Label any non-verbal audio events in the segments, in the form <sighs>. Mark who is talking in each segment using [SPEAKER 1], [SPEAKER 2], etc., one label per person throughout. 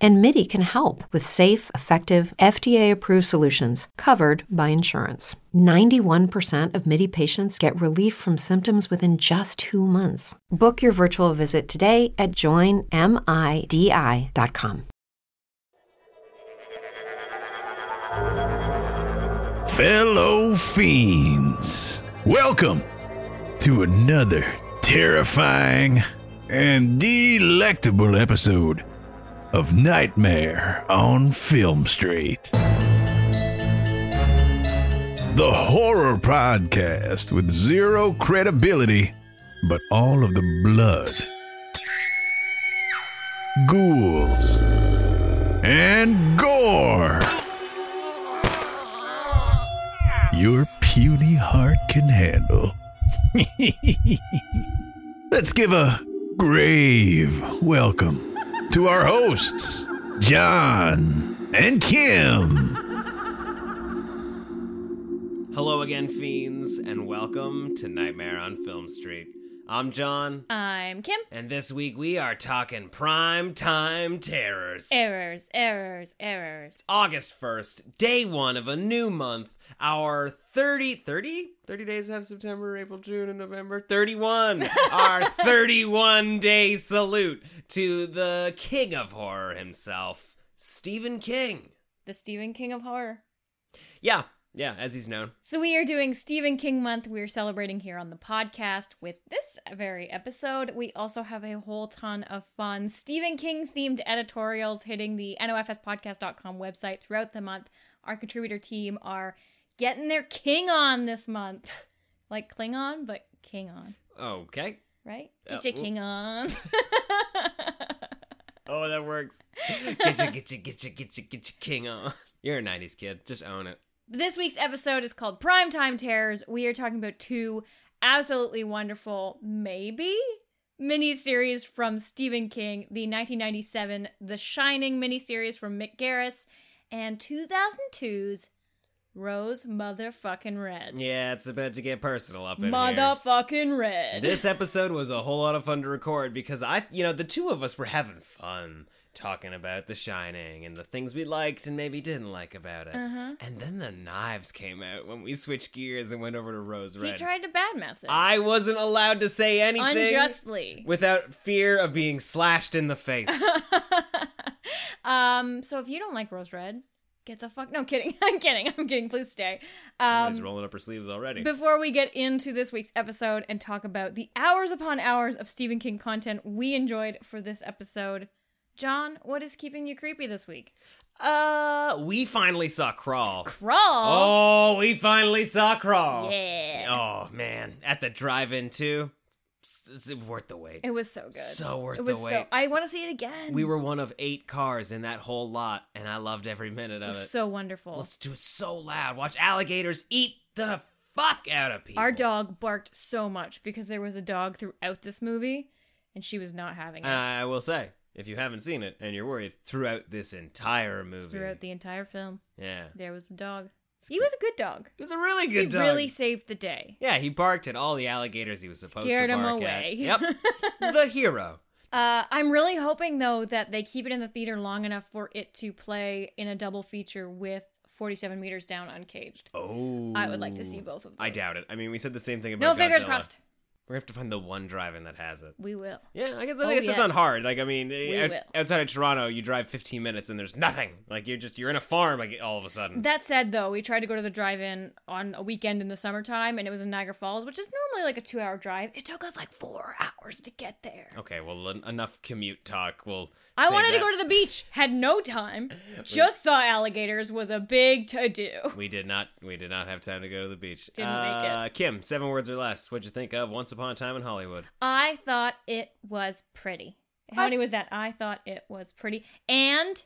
[SPEAKER 1] and MIDI can help with safe, effective, FDA approved solutions covered by insurance. 91% of MIDI patients get relief from symptoms within just two months. Book your virtual visit today at joinmidi.com.
[SPEAKER 2] Fellow fiends, welcome to another terrifying and delectable episode of Nightmare on Film Street. The horror podcast with zero credibility, but all of the blood, ghouls, and gore your puny heart can handle. <laughs> Let's give a grave welcome to our hosts, John and Kim.
[SPEAKER 3] Hello again, fiends, and welcome to Nightmare on Film Street. I'm John,
[SPEAKER 4] I'm Kim.
[SPEAKER 3] and this week we are talking prime time terrors.
[SPEAKER 4] Errors, errors, errors.
[SPEAKER 3] August 1st, day one of a new month, our 30, 30? 30 days have September, April, June, and November. 31! our 31 day salute to the king of horror himself, Stephen King.
[SPEAKER 4] The Stephen King of horror.
[SPEAKER 3] Yeah, yeah, as he's known.
[SPEAKER 4] So we are doing Stephen King month. We're celebrating here on the podcast with this very episode. We also have a whole ton of fun Stephen King themed editorials hitting the nofspodcast.com website throughout the month. Our contributor team are getting their king on this month. Like Klingon, but king on,
[SPEAKER 3] Okay.
[SPEAKER 4] right?
[SPEAKER 3] Uh,
[SPEAKER 4] Get your
[SPEAKER 3] well-
[SPEAKER 4] king on. <laughs>
[SPEAKER 3] Oh, that works. <laughs> Get your, get your, get your, get your, get your king on. <laughs> You're a 90s kid. Just own it.
[SPEAKER 4] This week's episode is called Primetime Terrors. We are talking about two absolutely wonderful, maybe, miniseries from Stephen King, the 1997 The Shining miniseries from Mick Garris, and 2002's Rose Motherfucking Red.
[SPEAKER 3] Yeah, it's about to get personal up in <laughs> here.
[SPEAKER 4] Motherfucking Red.
[SPEAKER 3] This episode was a whole lot of fun to record because I, you know, the two of us were having fun talking about The Shining and the things we liked and maybe didn't like about it. And then the knives came out when we switched gears and went over to Rose
[SPEAKER 4] he
[SPEAKER 3] Red.
[SPEAKER 4] tried to badmouth it.
[SPEAKER 3] I wasn't allowed to say anything
[SPEAKER 4] unjustly.
[SPEAKER 3] without fear of being slashed in the <laughs> face.
[SPEAKER 4] <laughs> um, so if you don't like Rose Red, get the fuck. No, I'm kidding. <laughs> I'm kidding. I'm kidding. Please stay. Um,
[SPEAKER 3] She's rolling up her sleeves already.
[SPEAKER 4] <laughs> Before we get into this week's episode and talk about the hours upon hours of Stephen King content we enjoyed for this episode, John, what is keeping you creepy this week?
[SPEAKER 3] Uh, we finally saw Crawl.
[SPEAKER 4] Crawl.
[SPEAKER 3] Oh, we finally saw Crawl.
[SPEAKER 4] yeah.
[SPEAKER 3] Oh man, at the drive-in too. S- s- worth the wait.
[SPEAKER 4] It was so good.
[SPEAKER 3] So worth
[SPEAKER 4] it was
[SPEAKER 3] the
[SPEAKER 4] so.
[SPEAKER 3] wait.
[SPEAKER 4] I want to see it again.
[SPEAKER 3] we were one of eight cars in that whole lot, and I loved every minute of
[SPEAKER 4] It was
[SPEAKER 3] it.
[SPEAKER 4] so wonderful.
[SPEAKER 3] Let's do it so loud. Watch alligators eat the fuck out of people.
[SPEAKER 4] Our dog barked so much because there was a dog throughout this movie, and she was not having it
[SPEAKER 3] And I will say, if you haven't seen it and you're worried, throughout this entire movie,
[SPEAKER 4] throughout the entire film.
[SPEAKER 3] yeah,
[SPEAKER 4] There was a dog. He was a good dog.
[SPEAKER 3] it was a really good
[SPEAKER 4] he
[SPEAKER 3] dog.
[SPEAKER 4] really saved the day.
[SPEAKER 3] yeah, he barked at all the alligators he was supposed
[SPEAKER 4] Scared
[SPEAKER 3] to
[SPEAKER 4] him
[SPEAKER 3] bark
[SPEAKER 4] away. <laughs>
[SPEAKER 3] at. Yep, the hero.
[SPEAKER 4] Uh, I'm really hoping though that they keep it in the theater long enough for it to play in a double feature with 47 meters down uncaged.
[SPEAKER 3] Oh,
[SPEAKER 4] I would like to see both of those.
[SPEAKER 3] I doubt it. I mean, we said the same thing
[SPEAKER 4] No
[SPEAKER 3] about
[SPEAKER 4] fingers
[SPEAKER 3] Godzilla.
[SPEAKER 4] crossed.
[SPEAKER 3] We're gonna have to find the one drive-in that has it.
[SPEAKER 4] We will.
[SPEAKER 3] Yeah, I guess, I
[SPEAKER 4] Oh,
[SPEAKER 3] guess that's not
[SPEAKER 4] yes.
[SPEAKER 3] hard. Like, I mean, eh, out-
[SPEAKER 4] will.
[SPEAKER 3] outside of Toronto, you drive 15 minutes and there's nothing. Like, you're just you're in a farm like, all of a sudden.
[SPEAKER 4] That said, though, we tried to go to the drive-in on a weekend in the summertime, and it was in Niagara Falls, which is normally like a two-hour drive. It took us like four hours to get there.
[SPEAKER 3] okay, well, en- enough commute talk. We'll.
[SPEAKER 4] I
[SPEAKER 3] Oh, save
[SPEAKER 4] wanted to
[SPEAKER 3] that.
[SPEAKER 4] go to the beach, had
[SPEAKER 3] <laughs>
[SPEAKER 4] no time. Just saw alligators was a big to do.
[SPEAKER 3] We did not. We did not have time to go to the beach.
[SPEAKER 4] Didn't make it.
[SPEAKER 3] uh, Kim, seven words or less. What'd you think of Once Upon a Time in Hollywood?
[SPEAKER 4] I thought it was pretty. How
[SPEAKER 3] I-
[SPEAKER 4] many was that? I thought it was pretty. And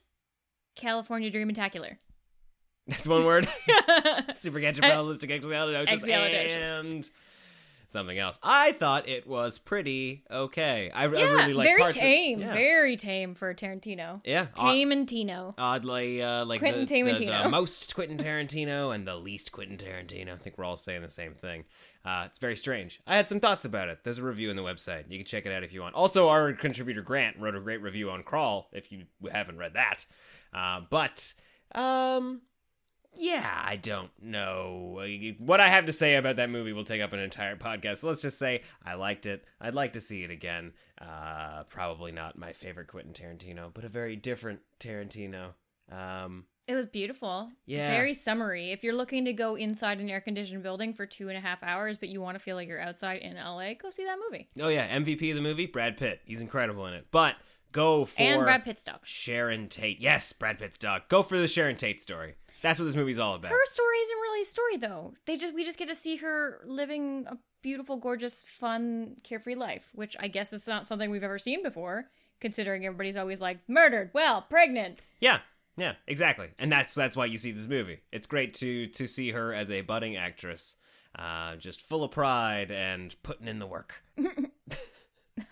[SPEAKER 4] California Dream Tacular. <laughs>
[SPEAKER 3] That's one word. Super catchy probabilistic exhalation.
[SPEAKER 4] Exhalation.
[SPEAKER 3] And something else. I thought it was pretty okay. I, I
[SPEAKER 4] Yeah,
[SPEAKER 3] really like
[SPEAKER 4] very
[SPEAKER 3] parts of-
[SPEAKER 4] tame,
[SPEAKER 3] yeah.
[SPEAKER 4] very tame for Tarantino.
[SPEAKER 3] yeah, uh, odd-
[SPEAKER 4] Tame and Tino.
[SPEAKER 3] oddly uh, like
[SPEAKER 4] Quentin
[SPEAKER 3] the, the- the
[SPEAKER 4] Tarantino. <laughs>
[SPEAKER 3] most Quentin Tarantino and the least Quentin Tarantino. I think we're all saying the same thing. Uh, it's very strange. I had some thoughts about it. There's a review on the website. You can check it out if you want. Also, our contributor Grant wrote a great review on Crawl. If you haven't read that, uh, but um, yeah, I don't know. What I have to say about that movie will take up an entire podcast. Let's just say I liked it. I'd like to see it again. Uh, probably not my favorite Quentin Tarantino, but a very different Tarantino. Um,
[SPEAKER 4] It was beautiful.
[SPEAKER 3] Yeah.
[SPEAKER 4] Very summery. If you're looking to go inside an air conditioned building for two and a half hours, but you want to feel like you're outside in LA, go see that movie.
[SPEAKER 3] oh, yeah, MVP of the movie, Brad Pitt. He's incredible in it. But go for
[SPEAKER 4] and Brad Pitt's dog.
[SPEAKER 3] Sharon Tate. Yes, Brad Pitt's dog. Go for the Sharon Tate story. That's what this movie's all about.
[SPEAKER 4] Her story isn't really a story though. They just we just get to see her living a beautiful, gorgeous, fun, carefree life, which I guess is not something we've ever seen before, considering everybody's always like murdered, well, pregnant. <laughs>
[SPEAKER 3] Yeah, yeah, exactly, and that's that's why you see this movie. It's great to to see her as a budding actress, uh, just full of pride and putting in the
[SPEAKER 4] <laughs>
[SPEAKER 3] work.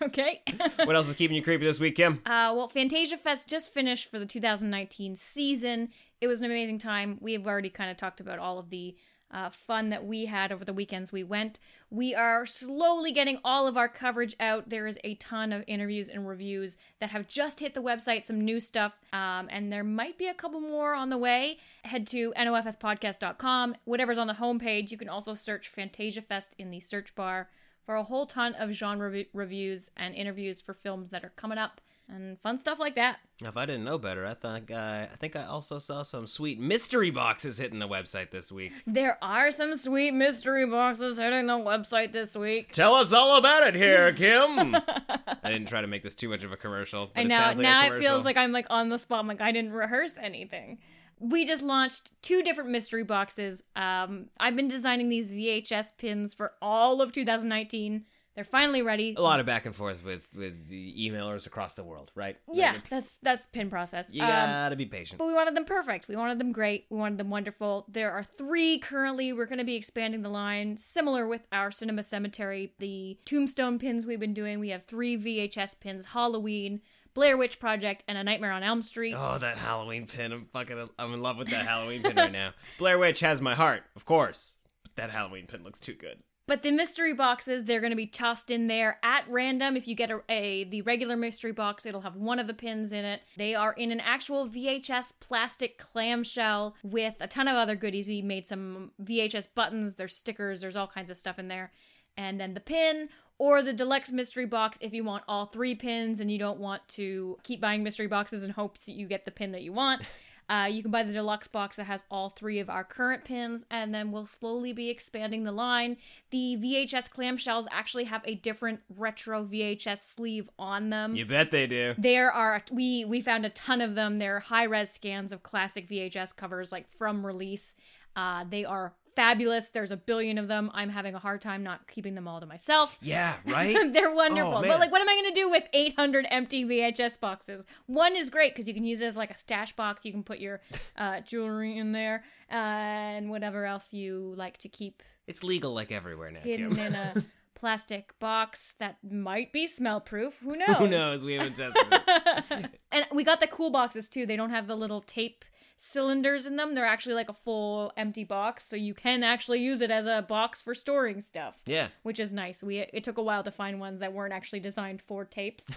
[SPEAKER 4] Okay.
[SPEAKER 3] what else is keeping you creepy this week, Kim?
[SPEAKER 4] Uh, well, Fantasia Fest just finished for the 2019 season. It was an amazing time. We have already kind of talked about all of the uh, fun that we had over the weekends we went. We are slowly getting all of our coverage out. There is a ton of interviews and reviews that have just hit the website, some new stuff, um, and there might be a couple more on the way. Head to nofspodcast.com. Whatever's on the homepage, you can also search Fantasia Fest in the search bar for a whole ton of genre re- reviews and interviews for films that are coming up and fun stuff like that.
[SPEAKER 3] If I didn't know better, I think uh, I think I also saw some sweet mystery boxes hitting the website this week.
[SPEAKER 4] There are some sweet mystery boxes hitting the website this week.
[SPEAKER 3] Tell us all about it
[SPEAKER 4] <laughs>
[SPEAKER 3] here, Kim. I didn't try to make this too much of a commercial. But
[SPEAKER 4] I
[SPEAKER 3] it
[SPEAKER 4] know.
[SPEAKER 3] sounds like a
[SPEAKER 4] now it
[SPEAKER 3] commercial.
[SPEAKER 4] feels like I'm like on the spot. I'm like I didn't rehearse anything. We just launched two different mystery boxes. Um, I've been designing these VHS pins for all of 2019. They're finally ready.
[SPEAKER 3] a lot of back and forth with with the emailers across the world, right? Like,
[SPEAKER 4] yeah,
[SPEAKER 3] it's-
[SPEAKER 4] that's that's pin process.
[SPEAKER 3] you
[SPEAKER 4] Um,
[SPEAKER 3] gotta be patient.
[SPEAKER 4] But we wanted them perfect. We wanted them great. We wanted them wonderful. There are three currently. We're going to be expanding the line, similar with our Cinema Cemetery, the tombstone pins we've been doing. We have three VHS pins Halloween, Blair Witch Project, and A Nightmare on Elm Street.
[SPEAKER 3] Oh, that Halloween pin! I'm fucking, I'm in love with that Halloween pin right
[SPEAKER 4] <laughs>
[SPEAKER 3] now. Blair Witch has my heart, of course. But that Halloween pin looks too good.
[SPEAKER 4] But the mystery boxes, they're going to be tossed in there at random. If you get a, a the regular mystery box, it'll have one of the pins in it. They are in an actual VHS plastic clamshell with a ton of other goodies. We made some VHS buttons, there's stickers, there's all kinds of stuff in there. And then the pin or the deluxe mystery box if you want all three pins and you don't want to keep buying mystery boxes in hopes that you get the pin that you want. Uh, you can buy the deluxe box that has all three of our current pins, and then we'll slowly be expanding the line. The VHS clamshells actually have a different retro VHS sleeve on them.
[SPEAKER 3] You bet they do.
[SPEAKER 4] There are we we found a ton of them. They're high res scans of classic VHS covers like from release. Uh, they are fabulous. There's a billion of them. I'm having a hard time not keeping them all to myself. <laughs>
[SPEAKER 3] Yeah, right.
[SPEAKER 4] They're wonderful.
[SPEAKER 3] Oh, man.
[SPEAKER 4] but like what am I going to do with 800 empty VHS boxes? One is great cuz you can use it as like a stash box. You can put your uh, jewelry in there uh, and whatever else you like to keep
[SPEAKER 3] it's legal like everywhere now,
[SPEAKER 4] hidden
[SPEAKER 3] Kim.
[SPEAKER 4] in a plastic box that might be smell proof. Who
[SPEAKER 3] <laughs>
[SPEAKER 4] knows?
[SPEAKER 3] Who knows? We haven't tested
[SPEAKER 4] <laughs>
[SPEAKER 3] it.
[SPEAKER 4] And we got the cool boxes too. They don't have the little tape cylinders in them. They're actually like a full empty box, so you can actually use it as a box for storing stuff.
[SPEAKER 3] Yeah.
[SPEAKER 4] Which is nice. We it took a while to find ones that weren't actually designed for
[SPEAKER 3] <laughs>
[SPEAKER 4] tapes.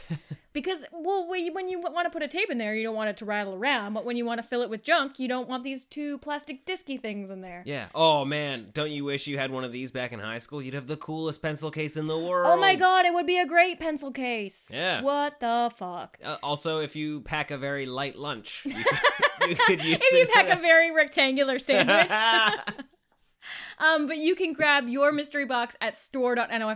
[SPEAKER 4] because well, we- when you want to put a tape in there, you don't want it to rattle around, but when you want to fill it with junk, you don't want these two plastic disky things in there.
[SPEAKER 3] Yeah. Oh man, don't you wish you had one of these back in high school? You'd have the coolest pencil case in the world.
[SPEAKER 4] Oh my god, it would be a great pencil case.
[SPEAKER 3] Yeah.
[SPEAKER 4] What the fuck?
[SPEAKER 3] Uh, also, if you pack a very light
[SPEAKER 4] <laughs>
[SPEAKER 3] lunch, you could, you could use
[SPEAKER 4] If
[SPEAKER 3] it
[SPEAKER 4] you
[SPEAKER 3] for
[SPEAKER 4] pack a very
[SPEAKER 3] <laughs>
[SPEAKER 4] rectangular sandwich.
[SPEAKER 3] that.
[SPEAKER 4] Um, but you can grab your mystery box at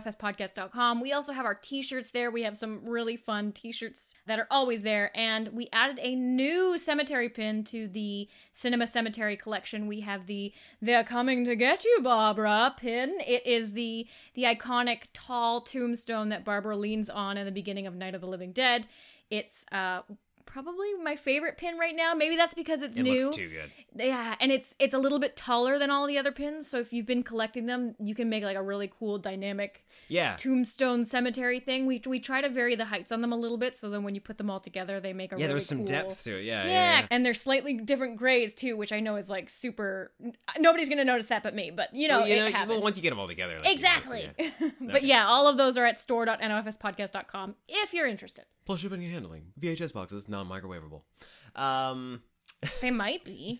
[SPEAKER 4] store.nofspodcast.com. We also have our t-shirts there. We have some really fun t-shirts that are always there. And we added a new cemetery pin to the Cinema Cemetery collection. We have the They're Coming to Get You, Barbara pin. It is the the iconic tall tombstone that Barbara leans on in the beginning of Night of the Living Dead. It's uh probably my favorite pin right now. Maybe that's because it's
[SPEAKER 3] <laughs> It
[SPEAKER 4] new.
[SPEAKER 3] looks too good.
[SPEAKER 4] Yeah, and it's it's a little bit taller than all the other pins, so if you've been collecting them, you can make like a really cool dynamic
[SPEAKER 3] Yeah.
[SPEAKER 4] tombstone cemetery thing. We we try to vary the heights on them a little bit, so then when you put them all together, they make a
[SPEAKER 3] yeah,
[SPEAKER 4] really
[SPEAKER 3] there was some
[SPEAKER 4] cool-
[SPEAKER 3] depth to it. Yeah,
[SPEAKER 4] Yeah.
[SPEAKER 3] yeah, yeah.
[SPEAKER 4] and they're slightly different grays too, which I know is like super. Nobody's gonna notice that but me, but you know
[SPEAKER 3] well, you
[SPEAKER 4] it
[SPEAKER 3] know,
[SPEAKER 4] happened.
[SPEAKER 3] well, once you get them all together. like, you know, so
[SPEAKER 4] exactly.
[SPEAKER 3] yeah.
[SPEAKER 4] <laughs> but yeah, all of those are at store.nofspodcast.com if you're interested.
[SPEAKER 3] Plus shipping and handling. VHS boxes, non-microwavable. Um, <laughs>
[SPEAKER 4] They might be.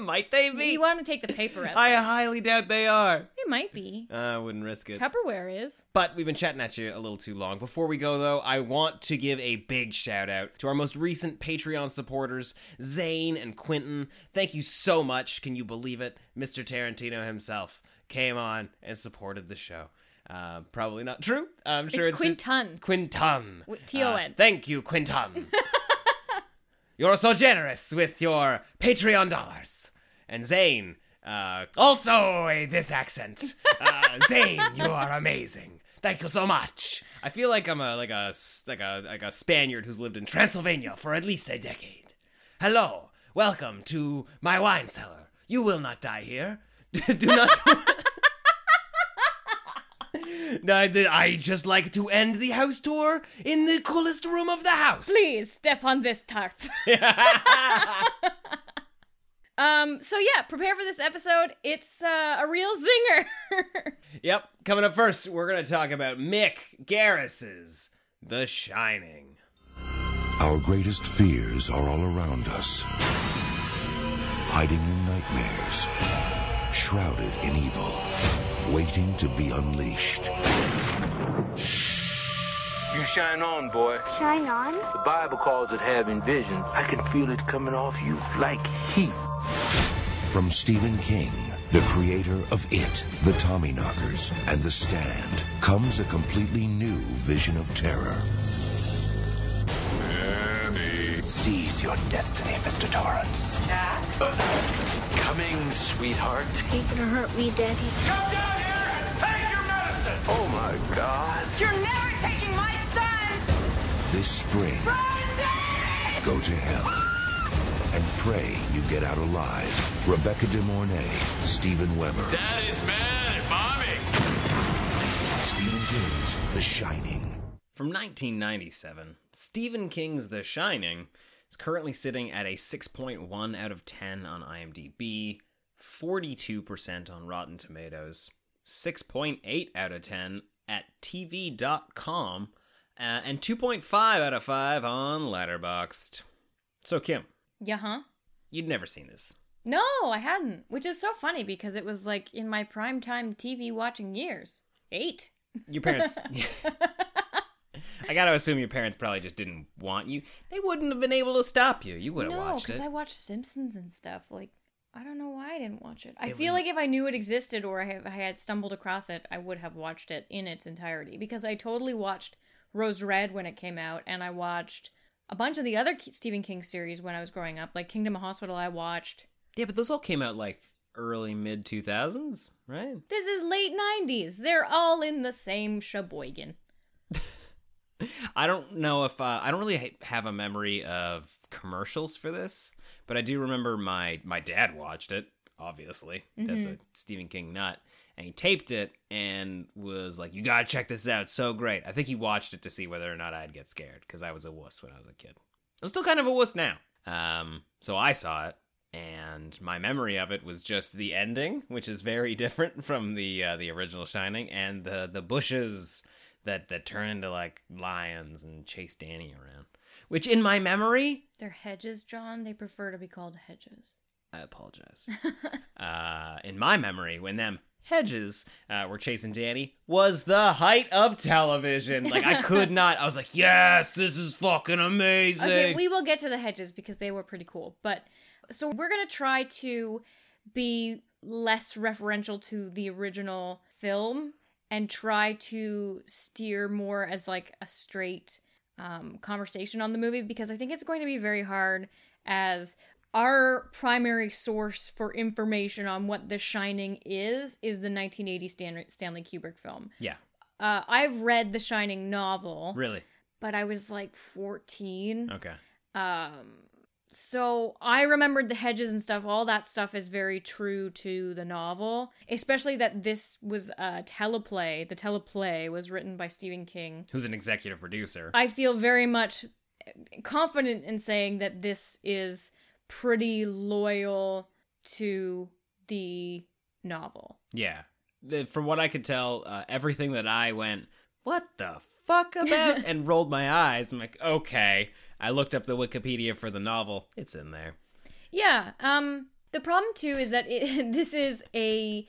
[SPEAKER 3] might they be?
[SPEAKER 4] you want to take the paper out?
[SPEAKER 3] I uh, highly doubt they are.
[SPEAKER 4] They might be.
[SPEAKER 3] I wouldn't risk it.
[SPEAKER 4] Tupperware is.
[SPEAKER 3] But we've been chatting at you a little too long. Before we go, though, I want to give a big shout out to our most recent Patreon supporters, Zane and Quentin. Thank you so much. Can you believe it? Mr. Tarantino himself came on and supported the show. Uh, probably not true. I'm sure
[SPEAKER 4] It's
[SPEAKER 3] it's, just-
[SPEAKER 4] Quinton.
[SPEAKER 3] Quinton.
[SPEAKER 4] With T-O-N.
[SPEAKER 3] Uh, thank you, Quinton. You're so generous with your Patreon dollars. And Zane, uh, also a, this accent. Uh, Zane, you are amazing. Thank you so much. I feel like I'm a like a s- like a like a Spaniard who's lived in Transylvania for at least a decade. Hello, welcome to my wine cellar. You will not die here. <laughs> Do not. No, I I just like to end the house tour in the coolest room of the house.
[SPEAKER 4] Please step on this tarp. <laughs> um. So yeah, prepare for this episode. It's uh, a real zinger. <laughs>
[SPEAKER 3] Yep. Coming up first, we're going to talk about Mick Garris's The Shining.
[SPEAKER 5] Our greatest fears are all around us, hiding in nightmares, shrouded in evil, waiting to be unleashed.
[SPEAKER 6] You shine on, boy.
[SPEAKER 7] Shine on?
[SPEAKER 6] The Bible calls it having vision. I can feel it coming off you like heat.
[SPEAKER 5] From Stephen King, the creator of It, The Tommyknockers, and The Stand, comes a completely new vision of terror.
[SPEAKER 6] Seize your destiny, Mr. Torrance. Coming, sweetheart.
[SPEAKER 7] You're gonna hurt me, Daddy.
[SPEAKER 8] Come down here and take your medicine!
[SPEAKER 6] Oh my God.
[SPEAKER 8] You're never taking my son!
[SPEAKER 5] This spring,
[SPEAKER 8] Daddy!
[SPEAKER 5] go to hell and pray you get out alive. Rebecca De Mornay, Stephen Weber.
[SPEAKER 8] Daddy's mad at mommy!
[SPEAKER 5] Stephen King's The Shining.
[SPEAKER 3] From 1997, Stephen King's The Shining is currently sitting at a 6.1 out of 10 on IMDb, 42% on Rotten Tomatoes, 6.8 out of 10 at TV.com, uh, and 2.5 out of 5 on Letterboxd. So, Kim,
[SPEAKER 4] yeah, huh?
[SPEAKER 3] you'd never seen this.
[SPEAKER 4] No, I hadn't. Which is so funny because it was like in my primetime TV watching years. Eight.
[SPEAKER 3] Your parents.
[SPEAKER 4] <laughs>
[SPEAKER 3] <laughs> I gotta assume your parents probably just didn't want you. They wouldn't have been able to stop you. You would have
[SPEAKER 4] No,
[SPEAKER 3] watched
[SPEAKER 4] because
[SPEAKER 3] it.
[SPEAKER 4] I watched Simpsons and stuff. Like, I don't know why I didn't watch it. I
[SPEAKER 3] It
[SPEAKER 4] feel
[SPEAKER 3] was-
[SPEAKER 4] like if I knew it existed or I, have, I had stumbled across it, I would have watched it in its entirety because I totally watched Rose Red when it came out, and I watched a bunch of the other K- Stephen King series when I was growing up, like Kingdom of Hospital. I watched.
[SPEAKER 3] Yeah, but those all came out like early mid two thousands, right?
[SPEAKER 4] This is late '90s. They're all in the same Sheboygan.
[SPEAKER 3] I don't know if uh, I don't really ha- have a memory of commercials for this, but I do remember my my dad watched it. Obviously, that's a Stephen King nut, and he taped it and was like, "You gotta check this out, so great." I think he watched it to see whether or not I'd get scared because I was a wuss when I was a kid. I'm still kind of a wuss now. Um, so I saw it, and my memory of it was just the ending, which is very <laughs> different from the uh, the original Shining, and the the bushes that that turn into like lions and chase Danny around. Which in my memory,
[SPEAKER 4] They're hedges, John. They prefer to be called hedges.
[SPEAKER 3] I
[SPEAKER 4] <laughs>
[SPEAKER 3] apologize. uh, in my memory, when them hedges uh, were chasing Danny, was the height of television. Like I
[SPEAKER 4] <laughs>
[SPEAKER 3] could not. I was like, yes, this is fucking amazing.
[SPEAKER 4] Okay, we will get to the hedges because they were pretty cool. But so we're gonna try to be less referential to the original film and try to steer more as like a straight um, conversation on the movie because I think it's going to be very hard as our primary source for information on what The Shining is is the 1980 Stan- Stanley Kubrick film.
[SPEAKER 3] yeah,
[SPEAKER 4] Uh, I've read the Shining novel,
[SPEAKER 3] really.
[SPEAKER 4] but I was like 14.
[SPEAKER 3] Okay.
[SPEAKER 4] Um, so I remembered the hedges and stuff. All that stuff is very true to the novel, especially that this was a teleplay. The teleplay was written by Stephen King.
[SPEAKER 3] Who's an executive producer?
[SPEAKER 4] I feel very much confident in saying that this is pretty loyal to the novel.
[SPEAKER 3] Yeah. The- From what I could tell, uh, everything that I went, what the
[SPEAKER 4] <laughs>
[SPEAKER 3] fuck about? and rolled my eyes. I'm like, okay. I looked up the Wikipedia for the novel. It's in there.
[SPEAKER 4] Yeah. Um. The problem too is that it, <laughs> this is a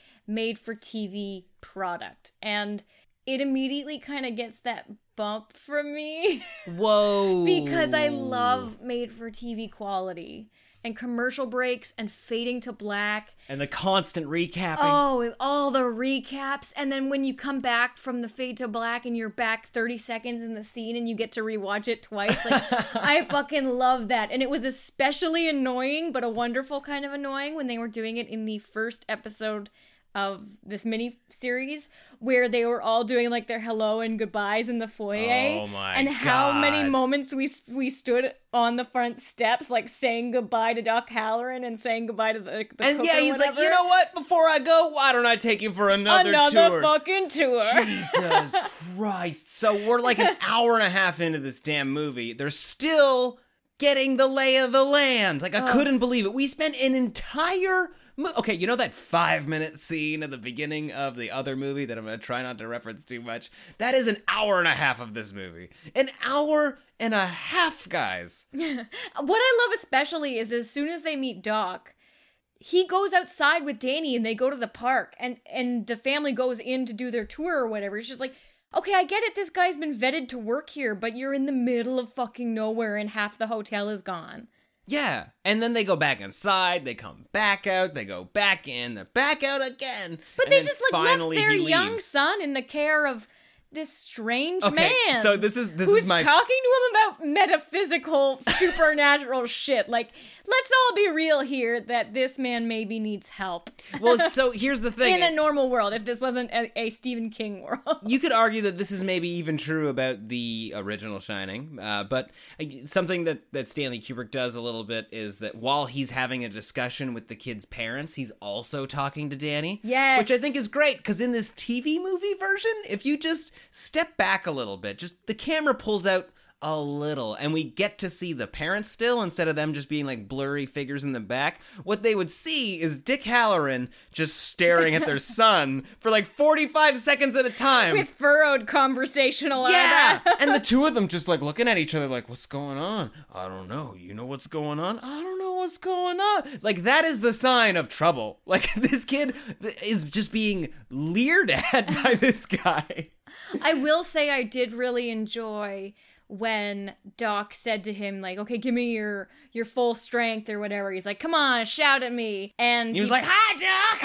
[SPEAKER 4] made-for-TV product, and it immediately kind of gets that bump from me <laughs>
[SPEAKER 3] Whoa.
[SPEAKER 4] because I love made-for-TV quality and commercial breaks and fading to black.
[SPEAKER 3] And the constant recapping.
[SPEAKER 4] Oh, with all the recaps, and then when you come back from the fade to black and you're back 30 seconds in the scene and you get to rewatch it twice,
[SPEAKER 3] <laughs>
[SPEAKER 4] like I fucking love that. And it was especially annoying, but a wonderful kind of annoying when they were doing it in the first episode of this mini series where they were all doing like their hello and goodbyes in the foyer
[SPEAKER 3] Oh my
[SPEAKER 4] and how many
[SPEAKER 3] God.
[SPEAKER 4] moments we we stood on the front steps like saying goodbye to Doc Halloran and saying goodbye to the, the
[SPEAKER 3] and
[SPEAKER 4] cook
[SPEAKER 3] yeah,
[SPEAKER 4] or
[SPEAKER 3] he's like, you
[SPEAKER 4] whatever."
[SPEAKER 3] know what? Before I go, why don't I take you for another, tour?
[SPEAKER 4] fucking tour.
[SPEAKER 3] Jesus Christ. So we're like an hour and a half into this damn movie. They're still getting the lay of the land. Like, I couldn't believe it. We spent an entire. Mo- okay, you know that five minute scene at the beginning of the other movie that I'm going to try not to reference too much? That is an hour and a half of this movie. An hour and a half, guys.
[SPEAKER 4] <laughs> what I love especially is as soon as they meet Doc, he goes outside with Danny and they go to the park and and the family goes in to do their tour or whatever. It's just like, okay, I get it. This guy's been vetted to work here, but you're in the middle of fucking nowhere and half the hotel is gone.
[SPEAKER 3] Yeah. And then they go back inside, they come back out, they go back in, they're back out again.
[SPEAKER 4] But
[SPEAKER 3] and
[SPEAKER 4] they
[SPEAKER 3] then
[SPEAKER 4] just like
[SPEAKER 3] finally
[SPEAKER 4] left their
[SPEAKER 3] he
[SPEAKER 4] young
[SPEAKER 3] leaves.
[SPEAKER 4] son in the care of this strange
[SPEAKER 3] Okay,
[SPEAKER 4] man.
[SPEAKER 3] so this is- this
[SPEAKER 4] who's
[SPEAKER 3] is my-
[SPEAKER 4] talking to him about metaphysical, supernatural <laughs> shit. Like, let's all be real here that this man maybe needs help
[SPEAKER 3] well, so here's the thing.
[SPEAKER 4] in a normal world. If this wasn't a, a Stephen King world, <laughs>
[SPEAKER 3] you could argue that this is maybe even true about the original Shining, uh, but uh, something that, that Stanley Kubrick does a little bit is that while he's having a discussion with the kid's parents, he's also talking to Danny.
[SPEAKER 4] Yes.
[SPEAKER 3] Which I think is great because in this TV movie version, if you just step back a little bit, just the camera pulls out a little and we get to see the parents still instead of them just being like blurry figures in the back what they would see is dick halloran just staring at their son for like 45 seconds at a time
[SPEAKER 4] with furrowed conversational
[SPEAKER 3] yeah.
[SPEAKER 4] <laughs> eyebrows.
[SPEAKER 3] and the two of them just like looking at each other like, what's going on? I don't know. You know what's going on? I don't know what's going on. Like, that is the sign of trouble. <laughs> Like, this kid th- is just being leered at <laughs> by this guy.
[SPEAKER 4] I will say I did really enjoy when Doc said to him, like, okay, give me your your full strength or whatever. He's like, come on, shout at me. And
[SPEAKER 3] He was like, hi,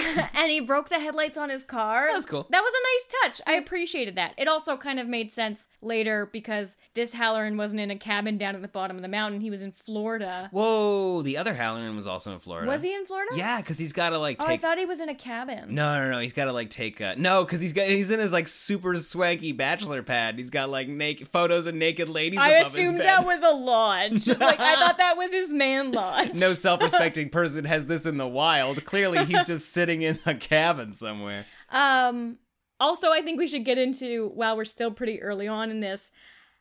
[SPEAKER 3] Doc.
[SPEAKER 4] <laughs> and he broke the headlights on his car. That
[SPEAKER 3] was cool.
[SPEAKER 4] That was a nice touch. I appreciated that. It also kind of made sense later because this Halloran wasn't in a cabin down at the bottom of the mountain. He was in Florida.
[SPEAKER 3] Whoa, the other Halloran was also in Florida.
[SPEAKER 4] Was he in Florida?
[SPEAKER 3] Yeah, because he's got to like
[SPEAKER 4] Oh,
[SPEAKER 3] take.
[SPEAKER 4] I thought he was in a cabin.
[SPEAKER 3] No, no, no. He's got to like take uh no, because he's got he's in his like super swanky bachelor pad. He's got like naked photos of naked ladies.
[SPEAKER 4] I
[SPEAKER 3] above his
[SPEAKER 4] assumed
[SPEAKER 3] bed.
[SPEAKER 4] that was
[SPEAKER 3] <laughs>
[SPEAKER 4] a lodge. like I thought that was his man lodge.
[SPEAKER 3] no self-respecting person has this in the wild. Clearly, he's just sitting in a cabin somewhere.
[SPEAKER 4] Um also I think we should get into while we're still pretty early on in this,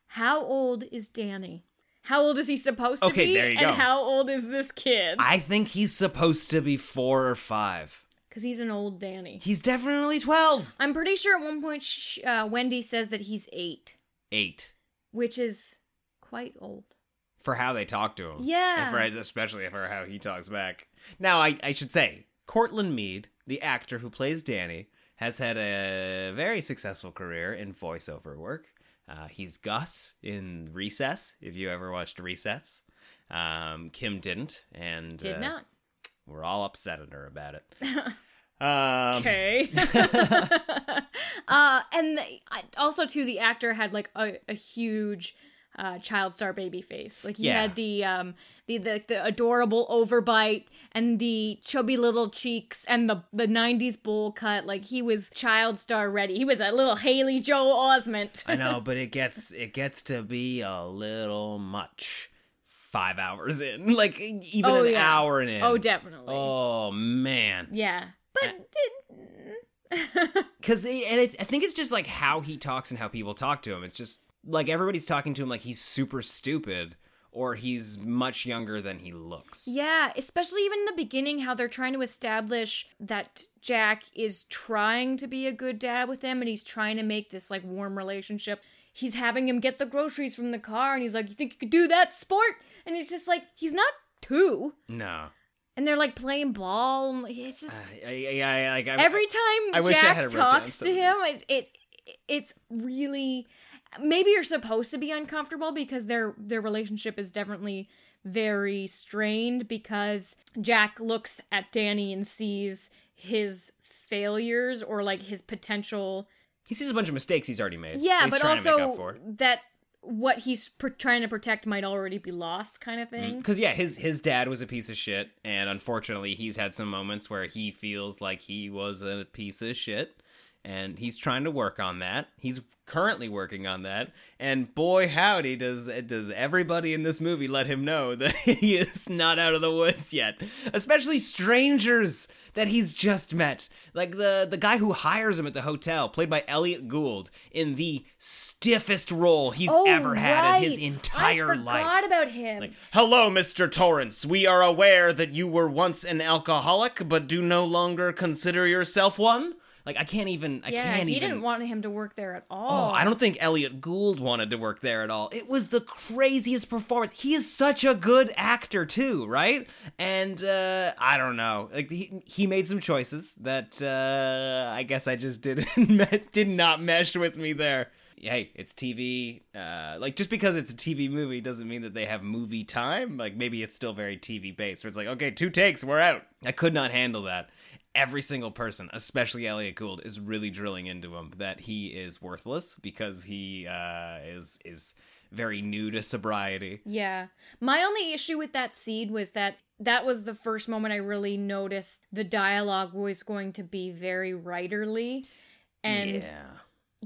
[SPEAKER 4] how old is Danny? How old is he supposed to
[SPEAKER 3] Okay,
[SPEAKER 4] be?
[SPEAKER 3] there you
[SPEAKER 4] and
[SPEAKER 3] go.
[SPEAKER 4] how old is this kid?
[SPEAKER 3] I think he's supposed to be four or five.
[SPEAKER 4] Because he's an old Danny.
[SPEAKER 3] He's definitely twelve.
[SPEAKER 4] I'm pretty sure at one point sh uh, Wendy says that he's eight,
[SPEAKER 3] Eight
[SPEAKER 4] which is quite old.
[SPEAKER 3] for how they talk to him.
[SPEAKER 4] Yeah.
[SPEAKER 3] and for, especially for how he talks back. Now, I, I should say, Cortland Mead, the actor who plays Danny, has had a very successful career in voiceover work. Uh, he's Gus in Recess. If you ever watched Recess, um, Kim didn't, and
[SPEAKER 4] Did
[SPEAKER 3] uh,
[SPEAKER 4] not.
[SPEAKER 3] We're all upset at her about it. um,
[SPEAKER 4] <laughs> Okay. <laughs> uh, and the, I, also too, the actor had like a, a huge uh, child star baby face. Like he
[SPEAKER 3] Yeah.
[SPEAKER 4] had the um the, the the adorable overbite and the chubby little cheeks and the the '90s bowl cut. Like he was child star ready. He was a little Haley Joel Osment.
[SPEAKER 3] I know, but it gets it gets to be a little much. five hours in, <laughs> like e-, even
[SPEAKER 4] Oh,
[SPEAKER 3] an
[SPEAKER 4] yeah.
[SPEAKER 3] hour in.
[SPEAKER 4] Oh, definitely.
[SPEAKER 3] Oh man.
[SPEAKER 4] Yeah. But it-
[SPEAKER 3] Cause they, and it, I think it's just like how he talks and how people talk to him. It's just like everybody's talking to him like he's super stupid or he's much younger than he looks.
[SPEAKER 4] yeah, especially even in the beginning, how they're trying to establish that Jack is trying to be a good dad with him and he's trying to make this like warm relationship. He's having him get the groceries from the car and he's like, You think you could do that, sport? And it's just like, He's not two.
[SPEAKER 3] No.
[SPEAKER 4] And they're like playing ball. and It's just.
[SPEAKER 3] I, I, I, like, I,
[SPEAKER 4] every time
[SPEAKER 3] I wish I
[SPEAKER 4] Jack
[SPEAKER 3] had it wrote down
[SPEAKER 4] talks
[SPEAKER 3] some
[SPEAKER 4] to
[SPEAKER 3] of
[SPEAKER 4] him,
[SPEAKER 3] these.
[SPEAKER 4] it's it's it's really maybe you're supposed to be uncomfortable because their their relationship is definitely very strained because Jack looks at Danny and sees his failures or like his potential
[SPEAKER 3] he sees a bunch of mistakes he's already made.
[SPEAKER 4] yeah
[SPEAKER 3] He's
[SPEAKER 4] but
[SPEAKER 3] trying to make up
[SPEAKER 4] also
[SPEAKER 3] for.
[SPEAKER 4] that what he's pr- trying to protect might already be lost kind of thing
[SPEAKER 3] Because yeah, his his dad was a piece of shit, and unfortunately, he's had some moments where he feels like he was a piece of shit, and he's trying to work on that. He's currently working on that, and boy howdy does does everybody in this movie let him know that <laughs> he is not out of the woods yet, especially strangers that he's just met, like the the guy who hires him at the hotel, played by Elliot Gould, in the stiffest role he's
[SPEAKER 4] Oh,
[SPEAKER 3] ever had in his
[SPEAKER 4] right.
[SPEAKER 3] entire
[SPEAKER 4] I
[SPEAKER 3] life.
[SPEAKER 4] forgot about him
[SPEAKER 3] Like, hello, Mr. Torrance. We are aware that you were once an alcoholic, but do no longer consider yourself one. Like, I can't even. I
[SPEAKER 4] yeah
[SPEAKER 3] can't
[SPEAKER 4] he
[SPEAKER 3] even.
[SPEAKER 4] didn't want him to work there at all
[SPEAKER 3] Oh, I don't think Elliot Gould wanted to work there at all. It was the craziest performance. He is such a good actor too, right? And uh, I don't know, like he, he made some choices that uh, I guess I just didn't <laughs> me- did not mesh with me there. Hey, it's TV. Uh, like just because it's a TV movie doesn't mean that they have movie time. Like maybe it's still very TV based. Where it's like, okay, two takes, we're out. I could not handle that every single person, especially Elliot Gould, is really drilling into him that he is worthless because he uh, is is very new to sobriety.
[SPEAKER 4] Yeah. My only issue with that seed was that that was the first moment I really noticed the dialogue was going to be very writerly and
[SPEAKER 3] yeah,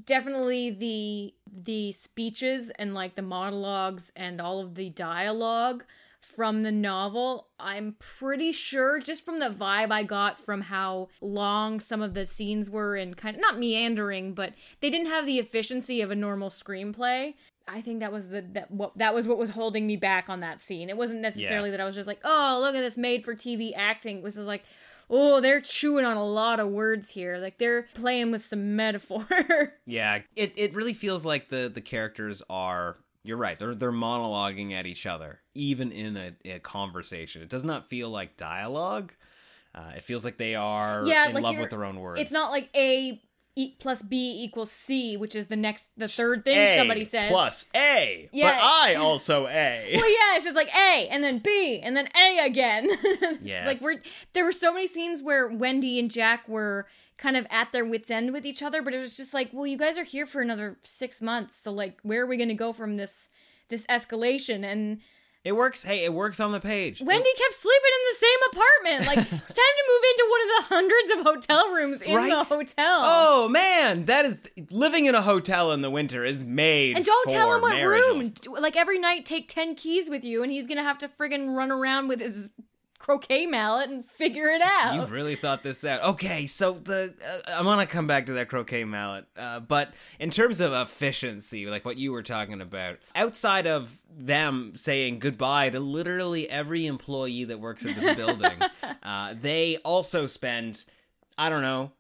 [SPEAKER 4] definitely the the speeches and like the monologues and all of the dialogue from the novel i'm pretty sure just from the vibe i got from how long some of the scenes were and kind of not meandering but they didn't have the efficiency of a normal screenplay i think that was the that what that was what was holding me back on that scene it wasn't necessarily that i was just like oh look at this made for tv acting it was just like oh they're chewing on a lot of words here like they're playing with some metaphors
[SPEAKER 3] <laughs> yeah. It it really feels like the the characters are. You're right. They're they're monologuing at each other, even in a, a conversation. It does not feel like dialogue. Uh, it feels like they are
[SPEAKER 4] yeah
[SPEAKER 3] in
[SPEAKER 4] like
[SPEAKER 3] love
[SPEAKER 4] you're-
[SPEAKER 3] with their own words.
[SPEAKER 4] <laughs> it's not like a e plus b equals c which is the next the third thing
[SPEAKER 3] A
[SPEAKER 4] somebody says
[SPEAKER 3] plus A, but
[SPEAKER 4] Yeah. <laughs>
[SPEAKER 3] I also A.
[SPEAKER 4] well yeah it's just like a and then b and then a again <laughs> It's
[SPEAKER 3] Yes.
[SPEAKER 4] like we're there were so many scenes where wendy and jack were kind of at their wits end with each other but it was just like well you guys are here for another six months so like where are we gonna go from this this escalation and
[SPEAKER 3] It works. Hey, it works on the page.
[SPEAKER 4] Wendy kept sleeping in the same apartment. Like <laughs> it's time to move into one of the hundreds of hotel rooms in the
[SPEAKER 3] Right?
[SPEAKER 4] hotel.
[SPEAKER 3] Oh man, that is living in a hotel in the winter is made.
[SPEAKER 4] and don't tell
[SPEAKER 3] for
[SPEAKER 4] him what
[SPEAKER 3] marriageable-
[SPEAKER 4] room. D- Like every night, take ten keys with you, and he's gonna have to friggin' run around with his croquet mallet and figure it out.
[SPEAKER 3] You've really thought this out. Okay, so the uh, I'm gonna come back to that croquet mallet, uh, but in terms of efficiency, like what you were talking about, outside of them saying goodbye to literally every employee that works at
[SPEAKER 4] <laughs>
[SPEAKER 3] this building, uh, they also spend, I don't know.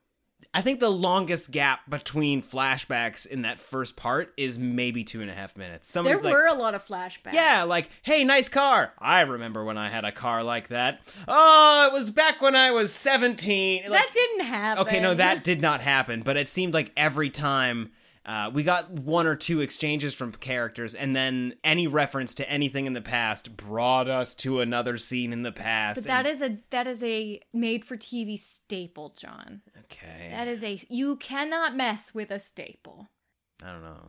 [SPEAKER 3] I think the longest gap between flashbacks in that first part is maybe two and a half minutes.
[SPEAKER 4] there
[SPEAKER 3] Someone's like,
[SPEAKER 4] were a lot of flashbacks.
[SPEAKER 3] Yeah, like, hey, nice car. I remember when I had a car like that. Oh, it was back when I was 17. Like,
[SPEAKER 4] that didn't happen.
[SPEAKER 3] okay, no, that did not happen, but it seemed like every time. Uh, we got one or two exchanges from characters, and then any reference to anything in the past brought us to another scene in the past.
[SPEAKER 4] <laughs> But that
[SPEAKER 3] and-
[SPEAKER 4] is a that is a made for TV staple, John.
[SPEAKER 3] okay.
[SPEAKER 4] That is a you cannot mess with a staple.
[SPEAKER 3] I don't
[SPEAKER 4] <laughs>
[SPEAKER 3] know.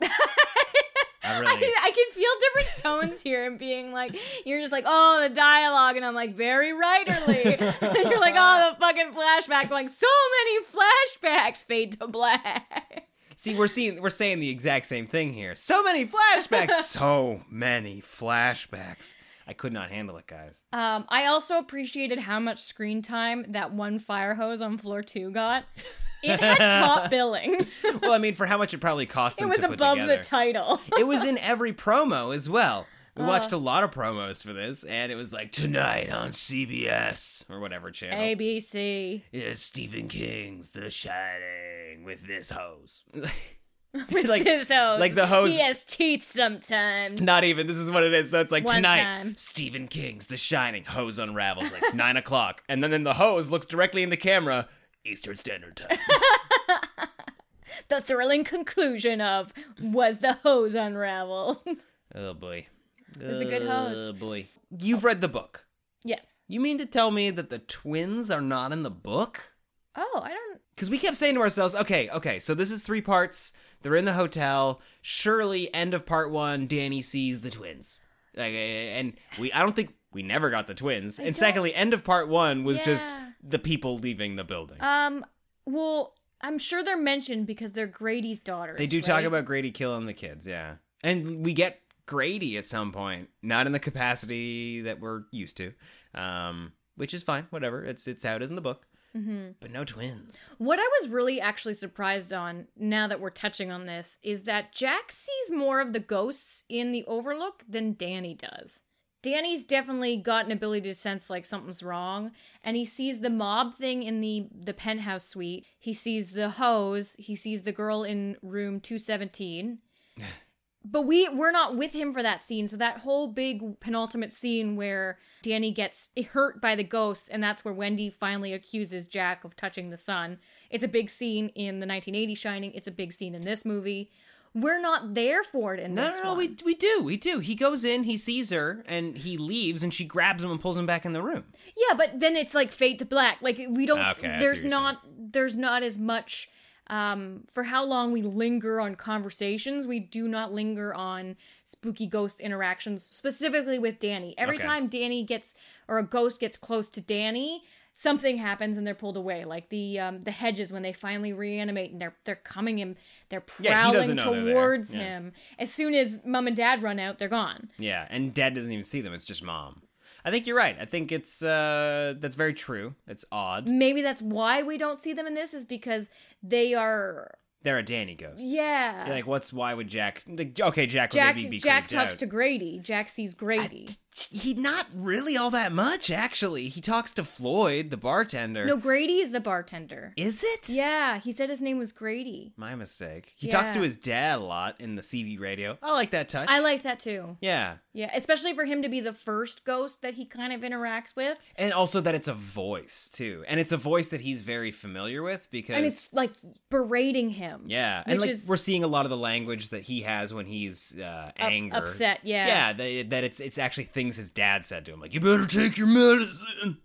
[SPEAKER 3] I really.
[SPEAKER 4] I can feel different tones here and being like, you're just like, oh, the dialogue. And I'm like, very writerly. <laughs> and you're like, oh, the fucking flashback. like, so many flashbacks fade to black. <laughs>
[SPEAKER 3] See, we're seeing we're saying
[SPEAKER 4] <laughs>
[SPEAKER 3] the exact same thing here. So many flashbacks. so many flashbacks. I I could not handle it, guys.
[SPEAKER 4] Um, I also appreciated how much screen time that one fire hose on floor two got. It had <laughs> top billing.
[SPEAKER 3] well, I mean, for how much it probably cost
[SPEAKER 4] It
[SPEAKER 3] them
[SPEAKER 4] was
[SPEAKER 3] to put
[SPEAKER 4] above
[SPEAKER 3] together.
[SPEAKER 4] the <laughs> title.
[SPEAKER 3] it was in every promo as well. We watched a lot of promos for this, and it was like tonight on CBS or whatever channel.
[SPEAKER 4] <laughs> ABC.
[SPEAKER 3] It's Stephen King's The Shining with this hose. <laughs>
[SPEAKER 4] <laughs>
[SPEAKER 3] like
[SPEAKER 4] His hose.
[SPEAKER 3] like the hose.
[SPEAKER 4] He has teeth sometimes.
[SPEAKER 3] Not even. This is what it is. So it's like
[SPEAKER 4] One
[SPEAKER 3] tonight,
[SPEAKER 4] time.
[SPEAKER 3] Stephen King's The Shining hose unravels like <laughs> nine o'clock, and then, then the hose looks directly in the camera. Eastern Standard
[SPEAKER 4] <laughs>
[SPEAKER 3] Time.
[SPEAKER 4] The thrilling conclusion of was the hose unraveled. <laughs>
[SPEAKER 3] oh boy, it
[SPEAKER 4] was a good hose.
[SPEAKER 3] Oh boy, you've read the book.
[SPEAKER 4] yes.
[SPEAKER 3] You mean to tell me that the twins are not in the book?
[SPEAKER 4] Oh, I don't.
[SPEAKER 3] Because we kept saying to ourselves, okay, okay, so this is three parts. They're in the hotel. Surely, end of part one, Danny sees the twins. Like, eh, and we, I don't think we never got the twins. and
[SPEAKER 4] don't-
[SPEAKER 3] secondly, end of part one was just
[SPEAKER 4] Yeah.
[SPEAKER 3] the people leaving the building.
[SPEAKER 4] Um. Well, I'm sure they're mentioned because they're Grady's daughters.
[SPEAKER 3] they do
[SPEAKER 4] right?
[SPEAKER 3] talk about Grady killing the kids, yeah. And we get Grady at some point, not in the capacity that we're used to, um, which is fine. Whatever, it's it's how it is in the book. Mm-hmm. But no twins.
[SPEAKER 4] What I was really actually surprised on, now that we're touching on this, is that Jack sees more of the ghosts in the Overlook than Danny does. Danny's definitely got an ability to sense like something's wrong, and he sees the mob thing in the the penthouse suite. He sees the hose. He sees the girl in room
[SPEAKER 3] <sighs>
[SPEAKER 4] two seventeen. But we we're not with him for that scene. So that whole big penultimate scene where Danny gets hurt by the ghosts, and that's where Wendy finally accuses Jack of touching the sun. It's a big scene in the 1980 Shining. It's a big scene in this movie. We're not there for it in
[SPEAKER 3] No,
[SPEAKER 4] this
[SPEAKER 3] no, no.
[SPEAKER 4] one.
[SPEAKER 3] We we do, we do. He goes in, he sees her, and he leaves, and she grabs him and pulls him back in the room.
[SPEAKER 4] Yeah, but then it's like fade to black. Like we don't.
[SPEAKER 3] Okay, I see
[SPEAKER 4] there's
[SPEAKER 3] what you're
[SPEAKER 4] not. There's not as much. Um, for how long we linger on conversations, we do not linger on spooky ghost interactions, specifically with Danny. Every
[SPEAKER 3] Okay.
[SPEAKER 4] time Danny gets or a ghost gets close to Danny, something happens and they're pulled away. Like the um, the hedges when they finally reanimate and they're they're coming and they're
[SPEAKER 3] Yeah, he
[SPEAKER 4] prowling
[SPEAKER 3] doesn't know they're there.
[SPEAKER 4] towards
[SPEAKER 3] Yeah.
[SPEAKER 4] him. As soon as mom and dad run out, they're gone.
[SPEAKER 3] Yeah, and Dad doesn't even see them. It's just Mom. I think you're right. I think it's uh that's very true. It's odd.
[SPEAKER 4] Maybe that's why we don't see them in this is because they are
[SPEAKER 3] They're a Danny ghost.
[SPEAKER 4] Yeah.
[SPEAKER 3] You're like, what's why would Jack? Like, okay, Jack,
[SPEAKER 4] Jack
[SPEAKER 3] would maybe be
[SPEAKER 4] Jack
[SPEAKER 3] creeped
[SPEAKER 4] talks
[SPEAKER 3] out.
[SPEAKER 4] to Grady. Jack sees Grady.
[SPEAKER 3] He not really all that much actually. He talks to Floyd, the bartender.
[SPEAKER 4] No, Grady is the bartender.
[SPEAKER 3] is er, it?
[SPEAKER 4] Yeah, he said his name was Grady.
[SPEAKER 3] My mistake. He talks
[SPEAKER 4] Yeah.
[SPEAKER 3] to his dad a lot in the CB radio. I like that touch.
[SPEAKER 4] I like that too.
[SPEAKER 3] Yeah.
[SPEAKER 4] Yeah, especially for him to be the first ghost that he kind of interacts with.
[SPEAKER 3] And also that it's a voice too, and it's a voice that he's very familiar with because
[SPEAKER 4] And it's like berating him.
[SPEAKER 3] yeah,
[SPEAKER 4] Which
[SPEAKER 3] and like
[SPEAKER 4] is
[SPEAKER 3] we're seeing a lot of the language that he has when he's uh, anger,
[SPEAKER 4] upset, yeah.
[SPEAKER 3] yeah, that, that it's it's actually things his dad said to him, like you better take your medicine.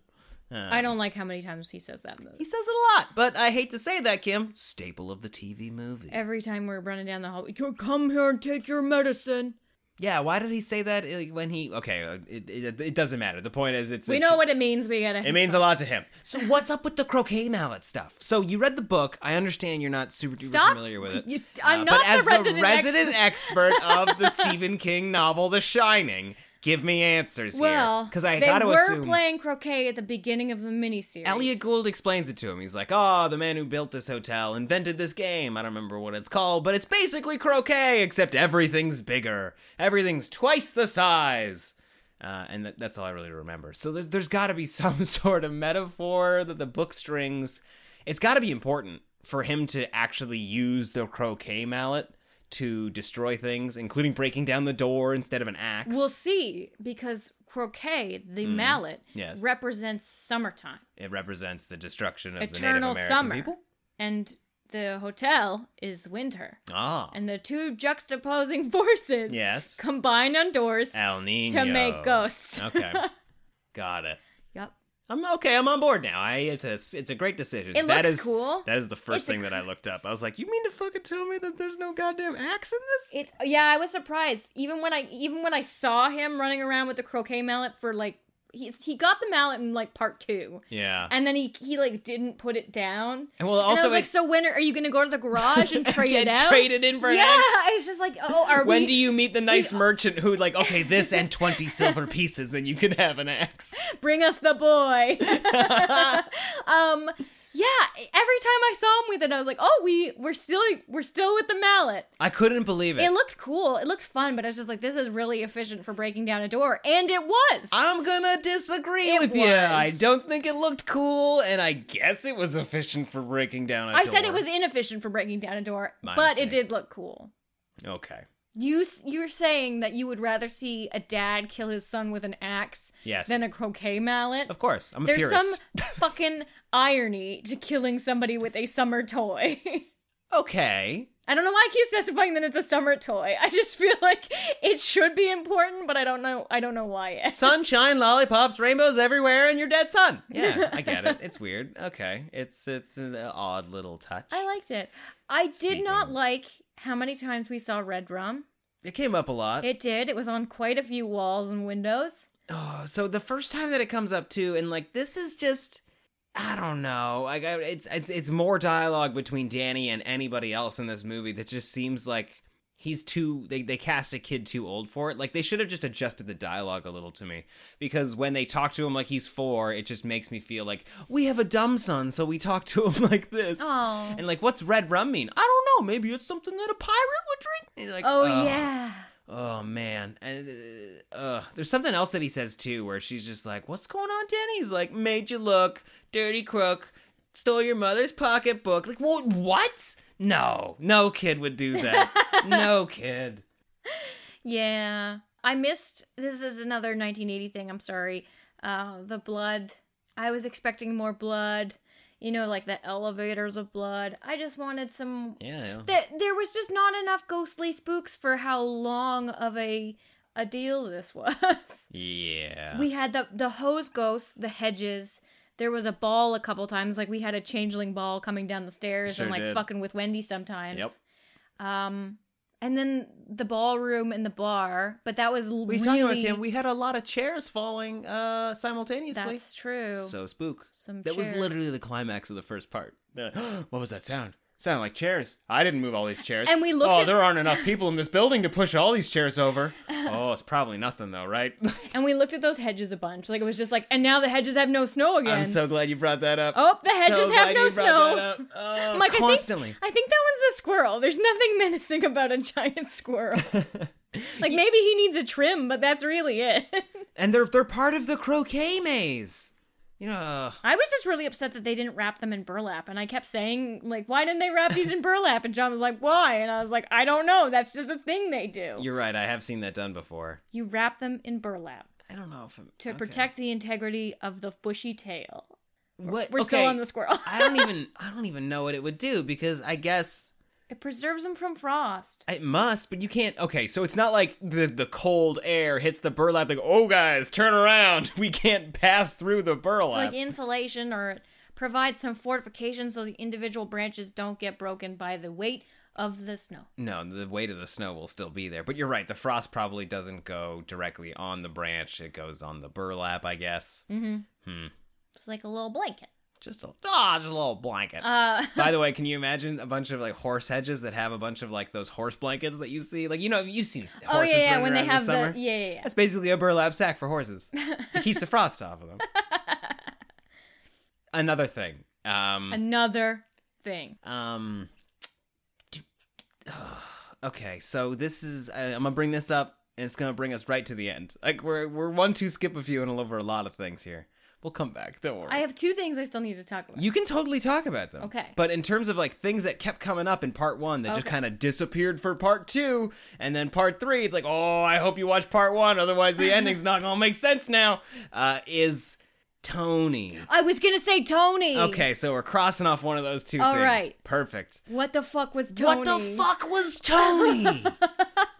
[SPEAKER 4] I don't like how many times he says that in the
[SPEAKER 3] He says it a lot, but I hate to say that, Kim, staple of the TV movie.
[SPEAKER 4] Every time we're running down the hallway, "You come here and take your medicine.
[SPEAKER 3] yeah, why did he say that uh, when he? Okay, uh, it, it, it doesn't matter. The point is, it's
[SPEAKER 4] We
[SPEAKER 3] it's-
[SPEAKER 4] know what it means. We gotta.
[SPEAKER 3] It means a lot to him. So what's up with the croquet mallet stuff? So you read the book. I understand you're not super duper
[SPEAKER 4] Stop.
[SPEAKER 3] familiar with it. Uh,
[SPEAKER 4] You- I'm
[SPEAKER 3] but
[SPEAKER 4] not the
[SPEAKER 3] as
[SPEAKER 4] resident
[SPEAKER 3] resident expert of
[SPEAKER 4] <laughs>
[SPEAKER 3] the Stephen King novel The Shining. Give me answers
[SPEAKER 4] well,
[SPEAKER 3] here, because I
[SPEAKER 4] they
[SPEAKER 3] got to
[SPEAKER 4] were
[SPEAKER 3] assume.
[SPEAKER 4] playing croquet at the beginning of the miniseries.
[SPEAKER 3] Elliot Gould explains it to him. He's like, "Oh, the man who built this hotel invented this game. I don't remember what it's called, but it's basically croquet, except everything's bigger. Everything's twice the size." Uh, and that, that's all I really remember. So there's, there's got to be <laughs> some sort of metaphor that the book strings. It's got to be important for him to actually use the croquet mallet to destroy things, including breaking down the door instead of an axe.
[SPEAKER 4] We'll see because croquet, the mallet,
[SPEAKER 3] Mm. yes.
[SPEAKER 4] represents summertime,
[SPEAKER 3] it represents the destruction of the Native
[SPEAKER 4] eternal
[SPEAKER 3] American
[SPEAKER 4] summer,
[SPEAKER 3] people.
[SPEAKER 4] and the hotel is winter,
[SPEAKER 3] Ah,
[SPEAKER 4] and the two juxtaposing <laughs> forces
[SPEAKER 3] yes.
[SPEAKER 4] combine on doors
[SPEAKER 3] El Nino
[SPEAKER 4] to make ghosts. <laughs>
[SPEAKER 3] okay, got it.
[SPEAKER 4] Yep.
[SPEAKER 3] I'm okay. I'm on board now. I it's a it's a great decision.
[SPEAKER 4] It
[SPEAKER 3] That
[SPEAKER 4] looks
[SPEAKER 3] is-
[SPEAKER 4] cool.
[SPEAKER 3] That is the first
[SPEAKER 4] It's a
[SPEAKER 3] thing that I looked up. I was like, you mean to fucking tell me that there's no goddamn axe in this?
[SPEAKER 4] It's yeah, I was surprised even when I even when I saw him running around with the croquet mallet for like he he got the mallet in like part two.
[SPEAKER 3] Yeah.
[SPEAKER 4] And then he he like didn't put it down.
[SPEAKER 3] And well,
[SPEAKER 4] I was
[SPEAKER 3] also
[SPEAKER 4] like,
[SPEAKER 3] it-
[SPEAKER 4] so when are, are you going to go to the garage
[SPEAKER 3] <laughs>
[SPEAKER 4] and trade
[SPEAKER 3] Get
[SPEAKER 4] it out?
[SPEAKER 3] traded in for an
[SPEAKER 4] Yeah,
[SPEAKER 3] axe.
[SPEAKER 4] I was just like, oh, are
[SPEAKER 3] When
[SPEAKER 4] we?
[SPEAKER 3] do you meet the nice merchant who like okay this and 20 silver pieces and you can have an axe?
[SPEAKER 4] <laughs> bring us
[SPEAKER 3] <laughs>
[SPEAKER 4] the boy. <laughs> um, yeah. Every time I saw him with it, I was like, oh, we we're still we're still with the mallet.
[SPEAKER 3] I couldn't believe it.
[SPEAKER 4] It looked cool. It looked fun, but I was just like, this is really efficient for breaking down a door, and it was.
[SPEAKER 3] I'm gonna disagree
[SPEAKER 4] It
[SPEAKER 3] with you. I
[SPEAKER 4] was.
[SPEAKER 3] don't think it looked cool, and I guess it was efficient for breaking down a
[SPEAKER 4] I said
[SPEAKER 3] door.
[SPEAKER 4] it was inefficient for breaking down a door,
[SPEAKER 3] My
[SPEAKER 4] but
[SPEAKER 3] mistake.
[SPEAKER 4] it did look cool.
[SPEAKER 3] Okay.
[SPEAKER 4] You s- you're saying that you would rather see a dad kill his son with an axe
[SPEAKER 3] Yes.
[SPEAKER 4] than a croquet mallet.
[SPEAKER 3] Of course. I'm a
[SPEAKER 4] There's
[SPEAKER 3] purist. <laughs>
[SPEAKER 4] some fucking irony to killing somebody with a summer toy. <laughs>
[SPEAKER 3] Okay.
[SPEAKER 4] I don't know why I keep specifying that it's a summer toy. I just feel like it should be important, but I don't know. I don't know why. yet.
[SPEAKER 3] Sunshine, lollipops, rainbows everywhere, and your dead son. Yeah, I get it. It's weird. Okay. It's it's an odd little touch.
[SPEAKER 4] I liked it. I did not
[SPEAKER 3] Speaking-
[SPEAKER 4] like how many times we saw red rum.
[SPEAKER 3] it came up a lot.
[SPEAKER 4] It did. It was on quite a few walls and windows.
[SPEAKER 3] Oh, so the first time that it comes up too, and like this is just I don't know. Like I- it's it's it's more dialogue between Danny and anybody else in this movie that just seems like he's too they they cast a kid too old for it. Like they should have just adjusted the dialogue a little to me because when they talk to him like he's 4, it just makes me feel like we have a dumb son, so we talk to him <laughs> like this.
[SPEAKER 4] Aw.
[SPEAKER 3] And like what's red rum mean? I don't know. Maybe it's something that a pirate would drink. And you're like,
[SPEAKER 4] Oh
[SPEAKER 3] ugh.
[SPEAKER 4] yeah.
[SPEAKER 3] Oh man, and uh, uh, there's something else that he says too, where she's just like, "What's going on, Danny?" He's like, "Made you look dirty crook, stole your mother's pocketbook." Like, what? What? No, no kid would do that. no kid.
[SPEAKER 4] Yeah. I missed this is another 1980 thing, I'm sorry. Uh the blood. I was expecting more blood. You know, like the elevators of blood. I just wanted some
[SPEAKER 3] Yeah.
[SPEAKER 4] Th- there was just not enough ghostly spooks for how long of a a deal this <laughs> was.
[SPEAKER 3] Yeah.
[SPEAKER 4] We had the the hose ghosts, the hedges. There was a ball a couple times. Like we had a changeling ball coming down the stairs
[SPEAKER 3] Sure
[SPEAKER 4] and like
[SPEAKER 3] did.
[SPEAKER 4] fucking with Wendy sometimes.
[SPEAKER 3] Yep.
[SPEAKER 4] Um, and then the ballroom and the bar, but that was l-
[SPEAKER 3] we
[SPEAKER 4] really.
[SPEAKER 3] talking about Tim, We had a lot of chairs falling uh simultaneously.
[SPEAKER 4] that's true.
[SPEAKER 3] So spook.
[SPEAKER 4] Some
[SPEAKER 3] that was
[SPEAKER 4] chairs.
[SPEAKER 3] literally the climax of the first part. They're like, what was that sound? Sounded like chairs. I didn't move all these chairs.
[SPEAKER 4] And we looked
[SPEAKER 3] Oh,
[SPEAKER 4] at-
[SPEAKER 3] there aren't enough people in this building to push all these chairs
[SPEAKER 4] <laughs>
[SPEAKER 3] over. oh, it's probably nothing though, right? <laughs>
[SPEAKER 4] and we looked at those hedges a bunch. Like it was just like, and now the hedges have no snow again.
[SPEAKER 3] I'm so glad you brought that up.
[SPEAKER 4] Oh, the
[SPEAKER 3] So
[SPEAKER 4] hedges have
[SPEAKER 3] glad
[SPEAKER 4] no
[SPEAKER 3] you
[SPEAKER 4] snow.
[SPEAKER 3] brought that
[SPEAKER 4] <laughs>
[SPEAKER 3] up. Oh,
[SPEAKER 4] I'm like,
[SPEAKER 3] constantly.
[SPEAKER 4] I think, I think that one's a squirrel. There's nothing <laughs> menacing about a
[SPEAKER 3] <laughs>
[SPEAKER 4] giant squirrel. like maybe he needs a trim, but that's really it. <laughs>
[SPEAKER 3] And they're they're part of the croquet maze. You know, ugh.
[SPEAKER 4] I was just really upset that they didn't wrap them in burlap, and I kept saying like, why didn't they wrap these in burlap? And John was like, why? And I was like, I don't know. That's just a thing they do.
[SPEAKER 3] you're right. I have seen that done before.
[SPEAKER 4] you wrap them in burlap.
[SPEAKER 3] I don't know if I'm,
[SPEAKER 4] to
[SPEAKER 3] okay.
[SPEAKER 4] protect the integrity of the bushy tail.
[SPEAKER 3] What?
[SPEAKER 4] We're still
[SPEAKER 3] okay.
[SPEAKER 4] on the squirrel.
[SPEAKER 3] I
[SPEAKER 4] <laughs>
[SPEAKER 3] don't even I don't even know what it would do because I guess
[SPEAKER 4] it preserves them from frost.
[SPEAKER 3] It must, but you can't. Okay, so it's not like the the cold air hits the burlap like, oh guys, turn around. <laughs> We can't pass through the
[SPEAKER 4] It's
[SPEAKER 3] burlap.
[SPEAKER 4] like insulation or it provides some fortification so the individual branches don't get broken by the weight of the snow.
[SPEAKER 3] no, the weight of the snow will still be there. But you're right. The frost probably doesn't go directly on the branch. It goes on the burlap, I guess.
[SPEAKER 4] Mm-hmm. It's like a little blanket.
[SPEAKER 3] Just a ah, just a little blanket.
[SPEAKER 4] Uh,
[SPEAKER 3] By
[SPEAKER 4] <laughs>
[SPEAKER 3] the way, can you imagine a bunch of like horse hedges that have a bunch of like those horse blankets that you see? Like you know, you've seen horses
[SPEAKER 4] oh yeah, yeah,
[SPEAKER 3] running
[SPEAKER 4] when they
[SPEAKER 3] around in
[SPEAKER 4] have
[SPEAKER 3] the,
[SPEAKER 4] the,
[SPEAKER 3] summer.
[SPEAKER 4] yeah, yeah, yeah.
[SPEAKER 3] That's basically a burlap sack for
[SPEAKER 4] <laughs>
[SPEAKER 3] horses. It keeps the frost off of them. Another thing. Um,
[SPEAKER 4] Another thing.
[SPEAKER 3] um, uh, okay, so this is. I, I'm gonna bring this up, and it's gonna bring us right to the end. Like we're we're one two skip a few and all over a lot of things here. We'll come back. Don't worry.
[SPEAKER 4] I have two things I still need to talk about.
[SPEAKER 3] You can totally talk about them.
[SPEAKER 4] Okay.
[SPEAKER 3] But in terms of like things that kept coming up in part one that just
[SPEAKER 4] Okay.
[SPEAKER 3] kind of disappeared for part two, and then part three, it's like, oh, I hope you watch part one, otherwise the ending's not gonna make sense now. Uh, is Tony.
[SPEAKER 4] I was gonna say Tony.
[SPEAKER 3] Okay, so we're crossing off one of those two
[SPEAKER 4] All
[SPEAKER 3] things.
[SPEAKER 4] right.
[SPEAKER 3] Perfect.
[SPEAKER 4] What the fuck was Tony?
[SPEAKER 3] What the fuck was
[SPEAKER 4] <laughs>
[SPEAKER 3] Tony?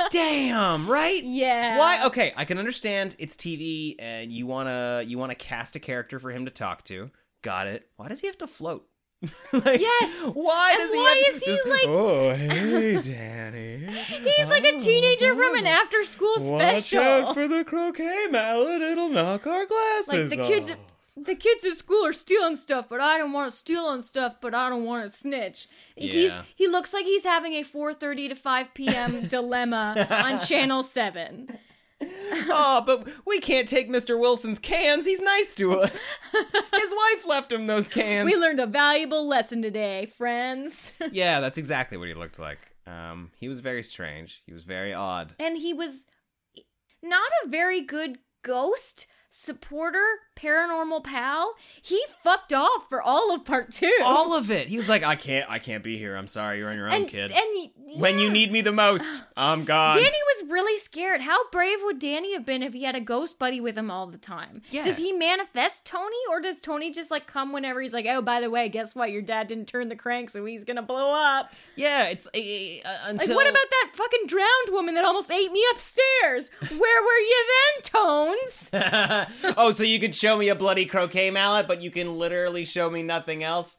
[SPEAKER 3] Damn, right?
[SPEAKER 4] Yeah.
[SPEAKER 3] Why? Okay, I can understand it's TV and you wanna you wanna cast a character for him to talk to. Got it. Why does he have to float? <laughs> like,
[SPEAKER 4] Yes.
[SPEAKER 3] Why
[SPEAKER 4] And
[SPEAKER 3] does he?
[SPEAKER 4] why
[SPEAKER 3] have-
[SPEAKER 4] is he,
[SPEAKER 3] just,
[SPEAKER 4] like-
[SPEAKER 3] Oh,
[SPEAKER 4] <laughs>
[SPEAKER 3] hey, Danny. Oh,
[SPEAKER 4] He's like a teenager from an after school
[SPEAKER 3] Watch out
[SPEAKER 4] special.
[SPEAKER 3] for the croquet mallet; it'll knock our
[SPEAKER 4] like
[SPEAKER 3] glasses
[SPEAKER 4] the kids
[SPEAKER 3] off. <laughs>
[SPEAKER 4] the kids at school are stealing stuff, but I don't want to steal on stuff, but I don't want to snitch. He's
[SPEAKER 3] Yeah.
[SPEAKER 4] he looks like he's having a 4:30 to
[SPEAKER 3] <laughs>
[SPEAKER 4] 5 p.m. dilemma on channel 7.
[SPEAKER 3] Oh, but we can't take Mr. Wilson's cans. He's nice to
[SPEAKER 4] <laughs>
[SPEAKER 3] us. His wife left him those cans.
[SPEAKER 4] We learned a valuable lesson today, friends. <laughs>
[SPEAKER 3] yeah, that's exactly what he looked like. Um, he was very strange. He was very
[SPEAKER 4] <laughs>
[SPEAKER 3] odd.
[SPEAKER 4] and he was not a very good ghost supporter, paranormal pal. He fucked off for all of part 2.
[SPEAKER 3] All of it. He was like, I can't, I can't be here. I'm sorry. You're on your own,
[SPEAKER 4] <laughs> and,
[SPEAKER 3] kid.
[SPEAKER 4] and
[SPEAKER 3] When you
[SPEAKER 4] yeah.
[SPEAKER 3] need me the most,
[SPEAKER 4] <gasps>
[SPEAKER 3] I'm gone.
[SPEAKER 4] Danny was really scared. How brave would Danny have been if he had a ghost buddy with him all the time?
[SPEAKER 3] Yeah.
[SPEAKER 4] Does he manifest Tony or does Tony just like come whenever he's like, oh, by the way, guess what? Your dad didn't turn the crank, so he's gonna blow up.
[SPEAKER 3] yeah, it's eh, eh, uh,
[SPEAKER 4] Like,
[SPEAKER 3] until.
[SPEAKER 4] what about that fucking drowned woman that almost ate me upstairs? Where were you then,
[SPEAKER 3] <laughs>
[SPEAKER 4] Tones?
[SPEAKER 3] oh, so you could show me a bloody croquet mallet, but you can literally show me nothing else.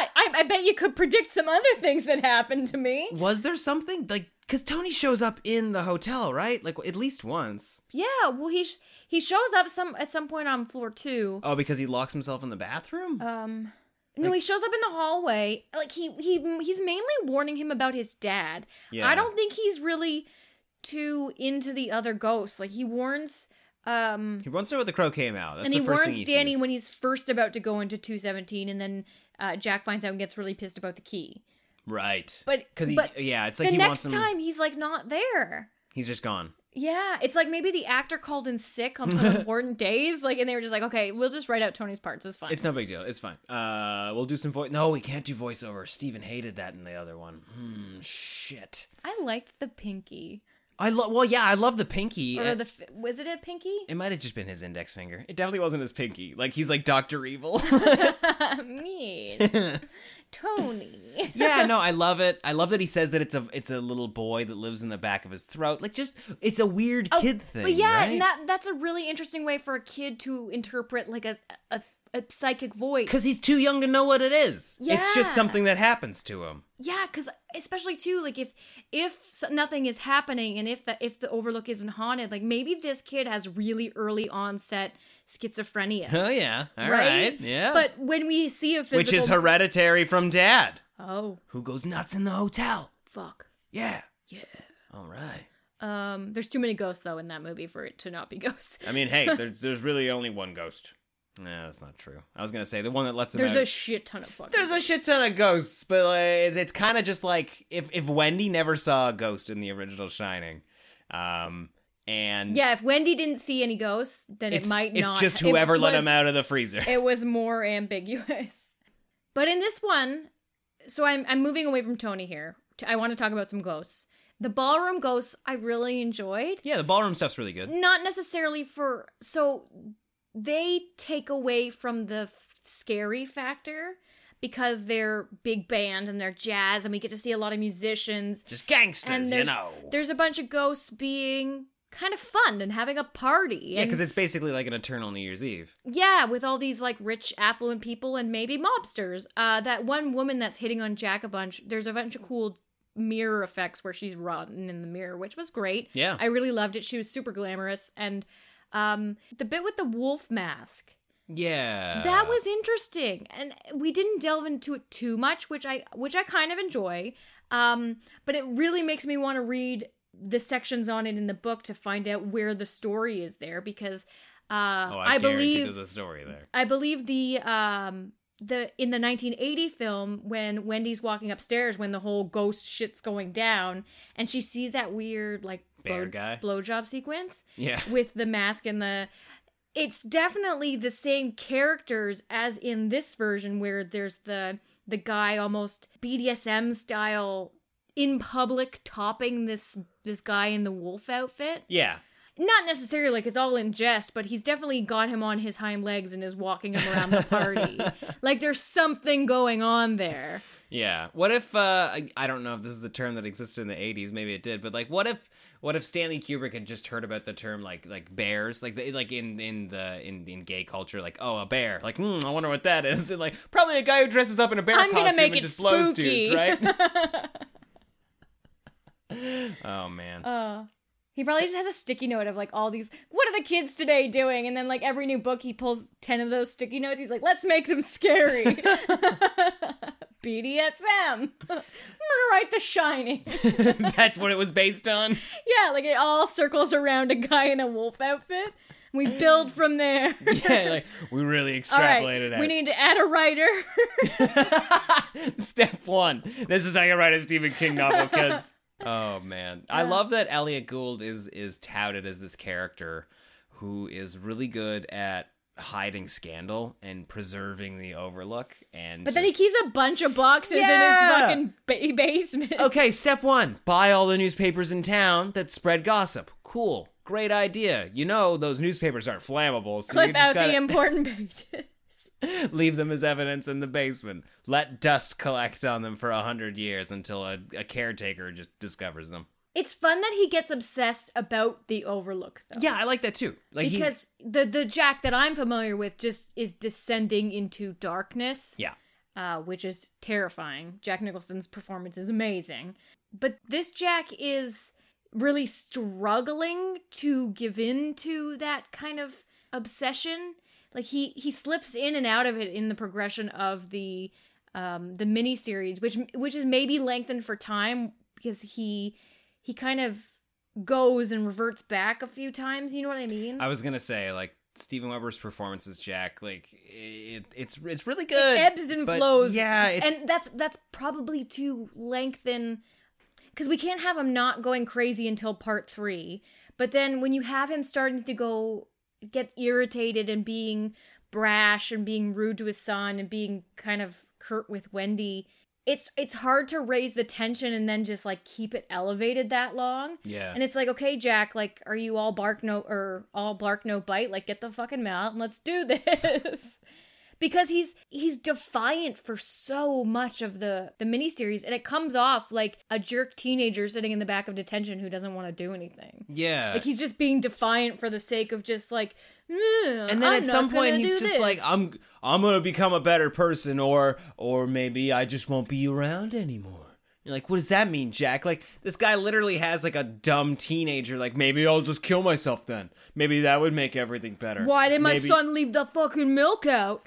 [SPEAKER 4] yeah, I, I bet you could predict some other things that happened to me.
[SPEAKER 3] Was there something like? Because Tony shows up in the hotel, right? Like at least once.
[SPEAKER 4] Yeah, well, he sh- he shows up some at some point on floor two.
[SPEAKER 3] Oh, because he locks himself in the bathroom.
[SPEAKER 4] Um no, he shows up in the hallway. Like he he he's mainly warning him about his dad.
[SPEAKER 3] Yeah.
[SPEAKER 4] I don't think he's really too into the other ghosts. Like he warns um
[SPEAKER 3] he runs her with the croquet mallet. That's
[SPEAKER 4] and
[SPEAKER 3] the
[SPEAKER 4] he
[SPEAKER 3] first thing
[SPEAKER 4] warns Danny
[SPEAKER 3] sees.
[SPEAKER 4] when he's first about to go into 217 and then uh, Jack finds out and gets really pissed about the key.
[SPEAKER 3] right.
[SPEAKER 4] But
[SPEAKER 3] because he,
[SPEAKER 4] but
[SPEAKER 3] yeah, it's like
[SPEAKER 4] the
[SPEAKER 3] he
[SPEAKER 4] next
[SPEAKER 3] wants him.
[SPEAKER 4] time he's like not there.
[SPEAKER 3] He's just gone.
[SPEAKER 4] Yeah, it's like maybe the actor called in sick on some
[SPEAKER 3] <laughs>
[SPEAKER 4] important days, like, and they were just like, "Okay, we'll just write out Tony's parts. It's fine."
[SPEAKER 3] It's no big deal. It's fine. Uh, we'll do some voice. No, we can't do voiceover. Steven hated that in the other one. Hmm, shit.
[SPEAKER 4] I liked the pinky.
[SPEAKER 3] I love. Well, yeah, I love the pinky.
[SPEAKER 4] Or
[SPEAKER 3] Uh,
[SPEAKER 4] the f- was it a pinky?
[SPEAKER 3] it might have just been his index finger. It definitely wasn't his pinky. Like he's like Doctor Evil.
[SPEAKER 4] mean, Tony.
[SPEAKER 3] <laughs> yeah, <laughs> no, I love it. I love that he says that it's a it's a little boy that lives in the back of his throat. Like just it's a weird kid thing.
[SPEAKER 4] But Oh, yeah,
[SPEAKER 3] right?
[SPEAKER 4] and that that's a really interesting way for a kid to interpret like a a, a psychic voice.
[SPEAKER 3] because he's too young to know what it is. It's
[SPEAKER 4] Yeah.
[SPEAKER 3] just something that happens to him. <laughs>
[SPEAKER 4] yeah, because especially too, like if if so- nothing is happening and if the if the Overlook isn't haunted, like maybe this kid has really early onset schizophrenia.
[SPEAKER 3] Oh yeah, <laughs> all right,
[SPEAKER 4] Right?
[SPEAKER 3] yeah.
[SPEAKER 4] But when we see a physical,
[SPEAKER 3] which is hereditary from dad,
[SPEAKER 4] oh
[SPEAKER 3] who goes nuts in the hotel.
[SPEAKER 4] fuck,
[SPEAKER 3] Yeah.
[SPEAKER 4] yeah.
[SPEAKER 3] All right.
[SPEAKER 4] Um, there's too many ghosts though in that movie for it to not be ghosts.
[SPEAKER 3] I mean, hey, there's there's really only one ghost. Nah, that's not true. I was gonna say the one that lets him
[SPEAKER 4] There's
[SPEAKER 3] out.
[SPEAKER 4] a shit ton of fucking.
[SPEAKER 3] There's a
[SPEAKER 4] ghosts.
[SPEAKER 3] shit ton of ghosts, but uh, it's, it's kind of just like if if Wendy never saw a ghost in the original Shining, um, and
[SPEAKER 4] Yeah, if Wendy didn't see any ghosts, then
[SPEAKER 3] it's,
[SPEAKER 4] it might
[SPEAKER 3] it's
[SPEAKER 4] not.
[SPEAKER 3] just
[SPEAKER 4] <laughs> it
[SPEAKER 3] whoever let
[SPEAKER 4] was-
[SPEAKER 3] him out of the
[SPEAKER 4] <laughs>
[SPEAKER 3] freezer. <laughs>
[SPEAKER 4] It was more ambiguous. But in this one, so I'm I'm moving away from Tony here. T- I want to talk about some ghosts. The ballroom ghosts I really enjoyed.
[SPEAKER 3] yeah, the ballroom stuff's really good.
[SPEAKER 4] Not necessarily for so they take away from the f- scary factor because they're big band and they're jazz and we get to see a lot of musicians
[SPEAKER 3] Just gangsters,
[SPEAKER 4] and
[SPEAKER 3] you
[SPEAKER 4] there's
[SPEAKER 3] know.
[SPEAKER 4] there's a bunch of ghosts being kind of fun and having a party
[SPEAKER 3] Yeah,
[SPEAKER 4] and-
[SPEAKER 3] because it's basically like an eternal New Year's Eve.
[SPEAKER 4] yeah, with all these like rich, affluent people and maybe mobsters. Uh, that one woman that's hitting on Jack a bunch. There's a bunch of cool mirror effects where she's rotten in the mirror, which was great.
[SPEAKER 3] Yeah.
[SPEAKER 4] I really loved it. She was super glamorous, and um, the bit with the wolf mask
[SPEAKER 3] Yeah,
[SPEAKER 4] that was interesting, and we didn't delve into it too much, which I which I kind of enjoy. Um, but it really makes me want to read the sections on it in the book to find out where the story is there because. Uh,
[SPEAKER 3] Oh,
[SPEAKER 4] I,
[SPEAKER 3] I, guarantee
[SPEAKER 4] believe
[SPEAKER 3] there's a story there.
[SPEAKER 4] I believe the um the in the 1980 film when Wendy's walking upstairs when the whole ghost shit's going down and she sees that weird like
[SPEAKER 3] Bear guy?
[SPEAKER 4] blowjob sequence
[SPEAKER 3] Yeah. <laughs>
[SPEAKER 4] with the mask and the it's definitely the same characters as in this version where there's the the guy almost BDSM style in public topping this this guy in the wolf outfit
[SPEAKER 3] Yeah.
[SPEAKER 4] not necessarily like it's all in jest, but he's definitely got him on his
[SPEAKER 3] <laughs>
[SPEAKER 4] hind legs and is walking him around the party. like there's something going on there.
[SPEAKER 3] Yeah. What if uh I, I don't know if this is a term that existed in the 80s, maybe it did, but like what if what if Stanley Kubrick had just heard about the term like like bears, like the, like in in the in in gay culture like oh, a bear. Like, hmm, I wonder what that is. <laughs> And like probably a guy who dresses up in a bear
[SPEAKER 4] I'm
[SPEAKER 3] costume
[SPEAKER 4] gonna make
[SPEAKER 3] and
[SPEAKER 4] it
[SPEAKER 3] just blows dudes,
[SPEAKER 4] spooky.
[SPEAKER 3] right?
[SPEAKER 4] <laughs>
[SPEAKER 3] <laughs> oh man.
[SPEAKER 4] Uh. He probably just has a sticky note of like all these. What are the kids today doing? And then like every new book, he pulls ten of those sticky notes. He's like, let's make them
[SPEAKER 3] <laughs>
[SPEAKER 4] scary. <laughs> BDSM. I'm gonna write The Shining.
[SPEAKER 3] <laughs>
[SPEAKER 4] <laughs>
[SPEAKER 3] That's what it was based on. <laughs>
[SPEAKER 4] yeah, like it all circles around a guy in a wolf outfit. We build
[SPEAKER 3] <laughs>
[SPEAKER 4] from there.
[SPEAKER 3] Yeah, like we really
[SPEAKER 4] all right,
[SPEAKER 3] extrapolated out.
[SPEAKER 4] we need to add a writer.
[SPEAKER 3] <laughs>
[SPEAKER 4] <laughs>
[SPEAKER 3] Step one. This is how you write a Stephen King novel, kids. <laughs> oh man, I love that Elliot Gould is is touted as this character who is really good at hiding scandal and preserving the overlook. And
[SPEAKER 4] but then he
[SPEAKER 3] just-
[SPEAKER 4] keeps a bunch of boxes
[SPEAKER 3] Yeah.
[SPEAKER 4] in his fucking ba-
[SPEAKER 3] <laughs>
[SPEAKER 4] basement.
[SPEAKER 3] Okay, step one: buy all the newspapers in town that spread gossip. Cool, great idea. You know those newspapers aren't flammable, so you
[SPEAKER 4] Clip
[SPEAKER 3] just
[SPEAKER 4] out
[SPEAKER 3] gotta
[SPEAKER 4] the important <laughs> pages.
[SPEAKER 3] leave them as evidence in the basement. Let dust collect on them for a hundred years until a, a caretaker just discovers them.
[SPEAKER 4] It's fun that he gets obsessed about the Overlook, though.
[SPEAKER 3] Yeah, I like that too. Like he-
[SPEAKER 4] because the the Jack that I'm familiar with just is descending into darkness,
[SPEAKER 3] yeah,
[SPEAKER 4] uh, which is terrifying. Jack Nicholson's performance is amazing, but this Jack is really struggling to give in to that kind of obsession. Like he he slips in and out of it in the progression of the um, the miniseries, which which is maybe lengthened for time because he he kind of goes and reverts back a few times. You know what I mean?
[SPEAKER 3] I was gonna say like Stephen Weber's performance as Jack, like it, it's it's really good.
[SPEAKER 4] ebbs and
[SPEAKER 3] but
[SPEAKER 4] flows.
[SPEAKER 3] Yeah, it's,
[SPEAKER 4] and that's that's probably to lengthen because we can't have him not going crazy until part three. But then when you have him starting to go get irritated and being brash and being rude to his son and being kind of curt with Wendy. It's it's hard to raise the tension and then just like keep it elevated that long.
[SPEAKER 3] Yeah.
[SPEAKER 4] And it's like, okay, Jack, like, are you all bark no or all bark no bite? Like, get the fucking mouth and let's do <laughs> this because he's he's defiant for so much of the the miniseries and it comes off like a jerk teenager sitting in the back of detention who doesn't want to do anything
[SPEAKER 3] yeah.
[SPEAKER 4] like he's just being defiant for the sake of just like
[SPEAKER 3] and then at some point he's just like, I'm I'm gonna become a better person, or or maybe I just won't be around anymore. You're like, what does that mean, Jack? Like this guy literally has like a dumb teenager. Like maybe I'll just kill myself then. Maybe that would make everything better.
[SPEAKER 4] why did my
[SPEAKER 3] Maybe- Oh,
[SPEAKER 4] son leave the fucking milk out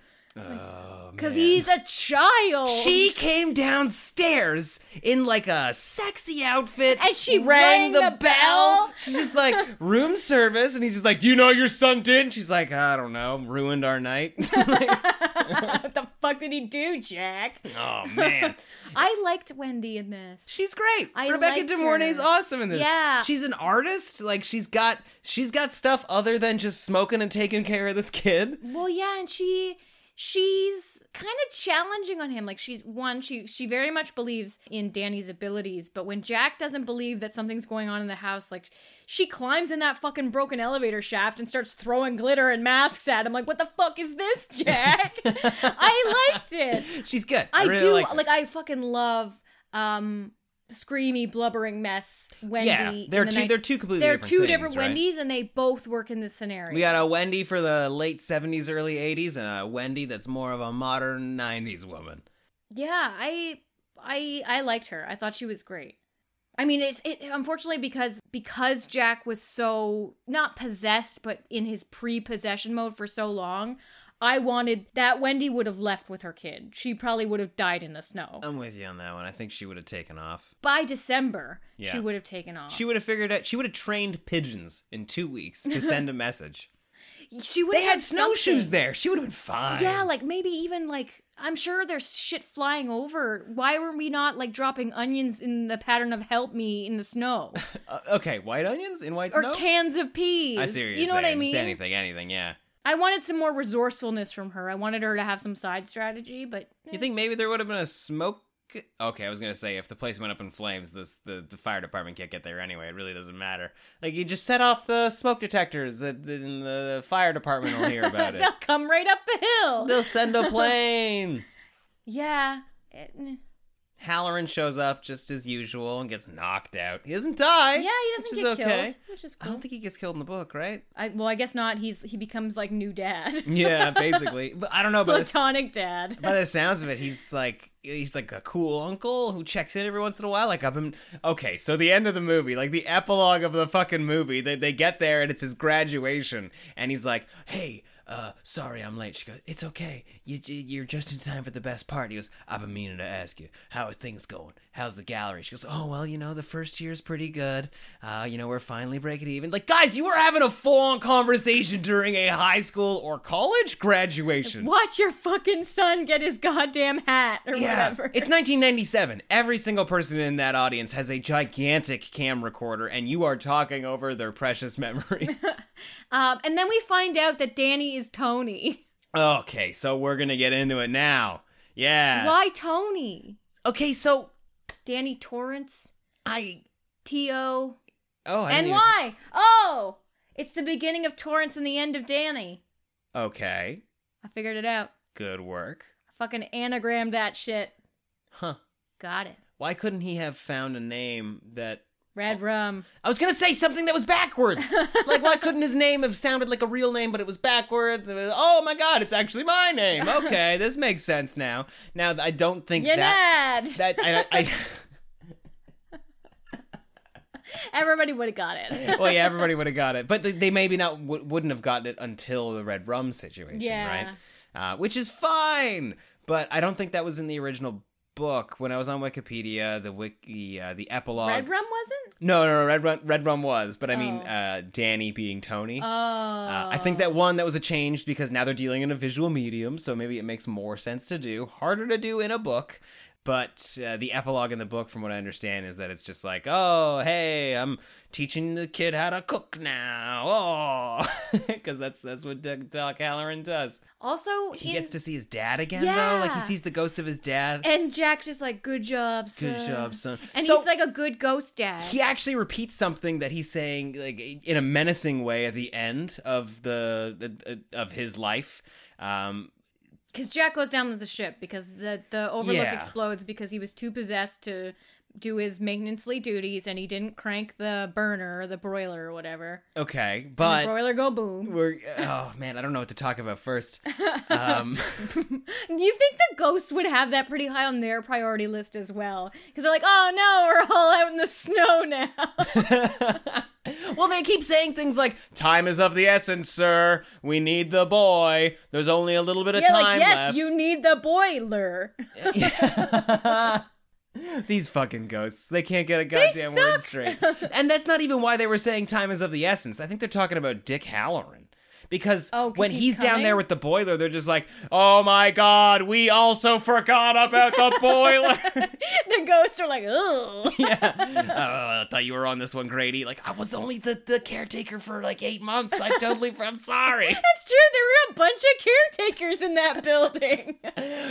[SPEAKER 4] because he's a child
[SPEAKER 3] She came downstairs in like a sexy outfit.
[SPEAKER 4] And she rang the bell.
[SPEAKER 3] She's just like, room service. And he's just like, Do you know your son did? And she's like, I don't know. Ruined our night. <laughs>
[SPEAKER 4] what the fuck did he do jack
[SPEAKER 3] oh, man.
[SPEAKER 4] i liked wendy in this
[SPEAKER 3] She's great.
[SPEAKER 4] I
[SPEAKER 3] Rebecca
[SPEAKER 4] liked
[SPEAKER 3] De Mornay's
[SPEAKER 4] her.
[SPEAKER 3] awesome in this.
[SPEAKER 4] Yeah.
[SPEAKER 3] She's an artist. Like she's got she's got stuff other than just smoking and taking care of this kid.
[SPEAKER 4] Well, yeah, and she she's kind of challenging on him. Like she's one, she she very much believes in Danny's abilities, but when Jack doesn't believe that something's going on in the house, like she climbs in that fucking broken elevator shaft and starts throwing glitter and masks at him. Like, what the fuck
[SPEAKER 3] <laughs>
[SPEAKER 4] is this, Jack? <laughs> I liked it.
[SPEAKER 3] She's good. I,
[SPEAKER 4] I,
[SPEAKER 3] really
[SPEAKER 4] do
[SPEAKER 3] like, her.
[SPEAKER 4] like, I fucking love um screamy blubbering mess Wendy.
[SPEAKER 3] Yeah. They're
[SPEAKER 4] in the
[SPEAKER 3] two
[SPEAKER 4] night-
[SPEAKER 3] they're two completely
[SPEAKER 4] they're
[SPEAKER 3] different
[SPEAKER 4] two
[SPEAKER 3] things,
[SPEAKER 4] different
[SPEAKER 3] right?
[SPEAKER 4] Wendy's and they both work in this scenario.
[SPEAKER 3] We got a Wendy for the late 70s, early 80s, and a Wendy that's more of a modern 90s woman.
[SPEAKER 4] Yeah, I I I liked her. I thought she was great. I mean, it's it unfortunately because because Jack was so not possessed but in his pre-possession mode for so long, I wanted that Wendy would have left with her kid. She probably would have died in the snow.
[SPEAKER 3] I'm with you on that one. I think she would have taken off.
[SPEAKER 4] By December,
[SPEAKER 3] Yeah.
[SPEAKER 4] she would have taken off.
[SPEAKER 3] She would have figured out, she would have trained pigeons in two weeks
[SPEAKER 4] <laughs>
[SPEAKER 3] to send a message.
[SPEAKER 4] she would
[SPEAKER 3] they
[SPEAKER 4] have
[SPEAKER 3] had snowshoes
[SPEAKER 4] something.
[SPEAKER 3] there. She would have been fine.
[SPEAKER 4] Yeah, like maybe even like I'm sure there's shit flying over. Why were we not like dropping onions in the pattern of help me in
[SPEAKER 3] <laughs>
[SPEAKER 4] the snow?
[SPEAKER 3] Uh, okay, white onions in white
[SPEAKER 4] or
[SPEAKER 3] snow?
[SPEAKER 4] cans of peas.
[SPEAKER 3] I see what you're
[SPEAKER 4] you know what I
[SPEAKER 3] saying. Just
[SPEAKER 4] mean?
[SPEAKER 3] anything, anything, yeah.
[SPEAKER 4] I wanted some more resourcefulness from her. I wanted her to have some side strategy, but
[SPEAKER 3] You think maybe there would have been a smoke? Okay, I was gonna say if the place went up in flames, this the, the fire department can't get there anyway. It really doesn't matter. Like you just set off the smoke detectors, that then the fire department will
[SPEAKER 4] <laughs>
[SPEAKER 3] hear about it.
[SPEAKER 4] they'll come right up the hill.
[SPEAKER 3] They'll send a plane.
[SPEAKER 4] yeah. Eh, mm.
[SPEAKER 3] Halloran shows up just as usual and gets knocked out. He doesn't die.
[SPEAKER 4] Yeah, he doesn't
[SPEAKER 3] which
[SPEAKER 4] get
[SPEAKER 3] is okay.
[SPEAKER 4] killed, which is
[SPEAKER 3] I
[SPEAKER 4] cool.
[SPEAKER 3] don't think he gets killed in the book,
[SPEAKER 4] <laughs>
[SPEAKER 3] right?
[SPEAKER 4] I, well, I guess not. He's he becomes like new <laughs> dad,
[SPEAKER 3] Yeah, basically. but I don't know. By the,
[SPEAKER 4] platonic dad.
[SPEAKER 3] <laughs> by the sounds of it, he's like he's like a cool uncle who checks in every once in a while. Like I've been okay. So the end of the movie, like the epilogue of the fucking movie, they they get there and it's his graduation, and he's like, hey. Uh, sorry, I'm late. She goes, "It's okay. You you- you're just in time for the best part." He goes, "I've been meaning to ask you, how are things going? How's the gallery?" She goes, "Oh well, you know, the first year's pretty good. Uh, you know, we're finally breaking even." Like, guys, you were having a full-on conversation during a high school or college graduation.
[SPEAKER 4] Watch your fucking son get his goddamn hat or
[SPEAKER 3] Yeah.
[SPEAKER 4] whatever.
[SPEAKER 3] It's 1997. Every single person in that audience has a gigantic cam recorder, and you are talking over their precious memories.
[SPEAKER 4] <laughs> Um, and then we find out that Danny is Tony.
[SPEAKER 3] okay, so we're going to get into it now. Yeah.
[SPEAKER 4] Why Tony?
[SPEAKER 3] Okay, so
[SPEAKER 4] Danny Torrance,
[SPEAKER 3] I.
[SPEAKER 4] T O
[SPEAKER 3] Oh, I
[SPEAKER 4] N
[SPEAKER 3] didn't
[SPEAKER 4] Y. Oh, it's the beginning of Torrance and the end of Danny.
[SPEAKER 3] even- Okay,
[SPEAKER 4] I figured it out.
[SPEAKER 3] good work.
[SPEAKER 4] I fucking anagrammed that shit.
[SPEAKER 3] Huh.
[SPEAKER 4] Got it.
[SPEAKER 3] Why couldn't he have found a name that. Oh.
[SPEAKER 4] Red rum.
[SPEAKER 3] I was gonna say something that was backwards. like, why couldn't his name have sounded like a real name, but it was backwards? It was, oh my god, it's actually my name.
[SPEAKER 4] <laughs>
[SPEAKER 3] Okay, this makes sense now. Now, I don't think
[SPEAKER 4] You're
[SPEAKER 3] that.
[SPEAKER 4] mad.
[SPEAKER 3] That I, I
[SPEAKER 4] Everybody would have got it.
[SPEAKER 3] <laughs> well, yeah, everybody would have got it, but they, they maybe not w- wouldn't have gotten it until the red rum situation,
[SPEAKER 4] Yeah.
[SPEAKER 3] right? Uh, which is fine, but I don't think that was in the original book. When I was on Wikipedia, the wiki, uh, the epilogue.
[SPEAKER 4] <laughs> Red rum wasn't?
[SPEAKER 3] No, no, no, red rum, red rum was, but I mean,
[SPEAKER 4] Oh.
[SPEAKER 3] uh, Danny being Tony.
[SPEAKER 4] Oh.
[SPEAKER 3] Uh, I think that one that was a change because now they're dealing in a visual medium, so maybe it makes more sense to do, harder to do in a book. But uh, the epilogue in the book, from what I understand, is that it's just like, oh, hey, I'm teaching the kid how to cook now, <laughs> oh, because that's that's what Doc, Doc Halloran does.
[SPEAKER 4] Also,
[SPEAKER 3] He
[SPEAKER 4] in-
[SPEAKER 3] gets to see his dad again, though. Like
[SPEAKER 4] Yeah.
[SPEAKER 3] he sees the ghost of his dad.
[SPEAKER 4] And Jack's just like, good job, son.
[SPEAKER 3] Good job, son.
[SPEAKER 4] And
[SPEAKER 3] So-
[SPEAKER 4] he's like a good ghost dad.
[SPEAKER 3] he actually repeats something that he's saying like in a menacing way at the end of the, the uh, of his life. Um,
[SPEAKER 4] Because Jack goes down with the ship because the, the Overlook
[SPEAKER 3] Yeah.
[SPEAKER 4] explodes because he was too possessed to do his maintenancely duties and he didn't crank the burner or the broiler or whatever.
[SPEAKER 3] Okay,
[SPEAKER 4] the
[SPEAKER 3] but
[SPEAKER 4] broiler go boom.
[SPEAKER 3] we're oh man, I don't know what to talk about first. <laughs> Um,
[SPEAKER 4] Do you think the ghosts would have that pretty high on their priority list as well? Because they're like, oh no, we're all out in the snow now.
[SPEAKER 3] well, they keep saying things like "time is of the essence, sir. We need the boy. There's only a little bit of
[SPEAKER 4] yeah,
[SPEAKER 3] time
[SPEAKER 4] like, yes,
[SPEAKER 3] left."
[SPEAKER 4] you need the boiler. <laughs>
[SPEAKER 3] These fucking ghosts, they can't get a goddamn word <laughs>
[SPEAKER 4] suck.
[SPEAKER 3] straight. and that's not even why they were saying "time is of the essence." I think they're talking about Dick Halloran. Because
[SPEAKER 4] Oh, 'cause
[SPEAKER 3] when
[SPEAKER 4] he's
[SPEAKER 3] he's down there
[SPEAKER 4] coming?
[SPEAKER 3] with the boiler, they're just like, "Oh my god, we also forgot about <laughs> the boiler."
[SPEAKER 4] the ghosts are
[SPEAKER 3] <laughs>
[SPEAKER 4] like, ugh.
[SPEAKER 3] uh, I thought you were on this one, Grady. Like, I was only the, the caretaker for like eight months. I totally, <laughs> I'm sorry.
[SPEAKER 4] That's true. There were a bunch of caretakers in that building. <laughs>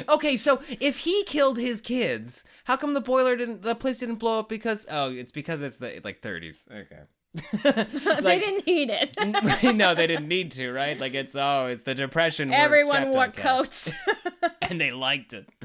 [SPEAKER 3] Okay, so if he killed his kids, how come the boiler didn't, the place didn't blow up because, oh, it's because it's the like 30s. Okay. <laughs>
[SPEAKER 4] they didn't need it.
[SPEAKER 3] didn't. no, they didn't need to, right? Like, it's, oh, it's the depression. where
[SPEAKER 4] Everyone
[SPEAKER 3] Streptococcus-
[SPEAKER 4] wore coats.
[SPEAKER 3] <laughs> And they liked it.
[SPEAKER 4] <laughs>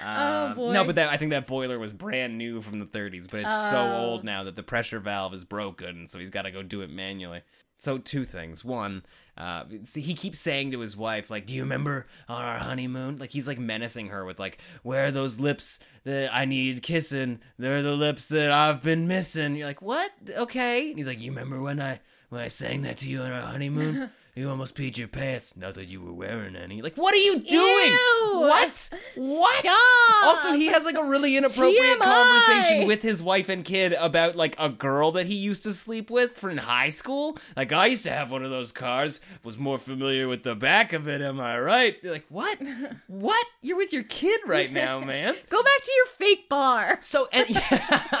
[SPEAKER 3] Um,
[SPEAKER 4] oh boy.
[SPEAKER 3] No, but that, I think that boiler was brand new from the 30s, but it's so
[SPEAKER 4] Oh.
[SPEAKER 3] old now that the pressure valve is broken, so he's got to go do it manually. So two things. One, uh, see, he keeps saying to his wife, like, "Do you remember on our honeymoon?" Like he's like menacing her with, like, "Where are those lips that I need kissing? They're the lips that I've been missing." You're like, "What? Okay." And he's like, "You remember when I when I sang that to you on our
[SPEAKER 4] <laughs>
[SPEAKER 3] honeymoon?" You almost peed your pants. Not that you were wearing any. Like, what are you doing?
[SPEAKER 4] Ew!
[SPEAKER 3] What? What?
[SPEAKER 4] Stop!
[SPEAKER 3] Also, he has like a
[SPEAKER 4] <laughs>
[SPEAKER 3] really inappropriate
[SPEAKER 4] TMI.
[SPEAKER 3] conversation with his wife and kid about like a girl that he used to sleep with from high school. Like, I used to have one of those cars. Was more familiar with the back of it. Am I right? You're like, <laughs> what? what? You're with your kid right <laughs> now, man.
[SPEAKER 4] <laughs> Go back to your fake bar.
[SPEAKER 3] So and <laughs>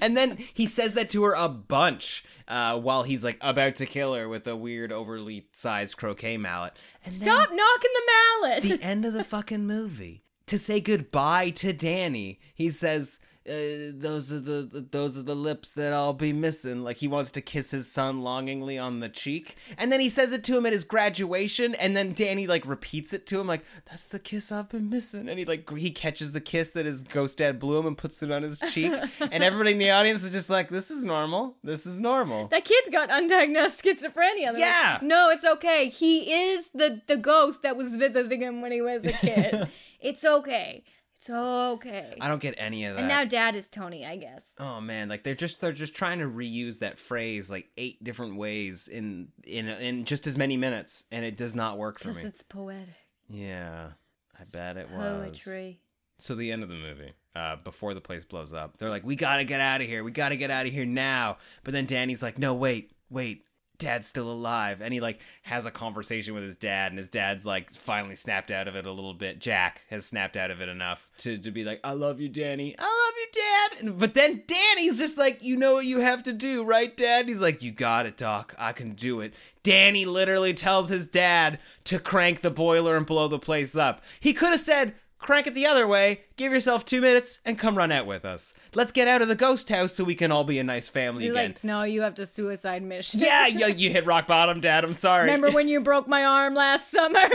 [SPEAKER 3] and then he says that to her a bunch uh, while he's like about to kill her with a weird, overly sized croquet mallet. And then-
[SPEAKER 4] Stop knocking the mallet.
[SPEAKER 3] the end of the fucking movie to say goodbye to Danny. He says, uh, those are the those are the lips that I'll be missing. Like he wants to kiss his son longingly on the cheek, and then he says it to him at his graduation, and then Danny like repeats it to him, like that's the kiss I've been missing, and he like he catches the kiss that his ghost dad blew him and puts it on his cheek, and everybody in the audience is just like, this is normal, this is normal.
[SPEAKER 4] That kid's got undiagnosed <laughs> schizophrenia. They're like,
[SPEAKER 3] Yeah.
[SPEAKER 4] no, it's okay. He is the the ghost that was visiting him when he was
[SPEAKER 3] <laughs>
[SPEAKER 4] a kid. it's okay. It's okay.
[SPEAKER 3] I don't get any of that.
[SPEAKER 4] And now dad is Tony, I guess.
[SPEAKER 3] Oh man, like they're just they're just trying to reuse that phrase like eight different ways in in in just as many minutes, and it does not work for
[SPEAKER 4] Because
[SPEAKER 3] me.
[SPEAKER 4] it's poetic.
[SPEAKER 3] yeah, I bet it was.
[SPEAKER 4] Poetry.
[SPEAKER 3] So the end of the movie, uh, before the place blows up, they're like, "We gotta get out of here. We gotta get out of here now." But then Danny's like, "No, wait, wait." Dad's still alive, and he like has a conversation with his dad, and his dad's like finally snapped out of it a little bit. Jack has snapped out of it enough to to be like, "I love you, Danny. I love you, Dad." And, but then Danny's just like, "You know what you have to do, right, Dad?" And he's like, "You got it, Doc. I can do it." Danny literally tells his dad to crank the boiler and blow the place up. He could have said, crank it the other way, give yourself two minutes, and come run out with us. Let's get out of the ghost house so we can all be a nice family
[SPEAKER 4] You're
[SPEAKER 3] again.
[SPEAKER 4] like, no, you have to suicide mission.
[SPEAKER 3] yeah, yeah, you hit rock bottom, Dad. I'm sorry.
[SPEAKER 4] Remember when you broke my arm last summer?
[SPEAKER 3] <laughs>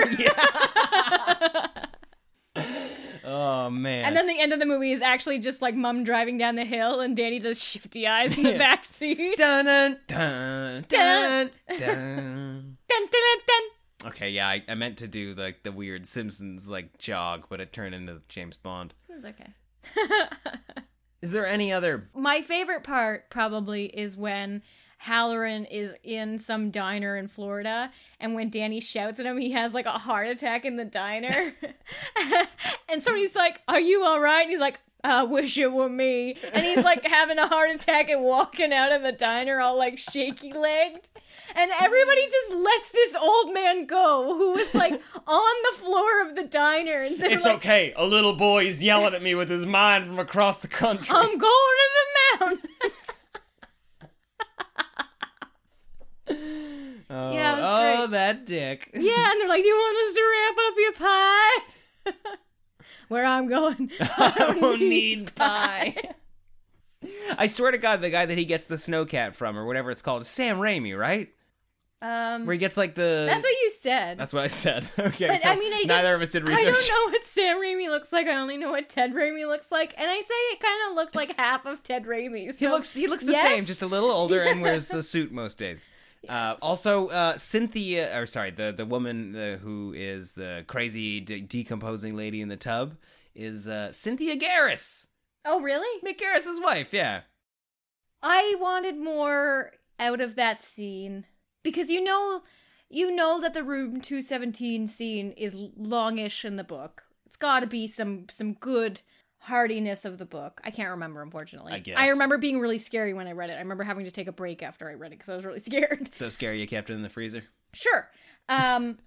[SPEAKER 3] oh man.
[SPEAKER 4] And then the end of the movie is actually just like mum driving down the hill and Danny does shifty eyes in the back seat.
[SPEAKER 3] dun dun dun dun dun.
[SPEAKER 4] <laughs> Dun, dun, dun, dun.
[SPEAKER 3] Okay, yeah, I, I meant to do like the weird Simpsons like jog, but it turned into James Bond.
[SPEAKER 4] It's okay.
[SPEAKER 3] Is there any other?
[SPEAKER 4] My favorite part probably is when Halloran is in some diner in Florida, and when Danny shouts at him, he has like a heart attack in the diner. <laughs> and somebody's like, Are you all right? And he's like, I wish it were me. And he's like having a heart attack and walking out of the diner all like shaky legged. And everybody just lets this old man go who was like on the floor of the diner. And they're like,
[SPEAKER 3] okay. A little boy is yelling at me with his mind from across the
[SPEAKER 4] <laughs>
[SPEAKER 3] country.
[SPEAKER 4] I'm going to the mountains. <laughs> yeah, it was
[SPEAKER 3] oh,
[SPEAKER 4] great.
[SPEAKER 3] that dick.
[SPEAKER 4] Yeah, and they're like, "Do you want us to wrap up your pie?" <laughs> Where
[SPEAKER 3] <laughs>
[SPEAKER 4] I'm going, I
[SPEAKER 3] don't need pie. I swear to God, the guy that he gets the snow cat from, or whatever it's called, is Sam Raimi, right?
[SPEAKER 4] Um,
[SPEAKER 3] Where he gets like the.
[SPEAKER 4] that's what you said.
[SPEAKER 3] That's what I said. <laughs> okay,
[SPEAKER 4] but
[SPEAKER 3] so
[SPEAKER 4] I mean, I
[SPEAKER 3] neither
[SPEAKER 4] just-
[SPEAKER 3] of us did
[SPEAKER 4] I
[SPEAKER 3] research.
[SPEAKER 4] don't know what Sam Raimi looks like. I only know what Ted Raimi looks like, and I say it kind of looked like half of Ted Raimi.
[SPEAKER 3] He
[SPEAKER 4] so-
[SPEAKER 3] looks he looks the
[SPEAKER 4] Yes?
[SPEAKER 3] same, just a little older, and
[SPEAKER 4] <laughs>
[SPEAKER 3] wears a suit most days. Uh, also, uh, Cynthia, or sorry, the the woman uh, who is the crazy de- decomposing lady in the tub is uh, Cynthia Garris,
[SPEAKER 4] Oh, really?
[SPEAKER 3] Mick Garris's wife. Yeah,
[SPEAKER 4] I wanted more out of that scene because you know, you know that the room two seventeen scene is longish in the book. It's got to be some some good hardiness of the book. I can't remember, unfortunately.
[SPEAKER 3] I guess.
[SPEAKER 4] I remember being really scary when I read it. I remember having to take a break after I read it because I was really <laughs> scared.
[SPEAKER 3] so scary you kept it in the freezer.
[SPEAKER 4] Sure. Um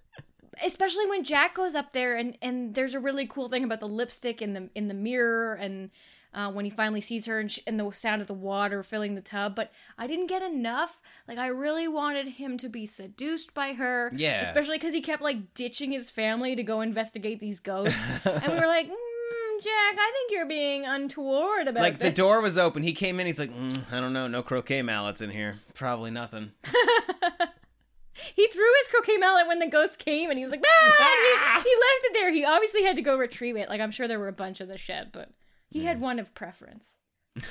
[SPEAKER 4] especially when Jack goes up there and and there's a really cool thing about the lipstick in the in the mirror and uh, when he finally sees her and, sh- and the sound of the water filling the tub, but I didn't get enough. Like I really wanted him to be seduced by her,
[SPEAKER 3] Yeah.
[SPEAKER 4] Especially because he kept like ditching his family to go investigate
[SPEAKER 3] <laughs>
[SPEAKER 4] these ghosts, and we were like, mm, "Jack, I think you're being untoward
[SPEAKER 3] <laughs>
[SPEAKER 4] about
[SPEAKER 3] Like the
[SPEAKER 4] this."
[SPEAKER 3] door was open, he came in. He's like, mm, I don't know, no croquet mallets in here. Probably
[SPEAKER 4] <laughs>
[SPEAKER 3] nothing.
[SPEAKER 4] He threw his croquet mallet when the ghost came, and he was like, "Ah!" and He, he left it there. He obviously had to go retrieve it. Like I'm sure there were a bunch in the shed, but he had one of preference. <laughs>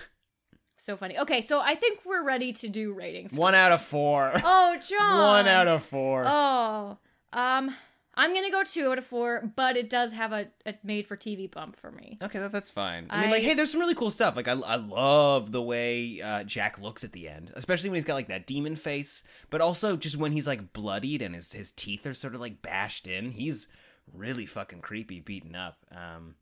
[SPEAKER 4] so funny. Okay, so I think we're ready to do ratings.
[SPEAKER 3] One out of four.
[SPEAKER 4] Oh, John.
[SPEAKER 3] One out of four.
[SPEAKER 4] Oh, um, I'm gonna go two out of four, but it does have a, a made-for-TV bump for me.
[SPEAKER 3] Okay, that, that's fine. I mean,
[SPEAKER 4] I-
[SPEAKER 3] like, hey, there's some really cool stuff. Like, I, I love the way uh, Jack looks at the end, especially when he's got like that demon face, but also just when he's like bloodied and his his teeth are sort of like bashed in. He's really fucking creepy, beaten up. Um,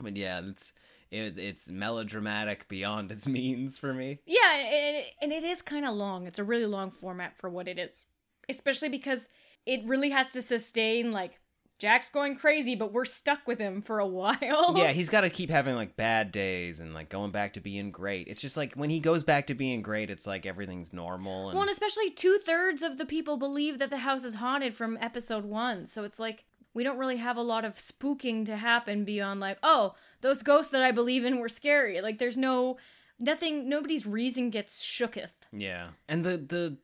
[SPEAKER 3] but yeah, it's it, it's melodramatic beyond its <laughs> means for me.
[SPEAKER 4] Yeah, and it, and it is kind of long. It's a really long format for what it is, especially because it really has to sustain like Jack's going crazy, but we're stuck with him for a <laughs> while.
[SPEAKER 3] Yeah, he's got to keep having like bad days and like going back to being great. It's just like when he goes back to being great, it's like everything's normal. And
[SPEAKER 4] Well, and especially two thirds of the people believe that the house is haunted from episode one, so it's like. we don't really have a lot of spooking to happen beyond like, oh, those ghosts that I believe in were scary. Like there's no nothing nobody's reason gets shooketh.
[SPEAKER 3] Yeah, and the the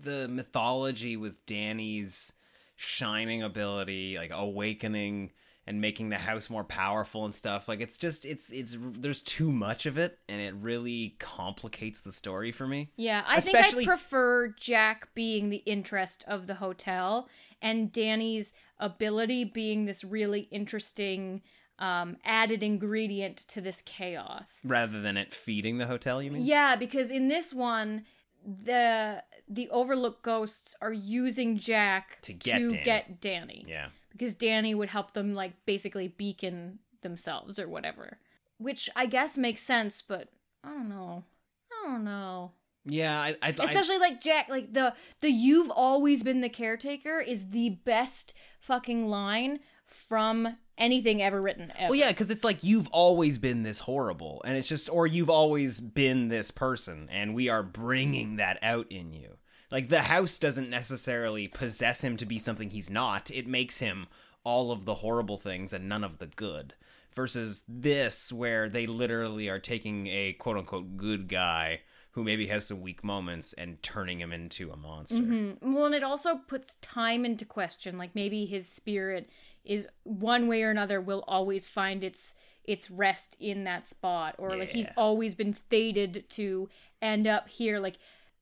[SPEAKER 3] the mythology with Danny's shining ability, like awakening and making the house more powerful and stuff. Like it's just it's it's there's too much of it, and it really complicates the story for me.
[SPEAKER 4] Yeah, I
[SPEAKER 3] Especially-
[SPEAKER 4] think I prefer Jack being the interest of the hotel and Danny's ability being this really interesting um, added ingredient to this chaos.
[SPEAKER 3] Rather than it feeding the hotel, you mean?
[SPEAKER 4] Yeah, because in this one, the the Overlook ghosts are using Jack
[SPEAKER 3] To get Danny.
[SPEAKER 4] get Danny.
[SPEAKER 3] Yeah.
[SPEAKER 4] because Danny would help them like basically beacon themselves or whatever, which I guess makes sense. But I don't know. I don't know
[SPEAKER 3] Yeah, I, I,
[SPEAKER 4] especially like jack like the the you've always been the caretaker is the best fucking line from anything ever written ever.
[SPEAKER 3] Well, yeah, because it's like you've always been this horrible, and it's just, or you've always been this person, and we are bringing that out in you. Like the house doesn't necessarily possess him to be something he's not. It makes him all of the horrible things and none of the good. Versus this, where they literally are taking a quote unquote good guy who maybe has some weak moments and turning him into a monster.
[SPEAKER 4] Mm, well and it also puts time into question like maybe his spirit is one way or another will always find its its rest in that spot or like he's
[SPEAKER 3] Yeah.
[SPEAKER 4] always been fated to end up here like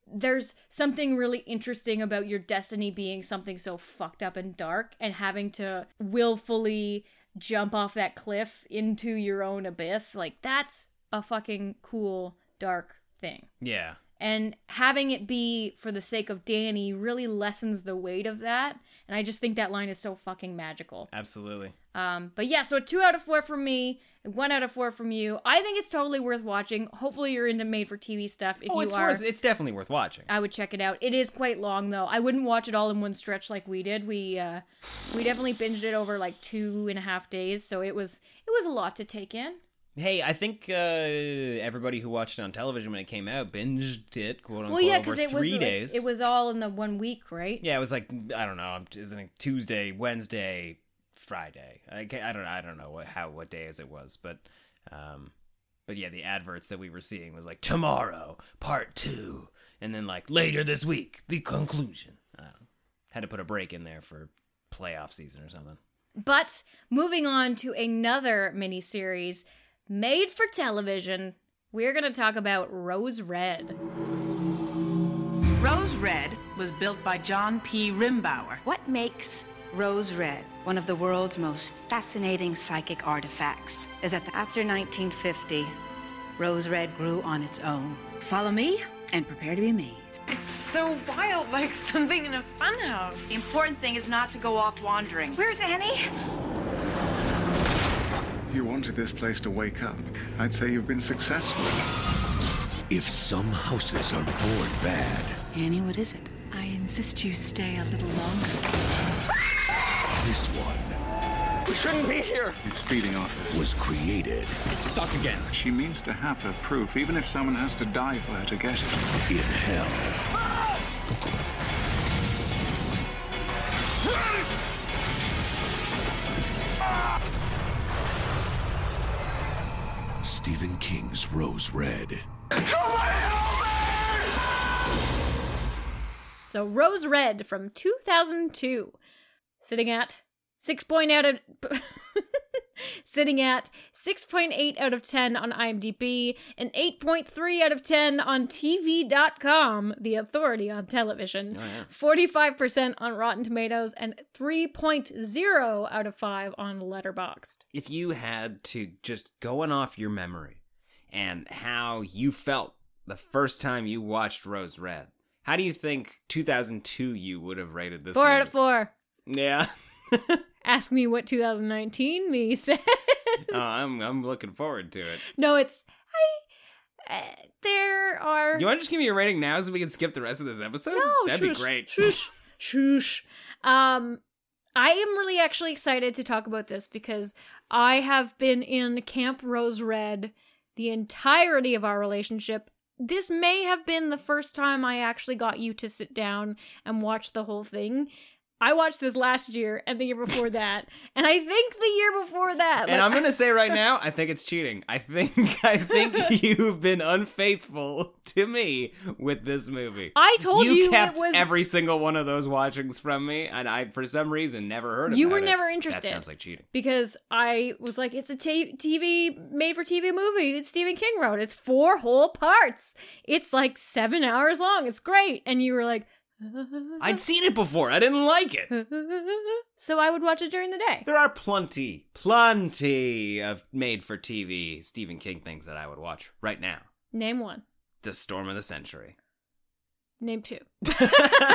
[SPEAKER 4] there's something really interesting about your destiny being something so fucked up and dark and having to willfully jump off that cliff into your own abyss like that's a fucking cool dark thing
[SPEAKER 3] Yeah.
[SPEAKER 4] and having it be for the sake of Danny really lessens the weight of that. And I just think that line is so fucking magical.
[SPEAKER 3] Absolutely.
[SPEAKER 4] Um, but yeah, so a two out of four from me, and one out of four from you. I think it's totally worth watching. Hopefully, you're into made for TV stuff. If
[SPEAKER 3] oh,
[SPEAKER 4] you
[SPEAKER 3] it's
[SPEAKER 4] are,
[SPEAKER 3] worth, it's definitely worth watching.
[SPEAKER 4] I would check it out. It is quite long though. I wouldn't watch it all in one stretch like we did. We uh, we definitely binged it over like two and a half days, so it was it was a lot to take in.
[SPEAKER 3] Hey, I think uh, everybody who watched it on television when it came out binged it, quote unquote,
[SPEAKER 4] Well, yeah,
[SPEAKER 3] over
[SPEAKER 4] because it
[SPEAKER 3] three
[SPEAKER 4] was like,
[SPEAKER 3] days.
[SPEAKER 4] it was all in the one week, right?
[SPEAKER 3] yeah, it was like I don't know, isn't it Tuesday, Wednesday, Friday? I, ca- I don't I don't know what how what day is it was, but um, but yeah, the adverts that we were seeing was like tomorrow part two, and then like later this week the conclusion. I don't know. Had to put a break in there for playoff season or something.
[SPEAKER 4] But moving on to another miniseries made for television, we're going to talk about Rose Red.
[SPEAKER 9] Rose Red was built by John P. Rimbauer.
[SPEAKER 10] What makes Rose Red one of the world's most fascinating psychic artifacts is that after 1950, Rose Red grew on its own. Follow me and prepare to be amazed.
[SPEAKER 11] It's so wild, like something in a funhouse.
[SPEAKER 9] The important thing is not to go off wandering.
[SPEAKER 11] Where's Annie?
[SPEAKER 12] You wanted this place to wake up. I'd say you've been successful.
[SPEAKER 5] If some houses are born bad,
[SPEAKER 10] Annie, what is it?
[SPEAKER 11] I insist you stay a little longer.
[SPEAKER 5] this one
[SPEAKER 8] We shouldn't be here.
[SPEAKER 12] It's feeding off us.
[SPEAKER 5] was created
[SPEAKER 3] Stuck again.
[SPEAKER 12] She means to have her proof, even if someone has to die for her to get it.
[SPEAKER 5] in hell. Stephen King's Rose Red.
[SPEAKER 4] So, Rose Red from 2002, sitting at 6.8 out of. <laughs> Sitting at 6.8 out of 10 on IMDb and 8.3 out of 10 on TV.com, the authority on television, 45% on Rotten Tomatoes, and 3.0 out of 5 on Letterboxd.
[SPEAKER 3] if you had to just going off your memory and how you felt the first time you watched Rose Red, how do you think 2002 you would have rated this?
[SPEAKER 4] 4 out
[SPEAKER 3] movie?
[SPEAKER 4] of 4. <laughs>
[SPEAKER 3] Yeah,
[SPEAKER 4] Ask me what 2019 me <laughs> said.
[SPEAKER 3] Oh, I'm I'm looking forward to it.
[SPEAKER 4] no, it's. I. Uh, there are.
[SPEAKER 3] You want to just give me a rating now so we can skip the rest of this episode?
[SPEAKER 4] No,
[SPEAKER 3] that'd
[SPEAKER 4] shush,
[SPEAKER 3] be great.
[SPEAKER 4] Shush, shush. Um, I am really actually excited to talk about this because I have been in Camp Rose Red the entirety of our relationship. This may have been the first time I actually got you to sit down and watch the whole thing. I watched this last year and the year before that, and I think the year before that.
[SPEAKER 3] And I'm gonna say
[SPEAKER 4] <laughs>
[SPEAKER 3] right now, I think it's cheating. I think <laughs> I think you've been unfaithful to me with this movie.
[SPEAKER 4] I told you it
[SPEAKER 3] kept
[SPEAKER 4] was-
[SPEAKER 3] every single one of those watchings from me, and I for some reason never heard of
[SPEAKER 4] You were
[SPEAKER 3] it.
[SPEAKER 4] never interested.
[SPEAKER 3] That sounds like cheating.
[SPEAKER 4] because I was like, it's a ta- TV made for TV movie that Stephen King wrote. It's four whole parts. It's like seven hours long. It's great. And you were like, <laughs>
[SPEAKER 3] I'd seen it before. I didn't like it.
[SPEAKER 4] so I would watch it during the day.
[SPEAKER 3] There are plenty, plenty of made-for-TV Stephen King things that I would watch right now.
[SPEAKER 4] Name one.
[SPEAKER 3] The Storm of the
[SPEAKER 4] <laughs>
[SPEAKER 3] Century, <laughs>
[SPEAKER 4] Name two.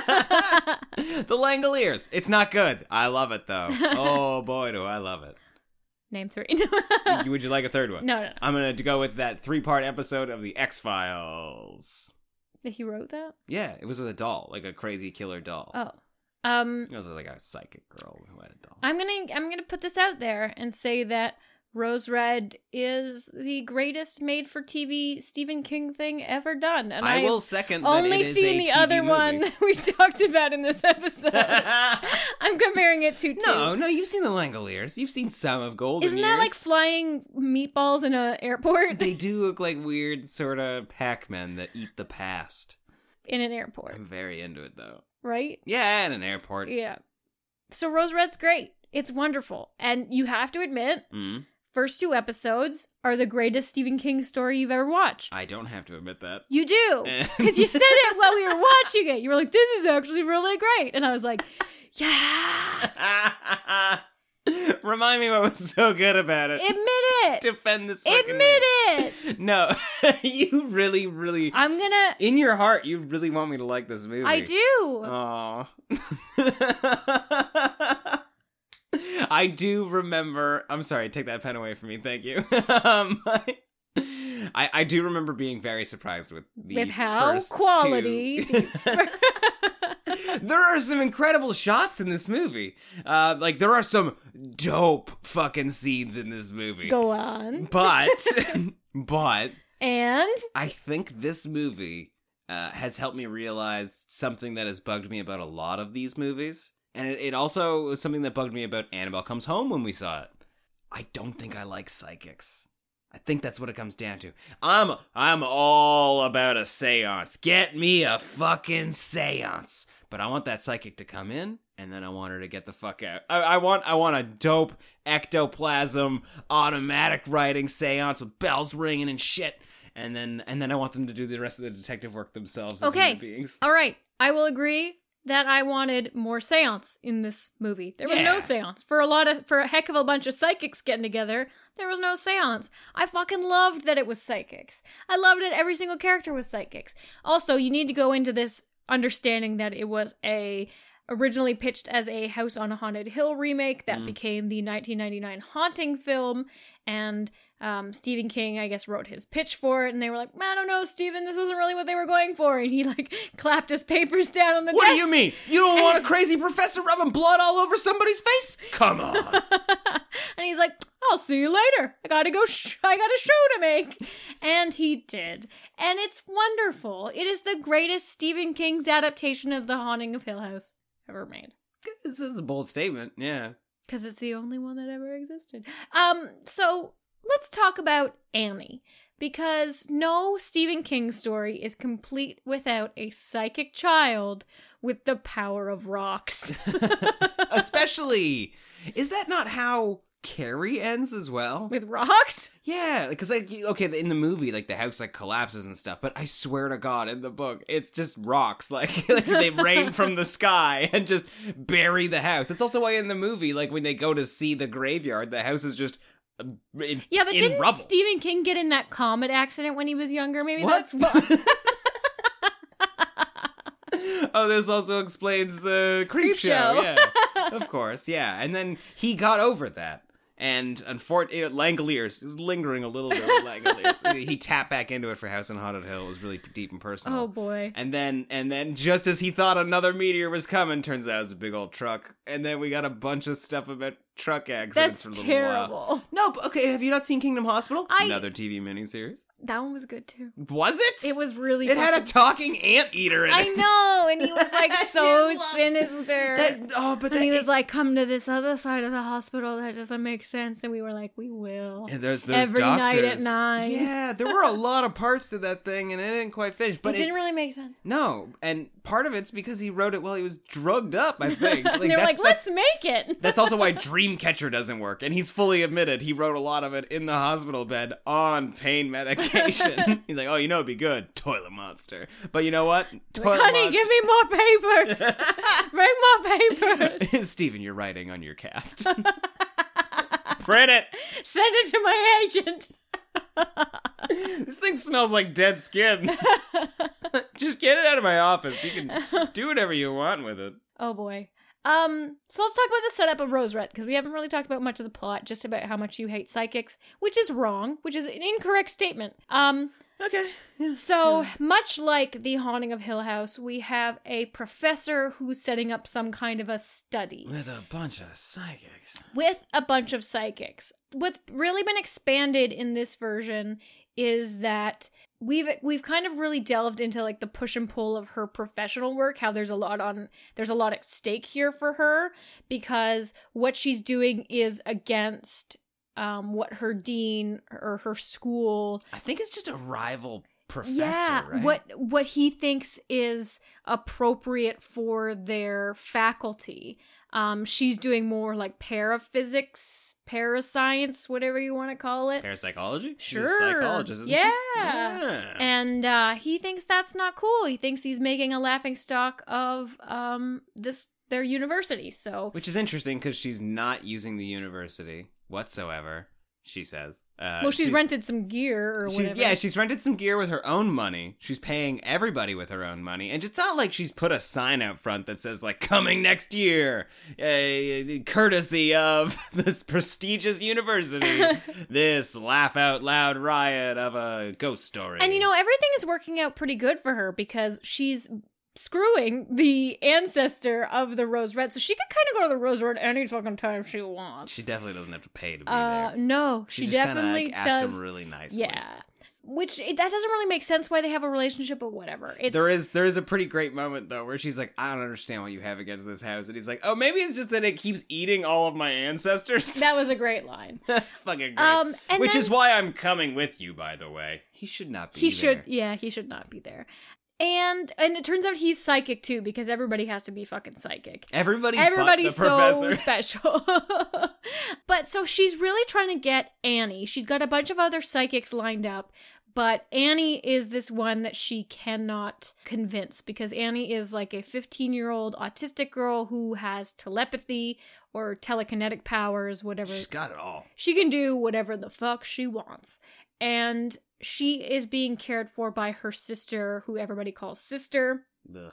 [SPEAKER 3] The Langoliers. It's not good. I love it
[SPEAKER 4] <laughs>
[SPEAKER 3] though. Oh boy, do I love it.
[SPEAKER 4] Name three. <laughs>
[SPEAKER 3] Would you like a third one?
[SPEAKER 4] No, no, no.
[SPEAKER 3] I'm gonna go with that three-part episode of the X Files.
[SPEAKER 4] he wrote that.
[SPEAKER 3] Yeah, it was with a doll, like a crazy killer doll.
[SPEAKER 4] Oh. Um.
[SPEAKER 3] It was like a psychic girl who had a doll.
[SPEAKER 4] I'm gonna I'm gonna put this out there and say that Rose Red is the greatest made for TV Stephen King thing ever done. And
[SPEAKER 3] I
[SPEAKER 4] I've
[SPEAKER 3] will second that
[SPEAKER 4] only
[SPEAKER 3] it is
[SPEAKER 4] seen
[SPEAKER 3] a
[SPEAKER 4] the
[SPEAKER 3] TV
[SPEAKER 4] other
[SPEAKER 3] movie. <laughs>
[SPEAKER 4] one <laughs> we talked about in this episode. I'm comparing it to two.
[SPEAKER 3] No, no, you've seen the Langoliers. You've seen some of Golden
[SPEAKER 4] Isn't that
[SPEAKER 3] Years.
[SPEAKER 4] like flying meatballs in an
[SPEAKER 3] <laughs>
[SPEAKER 4] airport? <laughs>
[SPEAKER 3] they do look like weird sort of Pac-Men that eat the past.
[SPEAKER 4] In an airport,
[SPEAKER 3] I'm very into it though.
[SPEAKER 4] right?
[SPEAKER 3] Yeah, in an airport.
[SPEAKER 4] Yeah. So Rose Red's great. It's wonderful. And you have to admit,
[SPEAKER 3] Mm.
[SPEAKER 4] first two episodes are the greatest Stephen King story you've ever watched.
[SPEAKER 3] I don't have to admit that. <laughs>
[SPEAKER 4] You do.
[SPEAKER 3] Eh.
[SPEAKER 4] Because you said it while we were watching it. You were like, this is actually really great. And I was like,
[SPEAKER 3] <laughs> Remind me what was so good about it.
[SPEAKER 4] admit it.
[SPEAKER 3] Defend this. fucking
[SPEAKER 4] Admit it.
[SPEAKER 3] movie. No, <laughs> you really, really. <laughs>
[SPEAKER 4] I'm going to.
[SPEAKER 3] In your heart, you really want me to like this movie.
[SPEAKER 4] I do.
[SPEAKER 3] Aw. <laughs> I do remember. I'm sorry. Take that pen away from me. Thank you. <laughs> um, I, I I do remember being very surprised with the
[SPEAKER 4] With how
[SPEAKER 3] first two-
[SPEAKER 4] quality.
[SPEAKER 3] <laughs>
[SPEAKER 4] <laughs>
[SPEAKER 3] there are some incredible shots in this movie. Uh, like there are some dope fucking scenes in this movie.
[SPEAKER 4] Go on.
[SPEAKER 3] But but
[SPEAKER 4] And
[SPEAKER 3] I think this movie uh, has helped me realize something that has bugged me about a lot of these movies, and it, it also was something that bugged me about Annabelle Comes Home when we saw it. I don't think I like psychics. I think that's what it comes down to. I'm I'm all about a séance. Get me a fucking séance. But I want that psychic to come in and then I want her to get the fuck out. I, I want I want a dope ectoplasm automatic writing séance with bells ringing and shit. And then and then I want them to do the rest of the detective work themselves as
[SPEAKER 4] okay.
[SPEAKER 3] human beings.
[SPEAKER 4] All right. I will agree that I wanted more seance in this movie. There was
[SPEAKER 3] Yeah.
[SPEAKER 4] no seance. For a lot of for a heck of a bunch of psychics getting together, there was no seance. I fucking loved that it was psychics. I loved that every single character was psychics. Also, you need to go into this understanding that it was a originally pitched as a House on a Haunted Hill remake that
[SPEAKER 13] Mm.
[SPEAKER 4] became the 1999 Haunting film and um, Stephen King, I guess, wrote his pitch for it, and they were like, "I don't know, Stephen, this wasn't really what they were going for." And he like <laughs> clapped his papers down on the
[SPEAKER 3] What do
[SPEAKER 4] desk.
[SPEAKER 3] you mean? You don't <laughs> want a crazy professor rubbing blood all over somebody's face? Come on.
[SPEAKER 4] <laughs> And he's like, "I'll see you later. I gotta go. Sh- I got a show to make." And he did, and it's wonderful. It is the greatest Stephen King's adaptation of The Haunting of Hill House ever made.
[SPEAKER 3] this is a bold statement. Yeah.
[SPEAKER 4] because it's the only one that ever existed. Um, so let's talk about Annie because no Stephen King story is complete without a psychic child with the power of rocks. <laughs>
[SPEAKER 3] Especially, is that not how Carrie ends as well?
[SPEAKER 4] with rocks?
[SPEAKER 3] Yeah, because like you- okay, in the movie, like the house like collapses and stuff. But I swear to God, in the book, it's just rocks <laughs> like, like they rain from the sky and just bury the house. That's also why in the movie, like when they go to see the graveyard, the house is just uh, in,
[SPEAKER 4] Yeah, but
[SPEAKER 3] in
[SPEAKER 4] didn't
[SPEAKER 3] rubble.
[SPEAKER 4] Stephen King get in that comet accident when he was younger? Maybe
[SPEAKER 3] What?
[SPEAKER 4] that's why.
[SPEAKER 3] <laughs>
[SPEAKER 4] <laughs>
[SPEAKER 3] oh, this also explains the creep,
[SPEAKER 4] Creep
[SPEAKER 3] show.
[SPEAKER 4] show.
[SPEAKER 3] Yeah, of course. Yeah, and then he got over that, and unfortunately, Langoliers it was lingering a little bit. With
[SPEAKER 4] <laughs>
[SPEAKER 3] Langoliers, he tapped back into it for House on Haunted Hill. It was really deep and personal.
[SPEAKER 4] Oh boy.
[SPEAKER 3] And then, and then, just as he thought another meteor was coming, turns out it was a big old truck. And then we got a bunch of stuff about truck accidents
[SPEAKER 4] That's
[SPEAKER 3] for a little
[SPEAKER 4] terrible.
[SPEAKER 3] while. No, but okay. Have you not seen Kingdom Hospital?
[SPEAKER 4] I-
[SPEAKER 3] Another TV miniseries.
[SPEAKER 4] That one was good too.
[SPEAKER 3] Was it?
[SPEAKER 4] It was really.
[SPEAKER 3] It had a
[SPEAKER 4] fucking-
[SPEAKER 3] talking anteater in
[SPEAKER 4] I
[SPEAKER 3] it.
[SPEAKER 4] know, and he was
[SPEAKER 3] <laughs>
[SPEAKER 4] like so sinister.
[SPEAKER 3] That- oh, but
[SPEAKER 4] and
[SPEAKER 3] that-
[SPEAKER 4] he was like, "Come to this other side of the hospital. That doesn't make sense." And we were like, "We will."
[SPEAKER 3] And there's those
[SPEAKER 4] every night at
[SPEAKER 3] doctors.
[SPEAKER 4] nine.
[SPEAKER 3] Yeah, there were a lot of parts to that thing, and it didn't quite finish. But
[SPEAKER 4] it didn't really make sense.
[SPEAKER 3] No, and part of it's because he wrote it while he was drugged up. I
[SPEAKER 4] <laughs>
[SPEAKER 3] think. Like,
[SPEAKER 4] they were
[SPEAKER 3] that's-
[SPEAKER 4] like, "Let's make <laughs> it."
[SPEAKER 3] That's also why Dreamcatcher doesn't work, and he's fully admitted he wrote a lot of it in the hospital bed on pain
[SPEAKER 4] <laughs>
[SPEAKER 3] medication. he's like, "Oh, you know, it'd be good, Toilet Monster." But you know what, Toilet
[SPEAKER 4] Honey, give me more papers.
[SPEAKER 3] <laughs>
[SPEAKER 4] <laughs> Bring more papers.
[SPEAKER 3] Monster. <laughs> Steven, you're writing on your
[SPEAKER 4] <laughs>
[SPEAKER 3] cast. Print it.
[SPEAKER 4] Send it to my agent.
[SPEAKER 3] This thing smells like dead
[SPEAKER 4] <laughs>
[SPEAKER 3] skin. Just get it out of my office. You can do whatever you want with it.
[SPEAKER 4] Oh boy. Um, so let's talk about the setup of Rose Red because we haven't really talked about much of the plot, just about how much you hate psychics, which is wrong, which is an incorrect statement. Um,
[SPEAKER 3] okay.
[SPEAKER 4] So much like the Haunting of Hill House, we have a professor who's setting up some kind of a study
[SPEAKER 3] With a bunch of psychics.
[SPEAKER 4] with a bunch of psychics. What's really been expanded in this version is that we've we've kind of really delved into like the push and pull of her professional work, how there's a lot on there's a lot at stake here for her because what she's doing is against um what her dean or her school
[SPEAKER 3] I think it's just a rival professor,
[SPEAKER 4] yeah,
[SPEAKER 3] right?
[SPEAKER 4] what what he thinks is appropriate for their faculty. Um, she's doing more like paraphysics, parascience, whatever you want to call it.
[SPEAKER 3] Parapsychology? She's
[SPEAKER 4] Sure.
[SPEAKER 3] a psychologist, isn't she?
[SPEAKER 4] yeah.
[SPEAKER 3] Yeah.
[SPEAKER 4] And uh, he thinks that's not cool. He thinks he's making a laughing stock of um this their university. So
[SPEAKER 3] Which is interesting because she's not using the university whatsoever, she says. Uh,
[SPEAKER 4] well, she's, rented some gear or
[SPEAKER 3] she's-
[SPEAKER 4] whatever.
[SPEAKER 3] yeah, she's rented some gear with her own money. She's paying everybody with her own money, and it's not like she's put a sign out front that says like "coming next year," uh, courtesy of <laughs> this prestigious
[SPEAKER 4] <laughs>
[SPEAKER 3] university. this laugh out loud riot of a ghost story.
[SPEAKER 4] And you know, everything is working out pretty good for her because she's screwing the ancestor of the Rose Red. So she could kind of go to the Rose Red any fucking time she wants.
[SPEAKER 3] she definitely doesn't have to pay to be
[SPEAKER 4] uh,
[SPEAKER 3] there.
[SPEAKER 4] no, she,
[SPEAKER 3] She just kinda,
[SPEAKER 4] definitely
[SPEAKER 3] like, asked
[SPEAKER 4] does.
[SPEAKER 3] him really nicely.
[SPEAKER 4] Yeah. Which it, that doesn't really make sense why they have a relationship, but whatever. It's,
[SPEAKER 3] there is there is a pretty great moment though where she's like, I don't understand what you have against this house, and he's like, Oh, maybe it's just that it keeps eating all of my ancestors.
[SPEAKER 4] That was a great line.
[SPEAKER 3] <laughs> That's fucking great.
[SPEAKER 4] Um, and
[SPEAKER 3] Which
[SPEAKER 4] then-
[SPEAKER 3] is why I'm coming with you, by the way. He should not be.
[SPEAKER 4] he
[SPEAKER 3] there.
[SPEAKER 4] should yeah he should not be there and and it turns out he's psychic too because everybody has to be fucking psychic
[SPEAKER 3] Everybody. but the
[SPEAKER 4] everybody's so
[SPEAKER 3] professor. <laughs>
[SPEAKER 4] special <laughs> but so she's really trying to get annie she's got a bunch of other psychics lined up but annie is this one that she cannot convince because annie is like a 15 year old autistic girl who has telepathy or telekinetic powers whatever
[SPEAKER 3] She's got it all.
[SPEAKER 4] she can do whatever the fuck she wants. And she is being cared for by her sister, who everybody calls sister.
[SPEAKER 3] Ugh.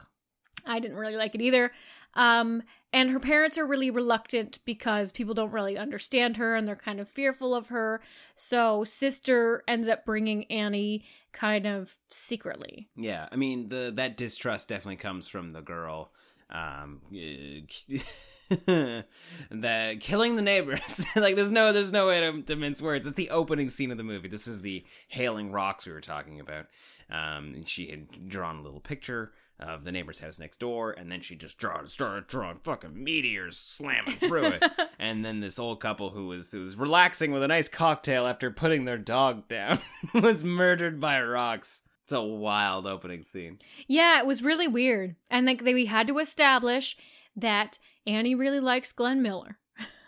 [SPEAKER 4] I didn't really like it either. Um, and her parents are really reluctant because people don't really understand her and they're kind of fearful of her. So, sister ends up bringing Annie kind of secretly.
[SPEAKER 3] Yeah, I mean the that distrust definitely comes from the girl. Um, <laughs> uh, the killing the neighbors. <laughs> like there's no there's no way to, to mince words. It's the opening scene of the movie. This is the hailing rocks we were talking about. Um, and she had drawn a little picture of the neighbor's house next door, and then she just draw, started drawing fucking meteors slamming through it. and then this old couple who was who was relaxing with a nice cocktail after putting their dog down <laughs> was murdered by rocks. It's a wild opening scene.
[SPEAKER 4] Yeah, it was really weird. And like they, we had to establish that Annie really likes Glenn Miller.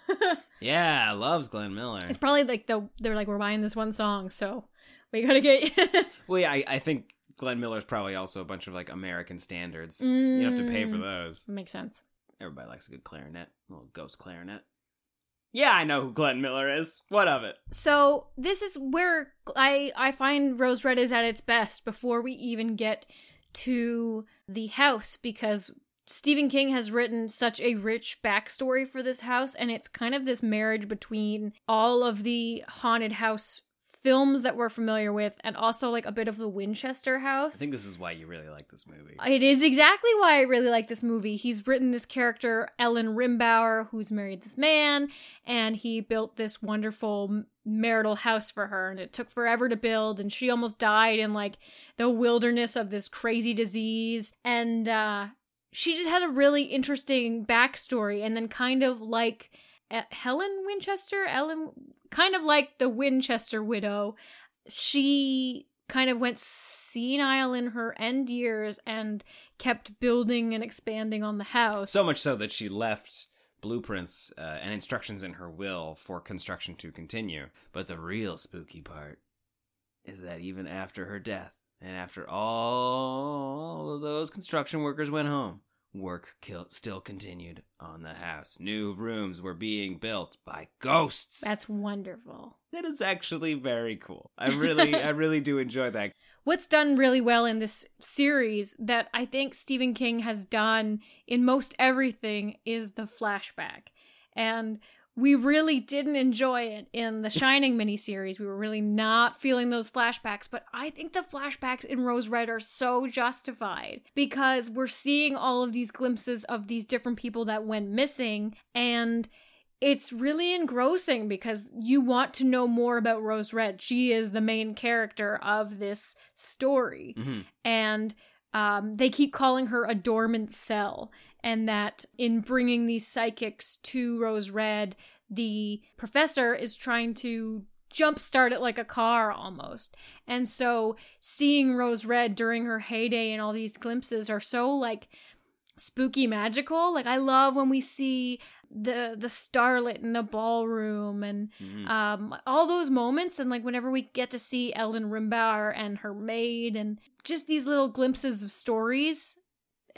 [SPEAKER 4] <laughs>
[SPEAKER 3] Yeah, loves Glenn Miller.
[SPEAKER 4] It's probably like the they're like we're buying this one song, so we gotta get. <laughs>
[SPEAKER 3] Well, yeah, I, I think Glenn Miller's probably also a bunch of like American standards. You don't have to pay for
[SPEAKER 4] Mm.
[SPEAKER 3] those.
[SPEAKER 4] Makes sense.
[SPEAKER 3] Everybody likes a good clarinet, a little ghost clarinet. Yeah, I know who Glenn Miller is. What of it?
[SPEAKER 4] So this is where I I find Rose Red is at its best before we even get to the house because Stephen King has written such a rich backstory for this house and it's kind of this marriage between all of the haunted house films that we're familiar with and also like a bit of the Winchester
[SPEAKER 3] I
[SPEAKER 4] house.
[SPEAKER 3] think this is why you really like this movie.
[SPEAKER 4] It is exactly why I really like this movie. He's written this character, Ellen Rimbauer, who's married this man, and he built this wonderful m- marital house for her, and it took forever to build, and she almost died in like the wilderness of this crazy disease. And uh, she just had a really interesting backstory, and then kind of like uh, Helen Winchester, Ellen, kind of like the Winchester widow, she kind of went senile in her end years and kept building and expanding on the house.
[SPEAKER 3] So much so that she left blueprints uh, and instructions in her will for construction to continue. But the real spooky part is that even after her death, and after all of those construction workers went home, work kill- still continued on the house. New rooms were being built by ghosts.
[SPEAKER 4] That's wonderful.
[SPEAKER 3] that is actually very cool. I really, I really do enjoy that.
[SPEAKER 4] What's done really well in this series that I think Stephen King has done in most everything is the flashback. And we really didn't enjoy it in the Shining miniseries. We were really not feeling those flashbacks, but I think the flashbacks in Rose Red are so justified because we're seeing all of these glimpses of these different people that went missing and it's really engrossing because you want to know more about Rose Red. She is the main character of this story.
[SPEAKER 3] Mm-hmm.
[SPEAKER 4] And um, they keep calling her a dormant cell. And that in bringing these psychics to Rose Red, the professor is trying to jumpstart it like a car almost. And so seeing Rose Red during her heyday and all these glimpses are so like spooky magical. Like I love when we see the the starlet in the ballroom and
[SPEAKER 14] Mhm.
[SPEAKER 4] um all those moments and like whenever we get to see Ellen Rimbauer and her maid and just these little glimpses of stories.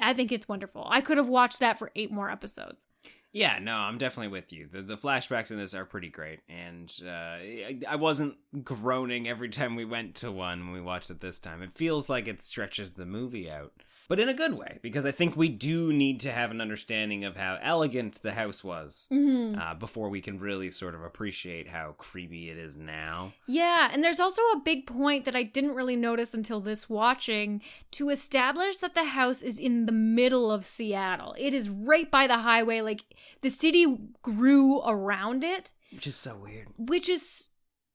[SPEAKER 4] I think it's wonderful. I could have watched that for eight more episodes.
[SPEAKER 3] Yeah, no, I'm definitely with you. The, the flashbacks in this are pretty great, and uh, I, I wasn't groaning every time we went to one when we watched it this time. It feels like it stretches the movie out, but in a good way because I think we do need to have an understanding of how elegant the house was
[SPEAKER 4] Mhm.
[SPEAKER 3] uh, before we can really sort of appreciate how creepy it is now.
[SPEAKER 4] Yeah, and there's also a big point that I didn't really notice until this watching to establish that the house is in the middle of Seattle. It is right by the highway, like the city grew around it,
[SPEAKER 3] Which is so weird.
[SPEAKER 4] which is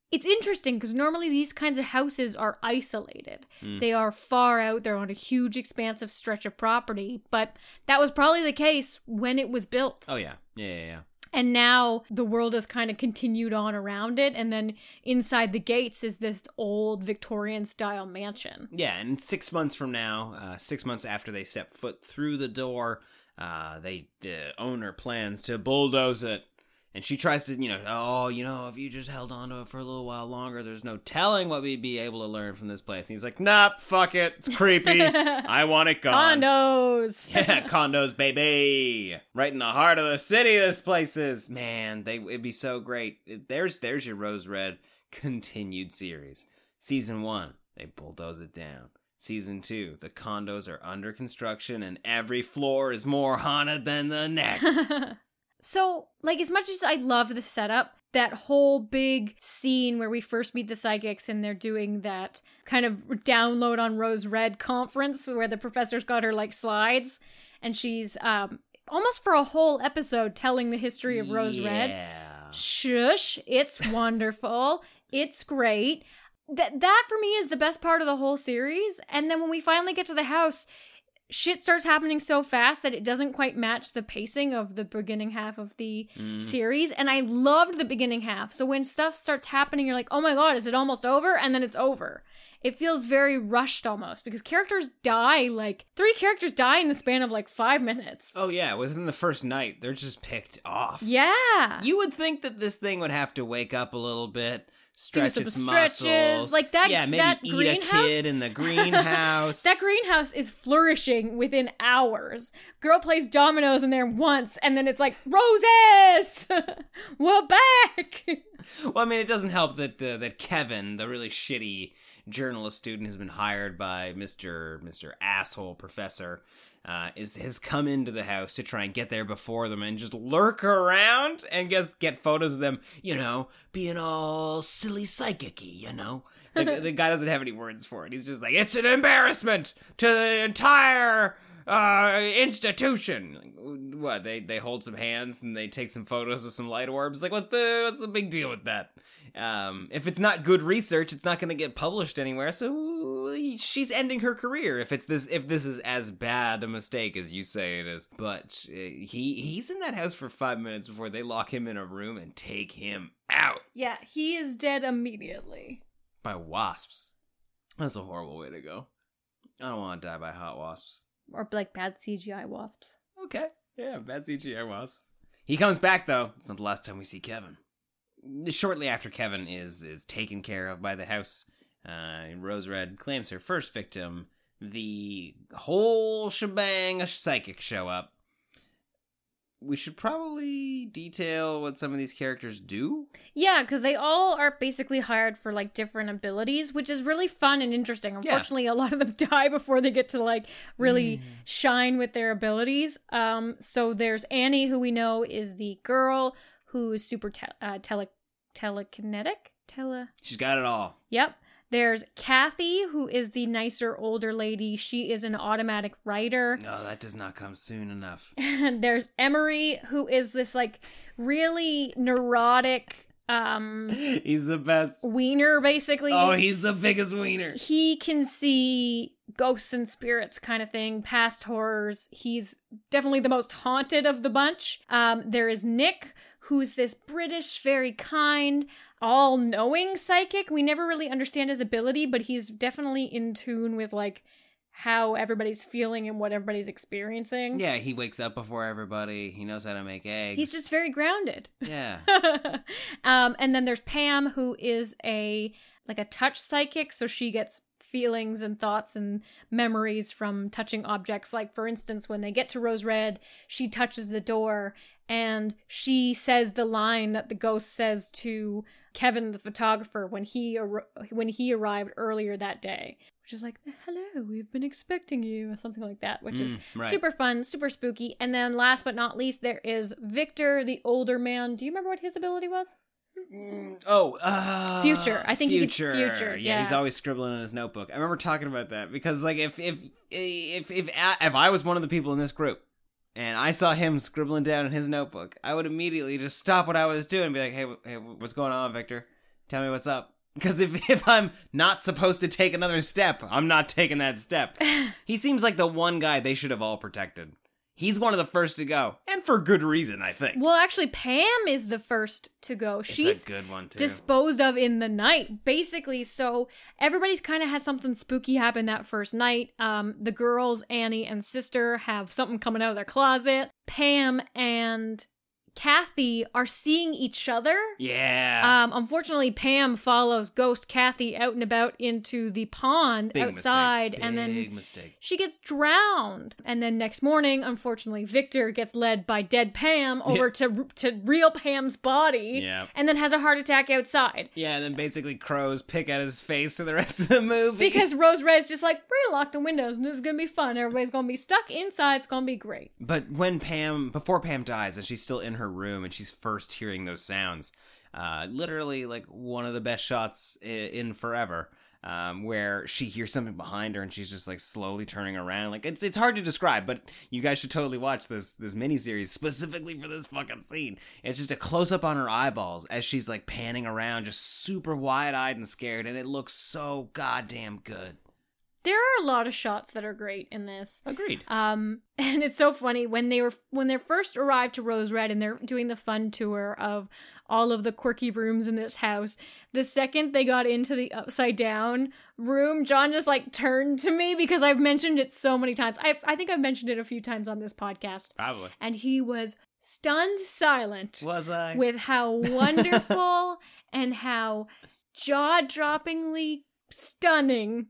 [SPEAKER 4] it's interesting because normally these kinds of houses are isolated.
[SPEAKER 3] Mm.
[SPEAKER 4] They are far out, they're on a huge expansive stretch of property, but that was probably the case when it was built.
[SPEAKER 3] Oh yeah, yeah, yeah. yeah.
[SPEAKER 4] And now the world has kind of continued on around it. And then inside the gates is this old Victorian style mansion.
[SPEAKER 3] Yeah, and six months from now, uh, six months after they step foot through the door, uh, they the owner plans to bulldoze it, and she tries to, you know, oh, you know, if you just held on to it for a little while longer, there's no telling what we'd be able to learn from this place. And he's like, nah, fuck it, it's creepy. I want it gone.
[SPEAKER 4] Condos.
[SPEAKER 3] <laughs> Yeah, condos, baby. Right in the heart of the city, this place is. Man, they it'd be so great. It- There's there's your Rose Red continued series. Season one, they bulldoze it down. Season two, the condos are under construction and every floor is more haunted than the
[SPEAKER 4] <laughs>
[SPEAKER 3] next.
[SPEAKER 4] So, like, as much as I love the setup, that whole big scene where we first meet the psychics and they're doing that kind of download on Rose Red conference where the professor's got her like slides and she's um almost for a whole episode telling the history of Rose Red. Shush, it's wonderful. it's great. That that for me is the best part of the whole series. And then when we finally get to the house, shit starts happening so fast that it doesn't quite match the pacing of the beginning half of the
[SPEAKER 14] Mm.
[SPEAKER 4] series. And I loved the beginning half. So when stuff starts happening, you're like, oh my god, is it almost over? And then it's over. It feels very rushed almost because characters die like three characters die in the span of like five minutes.
[SPEAKER 3] oh yeah, within the first night, they're just picked off.
[SPEAKER 4] Yeah.
[SPEAKER 3] You would think that this thing would have to wake up a little bit, stretch
[SPEAKER 4] some
[SPEAKER 3] its
[SPEAKER 4] stretches,
[SPEAKER 3] muscles,
[SPEAKER 4] like that-
[SPEAKER 3] Yeah, maybe
[SPEAKER 4] that
[SPEAKER 3] eat
[SPEAKER 4] greenhouse.
[SPEAKER 3] a kid in the greenhouse.
[SPEAKER 4] <laughs> That greenhouse is flourishing within hours. Girl plays dominoes in there once, and then it's like roses. <laughs> We're back. <laughs>
[SPEAKER 3] well, I mean, it doesn't help that uh, that Kevin, the really shitty journalist student, has been hired by Mister Mister Asshole Professor. uh, is has come into the house to try and get there before them and just lurk around and just get photos of them, you know, being all silly psychic you know. Like, the guy doesn't have any words for it. He's just like, it's an embarrassment to the entire uh, institution. Like, what they they hold some hands and they take some photos of some light orbs. Like, what the what's the big deal with that? Um, if it's not good research, it's not going to get published anywhere. So she's ending her career if it's this if this is as bad a mistake as you say it is. But uh, he he's in that house for five minutes before they lock him in a room and take him out
[SPEAKER 4] Yeah, he is dead immediately.
[SPEAKER 3] by wasps. That's a horrible way to go. I don't want to die by hot wasps.
[SPEAKER 4] Or like bad CGI wasps.
[SPEAKER 3] Okay. Yeah, bad CGI wasps. He comes back though. It's not the last time we see Kevin. Shortly after Kevin is is taken care of by the house, uh, Rose Red claims her first victim. The whole shebang of psychics show up. We should probably detail what some of these characters do.
[SPEAKER 4] Yeah, because they all are basically hired for like different abilities, which is really fun and interesting. Unfortunately, a lot of them <laughs> die before they get to like really shine with their abilities. Um, so there's Annie, who we know is the girl who is super te- uh, tele telekinetic, tele.
[SPEAKER 3] She's got it all.
[SPEAKER 4] Yep. There's Kathy, who is the nicer older lady. She is an automatic writer.
[SPEAKER 3] No, that does not come soon enough. <laughs>
[SPEAKER 4] And <laughs> there's Emery, who is this like really neurotic um
[SPEAKER 3] he's the best.
[SPEAKER 4] wiener basically.
[SPEAKER 3] Oh, he's the biggest wiener.
[SPEAKER 4] he can see ghosts and spirits kind of thing, past horrors. He's definitely the most haunted of the bunch. Um there is Nick, who's this British, very kind, all-knowing psychic. We never really understand his ability, but he's definitely in tune with like how everybody's feeling and what everybody's experiencing.
[SPEAKER 3] Yeah, he wakes up before everybody. He knows how to make eggs.
[SPEAKER 4] He's just very grounded.
[SPEAKER 3] yeah.
[SPEAKER 4] <laughs> um, and then there's Pam, who is a like a touch psychic, so she gets feelings and thoughts and memories from touching objects. Like for instance, when they get to Rose Red, she touches the door and she says the line that the ghost says to Kevin, the photographer, when he ar- when he arrived earlier that day. Which is like, hello, we've been expecting you, or something like that, which is
[SPEAKER 3] Mm, right.
[SPEAKER 4] super fun, super spooky. And then last but not least, there is Victor, the older man. Do you remember what his ability was?
[SPEAKER 3] Oh, uh,
[SPEAKER 4] Future. I think he could-
[SPEAKER 3] future.
[SPEAKER 4] future, yeah.
[SPEAKER 3] he's always scribbling in his notebook. I remember talking about that because, like, if if if if I- if I was one of the people in this group and I saw him scribbling down in his notebook, I would immediately just stop what I was doing and be like, "Hey, wh- hey wh- what's going on, Victor? Tell me what's up." <laughs> Because if if I'm not supposed to take another step, I'm not taking that
[SPEAKER 4] <laughs>
[SPEAKER 3] step. he seems like the one guy they should have all protected. He's one of the first to go, and for good reason, I think.
[SPEAKER 4] Well, actually, Pam is the first to go. She's
[SPEAKER 3] it's a good one too.
[SPEAKER 4] disposed of in the night, basically. So everybody's kind of has something spooky happen that first night. Um, the girls, Annie and sister, have something coming out of their closet. Pam and Kathy are seeing each other.
[SPEAKER 3] yeah.
[SPEAKER 4] Um, unfortunately, Pam follows Ghost Kathy out and about into the pond
[SPEAKER 3] Big mistake.
[SPEAKER 4] outside, and then
[SPEAKER 3] Big mistake.
[SPEAKER 4] she gets drowned. And then next morning, unfortunately, Victor gets led by dead Pam over to to real Pam's body,
[SPEAKER 3] Yeah.
[SPEAKER 4] and then has a heart attack outside.
[SPEAKER 3] Yeah, and then basically crows pick at his face for the rest of the movie.
[SPEAKER 4] Because Rose Red's just like, we're gonna lock the windows and this is gonna be fun. Everybody's gonna be stuck inside. It's gonna be great.
[SPEAKER 3] But when Pam, before Pam dies, and she's still in her room and she's first hearing those sounds, uh, literally like one of the best shots i- in forever, um, where she hears something behind her and she's just like slowly turning around. Like it's it's hard to describe, but you guys should totally watch this this miniseries specifically for this fucking scene. It's just a close up on her eyeballs as she's like panning around, just super wide eyed and scared, and it looks so goddamn good.
[SPEAKER 4] There are a lot of shots that are great in this.
[SPEAKER 3] Agreed.
[SPEAKER 4] Um, <laughs> and it's so funny when they were when they first arrived to Rose Red and they're doing the fun tour of all of the quirky rooms in this house. The second they got into the upside down room, John just like turned to me because I've mentioned it so many times. I I think I've mentioned it a few times on this podcast,
[SPEAKER 3] Probably.
[SPEAKER 4] and he was stunned silent
[SPEAKER 3] Was I?
[SPEAKER 4] <laughs> with how wonderful and how jaw-droppingly stunning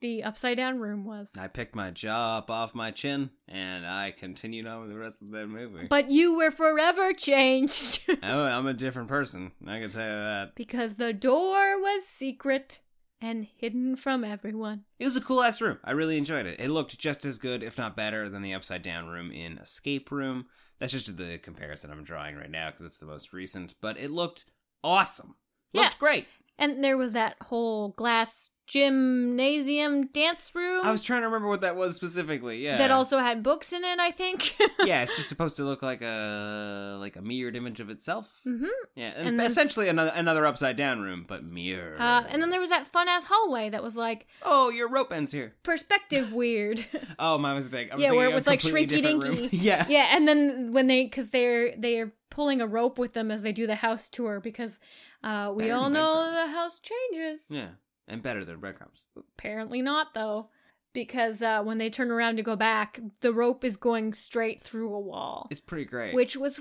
[SPEAKER 4] the upside down room was.
[SPEAKER 3] I picked my jaw up off my chin and I continued on with the rest of that movie.
[SPEAKER 4] But you were forever changed <laughs>
[SPEAKER 3] I'm, I'm a different person. I can tell you that.
[SPEAKER 4] because the door was secret. and hidden from everyone.
[SPEAKER 3] It was a cool ass room. I really enjoyed it. It looked just as good, if not better, than the upside down room in Escape Room. That's just the comparison I'm drawing right now because it's the most recent, but it looked awesome. Looked
[SPEAKER 4] Yeah.
[SPEAKER 3] great.
[SPEAKER 4] And there was that whole glass gymnasium dance room
[SPEAKER 3] I was trying to remember what that was specifically. Yeah.
[SPEAKER 4] that also <laughs> had books in it, I think. <laughs>
[SPEAKER 3] yeah, it's just supposed to look like a like a mirrored image of itself.
[SPEAKER 4] hmm
[SPEAKER 3] Yeah, and,
[SPEAKER 4] And this-
[SPEAKER 3] essentially another another upside down room, but mirror.
[SPEAKER 4] Uh, and then there was that fun ass hallway that was like
[SPEAKER 3] oh, your rope ends here. <laughs>
[SPEAKER 4] perspective weird.
[SPEAKER 3] Oh, my mistake. I'm
[SPEAKER 4] <laughs> yeah, where
[SPEAKER 3] thinking
[SPEAKER 4] it
[SPEAKER 3] of
[SPEAKER 4] was like
[SPEAKER 3] completely
[SPEAKER 4] shrinky
[SPEAKER 3] different room. <laughs>
[SPEAKER 4] dinky.
[SPEAKER 3] yeah.
[SPEAKER 4] yeah, and then when they because they're they're pulling a rope with them as they do the house tour because uh, we
[SPEAKER 3] Better
[SPEAKER 4] all
[SPEAKER 3] than
[SPEAKER 4] know the house changes.
[SPEAKER 3] Yeah, and better than breadcrumbs.
[SPEAKER 4] Apparently not though, because uh, when they turn around to go back, the rope is going straight through a wall,
[SPEAKER 3] It's pretty great.
[SPEAKER 4] which was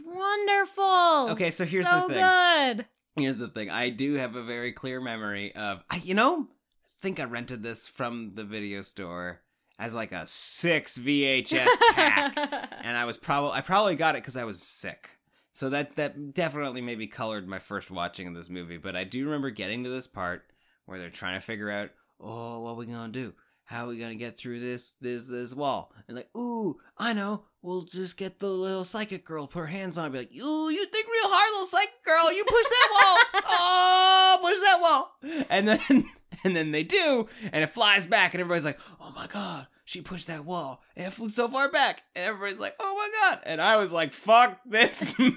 [SPEAKER 4] wonderful.
[SPEAKER 3] Okay, so here's
[SPEAKER 4] so
[SPEAKER 3] the thing.
[SPEAKER 4] good.
[SPEAKER 3] Here's the thing. I do have a very clear memory of I you know, I think I rented this from the video store as like a 6
[SPEAKER 4] <laughs>
[SPEAKER 3] VHS pack. and I was probably I probably got it cuz I was sick. So that that definitely maybe colored my first watching of this movie, but I do remember getting to this part where they're trying to figure out, "Oh, what we going to do? How we going to get through this this this wall?" And like, "Ooh, I know. We'll just get the little psychic girl put her hands on it." Be like, "Ooh, you think real hard, little psychic girl. You push that wall. Oh, push that wall." And then <laughs> and then they do, and it flies back and everybody's like, "Oh my god." She pushed that wall and it flew so far back. And everybody's like, oh my God. And I was like, fuck this <laughs> movie.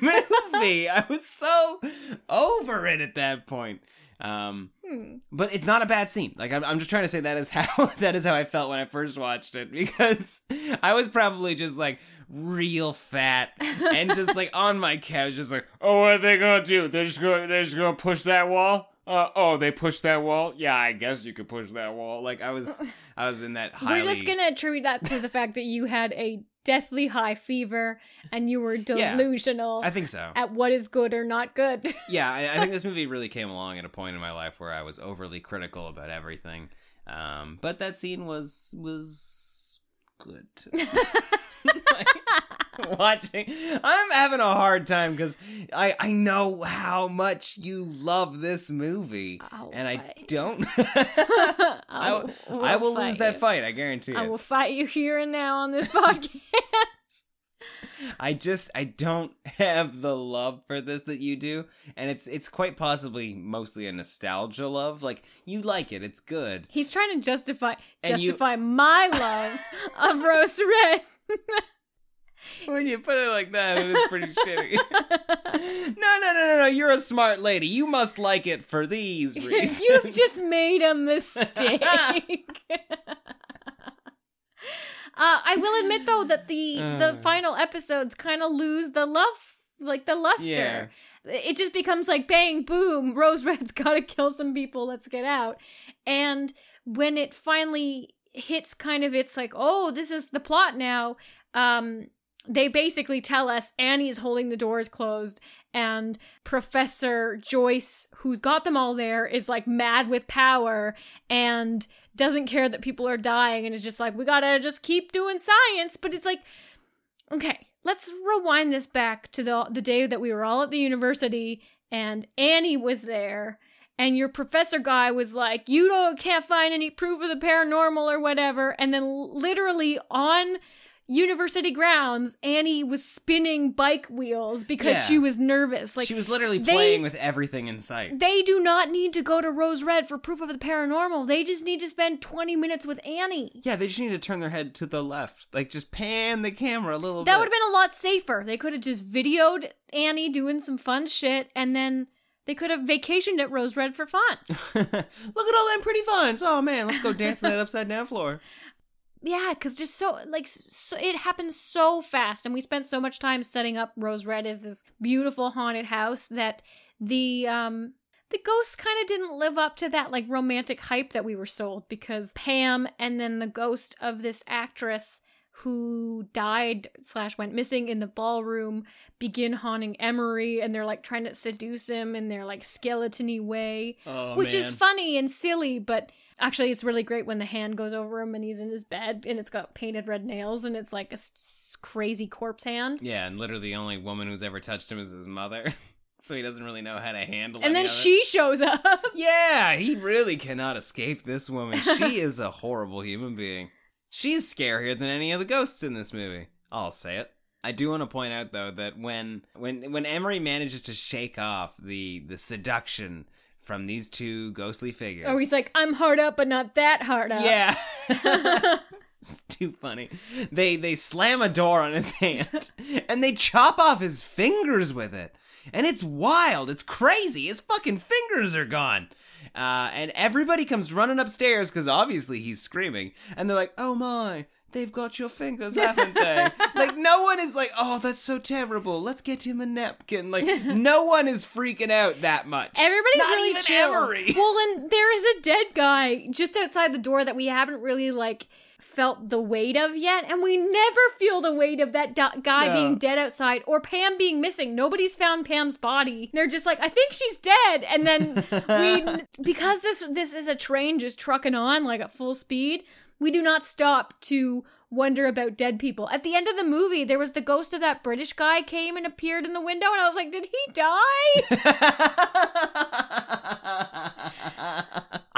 [SPEAKER 3] I was so over it at that point. Um,
[SPEAKER 4] Hmm.
[SPEAKER 3] but it's not a bad scene. Like I'm, I'm just trying to say that is <laughs> how that is how I felt when I first watched it because I was probably just like real fat and just like on my couch, just like, oh, what are they gonna do? They're just gonna they're just gonna push that wall. Uh, oh, they pushed that wall. Yeah, I guess you could push that wall. Like I was, I was in that highly.
[SPEAKER 4] We're just gonna attribute that to the fact that you had a deathly high fever and you were delusional
[SPEAKER 3] I think so.
[SPEAKER 4] at what is good or not good. <laughs>
[SPEAKER 3] yeah, I, I think this movie really came along at a point in my life where I was overly critical about everything. Um, but that scene was was good. <laughs> Like, watching, I'm having a hard time because I I know how much you love this movie,
[SPEAKER 4] I'll
[SPEAKER 3] and I
[SPEAKER 4] fight. <laughs>
[SPEAKER 3] don't. <laughs> I,
[SPEAKER 4] I'll-
[SPEAKER 3] will- I will
[SPEAKER 4] fight
[SPEAKER 3] lose that
[SPEAKER 4] you.
[SPEAKER 3] fight. I guarantee
[SPEAKER 4] I
[SPEAKER 3] it.
[SPEAKER 4] will fight you here and now on this <laughs> podcast.
[SPEAKER 3] I just I don't <laughs> have the love for this that you do, and it's it's quite possibly mostly a nostalgia love. Like you like it, it's good.
[SPEAKER 4] He's trying to justify
[SPEAKER 3] And you-
[SPEAKER 4] justify my
[SPEAKER 3] <laughs>
[SPEAKER 4] love of Rose Red.
[SPEAKER 3] When you put it like that, it is pretty
[SPEAKER 4] <laughs>
[SPEAKER 3] shitty. <laughs> no, no, no, no, no. You're a smart lady. You must like it for
[SPEAKER 4] <laughs>
[SPEAKER 3] these reasons. <laughs>
[SPEAKER 4] You've just made a mistake. uh, I will admit though that the the
[SPEAKER 3] Uh.
[SPEAKER 4] final episodes kind of lose the love, like the luster. It just becomes like bang, boom, <laughs> Rose Red's gotta kill some people. Let's get out. And when it finally hits, kind of, it's like, oh, this is the plot now. Um, they basically tell us Annie is holding the doors closed and Professor Joyce, who's got them all there, is like mad with power and doesn't care that people are dying and is just like, we gotta just keep doing science. But it's like, okay, let's rewind this back to the the day that we were all at the university and Annie was there. And your professor guy was like, "You don't can't find any proof of the paranormal or whatever." And then, literally on university grounds, Annie was spinning bike wheels because
[SPEAKER 3] Yeah.
[SPEAKER 4] she was nervous. Like
[SPEAKER 3] she was literally
[SPEAKER 4] they-
[SPEAKER 3] playing with everything in sight.
[SPEAKER 4] they do not need to go to Rose Red for proof of the paranormal. They just need to spend 20 minutes with Annie.
[SPEAKER 3] yeah, they just need to turn their head to the left. Like just pan the camera a little bit.
[SPEAKER 4] That would have been a lot safer. They could have just videoed Annie doing some fun shit and then they could have vacationed at Rose Red for fun.
[SPEAKER 3] <laughs> Look at all them pretty funds. Oh man, let's go dance on that upside down floor.
[SPEAKER 4] yeah, cuz just so like so, it happened so fast and we spent so much time setting up Rose Red as this beautiful haunted house that the um the ghosts kind of didn't live up to that like romantic hype that we were sold because Pam and then the ghost of this actress who died slash went missing in the ballroom begin haunting Emery and they're like trying to seduce him in their like skeletony way,
[SPEAKER 3] Oh,
[SPEAKER 4] which is
[SPEAKER 3] man.
[SPEAKER 4] funny and silly, but actually it's really great when the hand goes over him and he's in his bed and it's got painted red nails and it's like a s- s- crazy corpse hand.
[SPEAKER 3] Yeah, and literally the only woman who's ever touched him is his mother. <laughs> so he doesn't really know how to handle it.
[SPEAKER 4] and then she shows up. <laughs>
[SPEAKER 3] Yeah, he really cannot escape this woman.
[SPEAKER 4] <laughs>
[SPEAKER 3] She is a horrible human being. She's scarier than any of the ghosts in this movie. I'll say it. I do want to point out though that when when when Emery manages to shake off the the seduction from these two ghostly figures.
[SPEAKER 4] Oh, he's like, I'm hard up, but not that hard up.
[SPEAKER 3] Yeah. <laughs>
[SPEAKER 4] <laughs>
[SPEAKER 3] it's too funny. They they slam a door on his hand <laughs> and they chop off his fingers with it. And it's wild. It's crazy. His fucking fingers are gone. Uh, and everybody comes running upstairs because obviously he's screaming. And they're like, oh my, they've got your fingers, haven't
[SPEAKER 4] <laughs>
[SPEAKER 3] they? like, no one is like, oh, that's so terrible. Let's get him a napkin. Like, no one is freaking out that much.
[SPEAKER 4] Everybody's
[SPEAKER 3] Not
[SPEAKER 4] really
[SPEAKER 3] even
[SPEAKER 4] chill.
[SPEAKER 3] Emery. <laughs>
[SPEAKER 4] Well, and there is a dead guy just outside the door that we haven't really like felt the weight of yet, and we never feel the weight of that do- guy
[SPEAKER 3] No.
[SPEAKER 4] being dead outside or Pam being missing. Nobody's found Pam's body. They're just like, I think she's dead, and then
[SPEAKER 3] <laughs>
[SPEAKER 4] we because this this is a train just trucking on like at full speed. We do not stop to wonder about dead people. At the end of the movie, there was the ghost of that British guy came and appeared in the window, and I was like, did he die?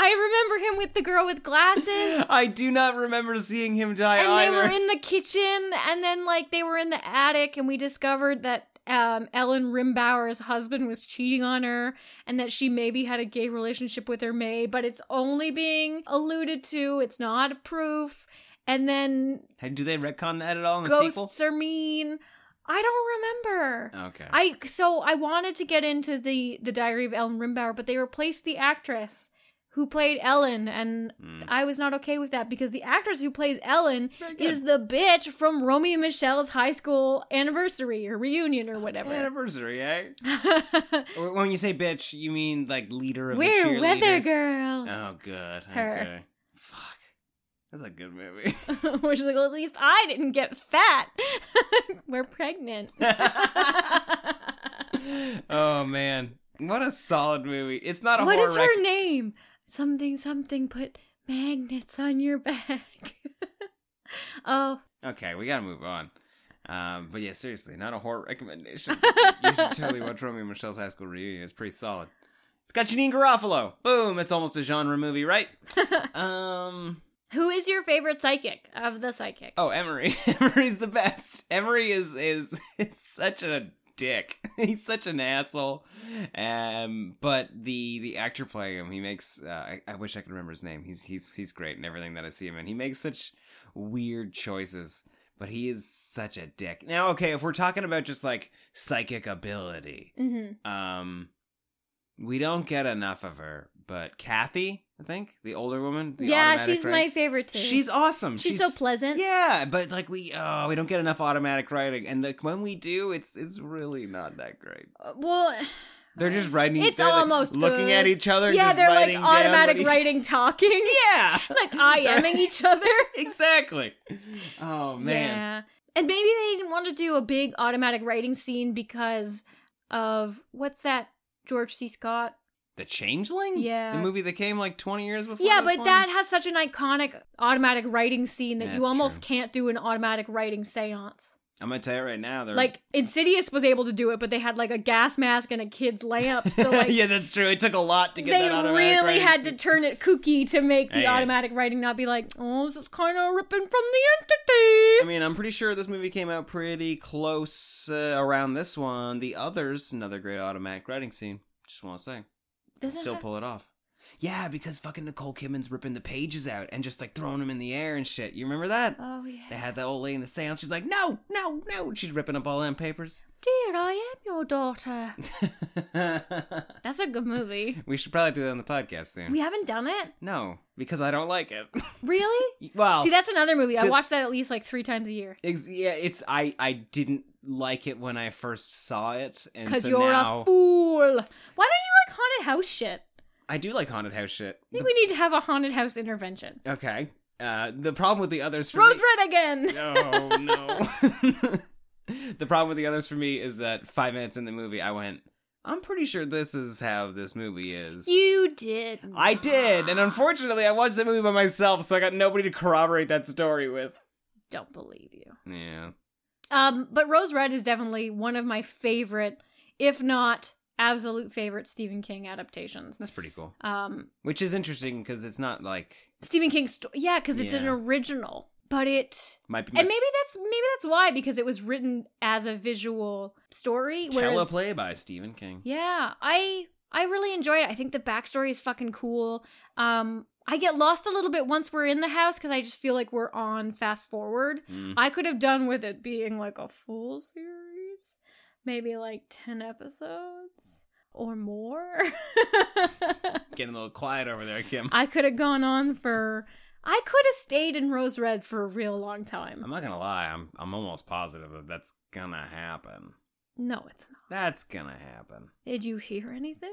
[SPEAKER 4] I remember him with the girl
[SPEAKER 3] <gasps>
[SPEAKER 4] with glasses.
[SPEAKER 3] I do not remember seeing him die
[SPEAKER 4] and
[SPEAKER 3] either.
[SPEAKER 4] they were in the kitchen, and then like they were in the attic, and we discovered that um, Ellen Rimbauer's husband was cheating on her, and that she maybe had a gay relationship with her maid, but it's only being alluded to. It's not proof. And then
[SPEAKER 3] Hey, Do they retcon that at all in the
[SPEAKER 4] ghosts
[SPEAKER 3] sequel?
[SPEAKER 4] are mean. I don't remember.
[SPEAKER 3] okay.
[SPEAKER 4] I so I wanted to get into the the Diary of Ellen Rimbauer, but they replaced the actress who played Ellen, and
[SPEAKER 3] Hmm.
[SPEAKER 4] I was not okay with that because the actress who plays Ellen is the bitch from Romeo and Michelle's high school anniversary or reunion
[SPEAKER 3] Oh,
[SPEAKER 4] or whatever.
[SPEAKER 3] Anniversary, eh?
[SPEAKER 4] <laughs>
[SPEAKER 3] Or when you say bitch, you mean like leader of
[SPEAKER 4] We're
[SPEAKER 3] the cheerleaders?
[SPEAKER 4] weather girls.
[SPEAKER 3] Oh, good.
[SPEAKER 4] Her.
[SPEAKER 3] Okay. Fuck. That's a good
[SPEAKER 4] <laughs>
[SPEAKER 3] movie. <laughs>
[SPEAKER 4] Which is like, well, at least I didn't get fat. <laughs>
[SPEAKER 3] <laughs>
[SPEAKER 4] We're pregnant.
[SPEAKER 3] oh man, what a solid movie. It's <laughs> not a
[SPEAKER 4] What
[SPEAKER 3] horror.
[SPEAKER 4] is
[SPEAKER 3] rec-
[SPEAKER 4] her name? Something something put magnets on your back. <laughs> oh,
[SPEAKER 3] Okay, we gotta move on. Um, but yeah, seriously, not a horror recommendation.
[SPEAKER 4] <laughs>
[SPEAKER 3] you should totally watch Romeo and Michelle's High School Reunion. It's pretty solid. It's got Janine Garofalo. Boom! It's almost a genre movie, right?
[SPEAKER 4] <laughs>
[SPEAKER 3] um.
[SPEAKER 4] who is your favorite psychic of the psychic?
[SPEAKER 3] Oh, Emery. <laughs> Emery's the best. Emery is is, <laughs> is such a dick. <laughs> He's such an asshole. Um, but the the actor playing him, he makes. Uh, I, I wish I could remember his name. He's he's he's great in everything that I see him in. He makes such weird choices. But he is such a dick. Now, okay, if we're talking about just like psychic ability,
[SPEAKER 4] Mm-hmm.
[SPEAKER 3] um, we don't get enough of her. But Kathy, I think the older woman, the
[SPEAKER 4] yeah,
[SPEAKER 3] automatic
[SPEAKER 4] she's
[SPEAKER 3] writer-
[SPEAKER 4] my favorite too.
[SPEAKER 3] She's awesome.
[SPEAKER 4] She's, so pleasant.
[SPEAKER 3] yeah, but like we oh we don't get enough automatic writing, and like when we do, it's it's really not that great.
[SPEAKER 4] Uh, Well,
[SPEAKER 3] They're just writing.
[SPEAKER 4] it's
[SPEAKER 3] they're, like,
[SPEAKER 4] almost
[SPEAKER 3] looking
[SPEAKER 4] good.
[SPEAKER 3] at each other. and
[SPEAKER 4] Yeah,
[SPEAKER 3] just
[SPEAKER 4] they're like
[SPEAKER 3] writing down what
[SPEAKER 4] automatic
[SPEAKER 3] each-
[SPEAKER 4] writing, talking.
[SPEAKER 3] Yeah,
[SPEAKER 4] <laughs> like I aming each other.
[SPEAKER 3] <laughs> exactly. Oh
[SPEAKER 4] <laughs>
[SPEAKER 3] man,
[SPEAKER 4] Yeah, and maybe they didn't want to do a big automatic writing scene because of what's that George C. Scott
[SPEAKER 3] the Changeling.
[SPEAKER 4] Yeah.
[SPEAKER 3] the movie that came like twenty years before.
[SPEAKER 4] Yeah,
[SPEAKER 3] this
[SPEAKER 4] but
[SPEAKER 3] one?
[SPEAKER 4] that has such an iconic automatic writing scene that you
[SPEAKER 3] That's
[SPEAKER 4] almost can't do an automatic writing seance.
[SPEAKER 3] I'm gonna tell you right now. They're
[SPEAKER 4] Like Insidious was able to do it, but they had like a gas mask and a kid's
[SPEAKER 3] <laughs>
[SPEAKER 4] lamp, so like
[SPEAKER 3] yeah, that's true. It took a lot to get
[SPEAKER 4] they
[SPEAKER 3] that automatic
[SPEAKER 4] really
[SPEAKER 3] writing
[SPEAKER 4] had to turn it kooky to make the
[SPEAKER 3] Hey.
[SPEAKER 4] automatic writing not be like, oh, this is kind of ripping from the
[SPEAKER 3] I mean, I'm pretty sure this movie came out pretty close uh, around this one. The others, another great automatic writing scene. Just want to say,
[SPEAKER 4] entity.
[SPEAKER 3] still pull it off. Yeah, because fucking Nicole Kidman's ripping the pages out and just like throwing them in the air and shit. You remember that?
[SPEAKER 4] Oh
[SPEAKER 3] They
[SPEAKER 4] yeah,
[SPEAKER 3] had that old lady in the sound. She's like, no, no, no. and She's ripping up all them papers.
[SPEAKER 4] dear, I am
[SPEAKER 3] <laughs>
[SPEAKER 4] your daughter. That's a good movie.
[SPEAKER 3] we should probably do that on the podcast soon.
[SPEAKER 4] We haven't done it,
[SPEAKER 3] no, because I don't like it. <laughs>
[SPEAKER 4] really.
[SPEAKER 3] well,
[SPEAKER 4] See, that's another movie. I
[SPEAKER 3] So-
[SPEAKER 4] watch that at least like three times a year.
[SPEAKER 3] ex- yeah, it's I I didn't like it when I first saw it, and
[SPEAKER 4] Because
[SPEAKER 3] so
[SPEAKER 4] you're
[SPEAKER 3] now
[SPEAKER 4] a fool. Why don't you like haunted house shit?
[SPEAKER 3] I do like haunted house shit.
[SPEAKER 4] I
[SPEAKER 3] The-
[SPEAKER 4] think we need to have a haunted house intervention.
[SPEAKER 3] Okay. Uh, the problem with the others for
[SPEAKER 4] Rose
[SPEAKER 3] <laughs> me-
[SPEAKER 4] Red again.
[SPEAKER 3] No, Oh, no. <laughs> the problem with the others for me is that five minutes in the movie, I went, I'm pretty sure this is how this movie is.
[SPEAKER 4] <laughs> You did.
[SPEAKER 3] I did, and unfortunately, I watched that movie by myself, so I got nobody to corroborate that story with.
[SPEAKER 4] Don't believe you.
[SPEAKER 3] Yeah.
[SPEAKER 4] Um, but Rose Red is definitely one of my favorite, if not absolute favorite Stephen King adaptations.
[SPEAKER 3] That's pretty cool.
[SPEAKER 4] Um,
[SPEAKER 3] Which is interesting because it's not like
[SPEAKER 4] Stephen King's, sto- yeah, because it's an
[SPEAKER 3] Yeah.
[SPEAKER 4] original, but it
[SPEAKER 3] might be my
[SPEAKER 4] and maybe that's maybe that's why because it was written as a visual story. whereas-
[SPEAKER 3] teleplay by Stephen King.
[SPEAKER 4] Yeah, I I really enjoy it. I think the backstory is fucking cool. Um, I get lost a little bit once we're in the house because I just feel like we're on fast forward.
[SPEAKER 3] Hmm.
[SPEAKER 15] Mm.
[SPEAKER 4] I could have done with it being like a full series, maybe like ten episodes or more. <laughs>
[SPEAKER 3] Getting a little quiet over there, Kim.
[SPEAKER 4] I could have gone on for. I could have stayed in Rose Red for a real long time.
[SPEAKER 3] I'm not gonna lie. I'm I'm almost positive that that's gonna happen.
[SPEAKER 4] No, it's not.
[SPEAKER 3] That's gonna happen. <laughs>
[SPEAKER 4] Did you hear anything?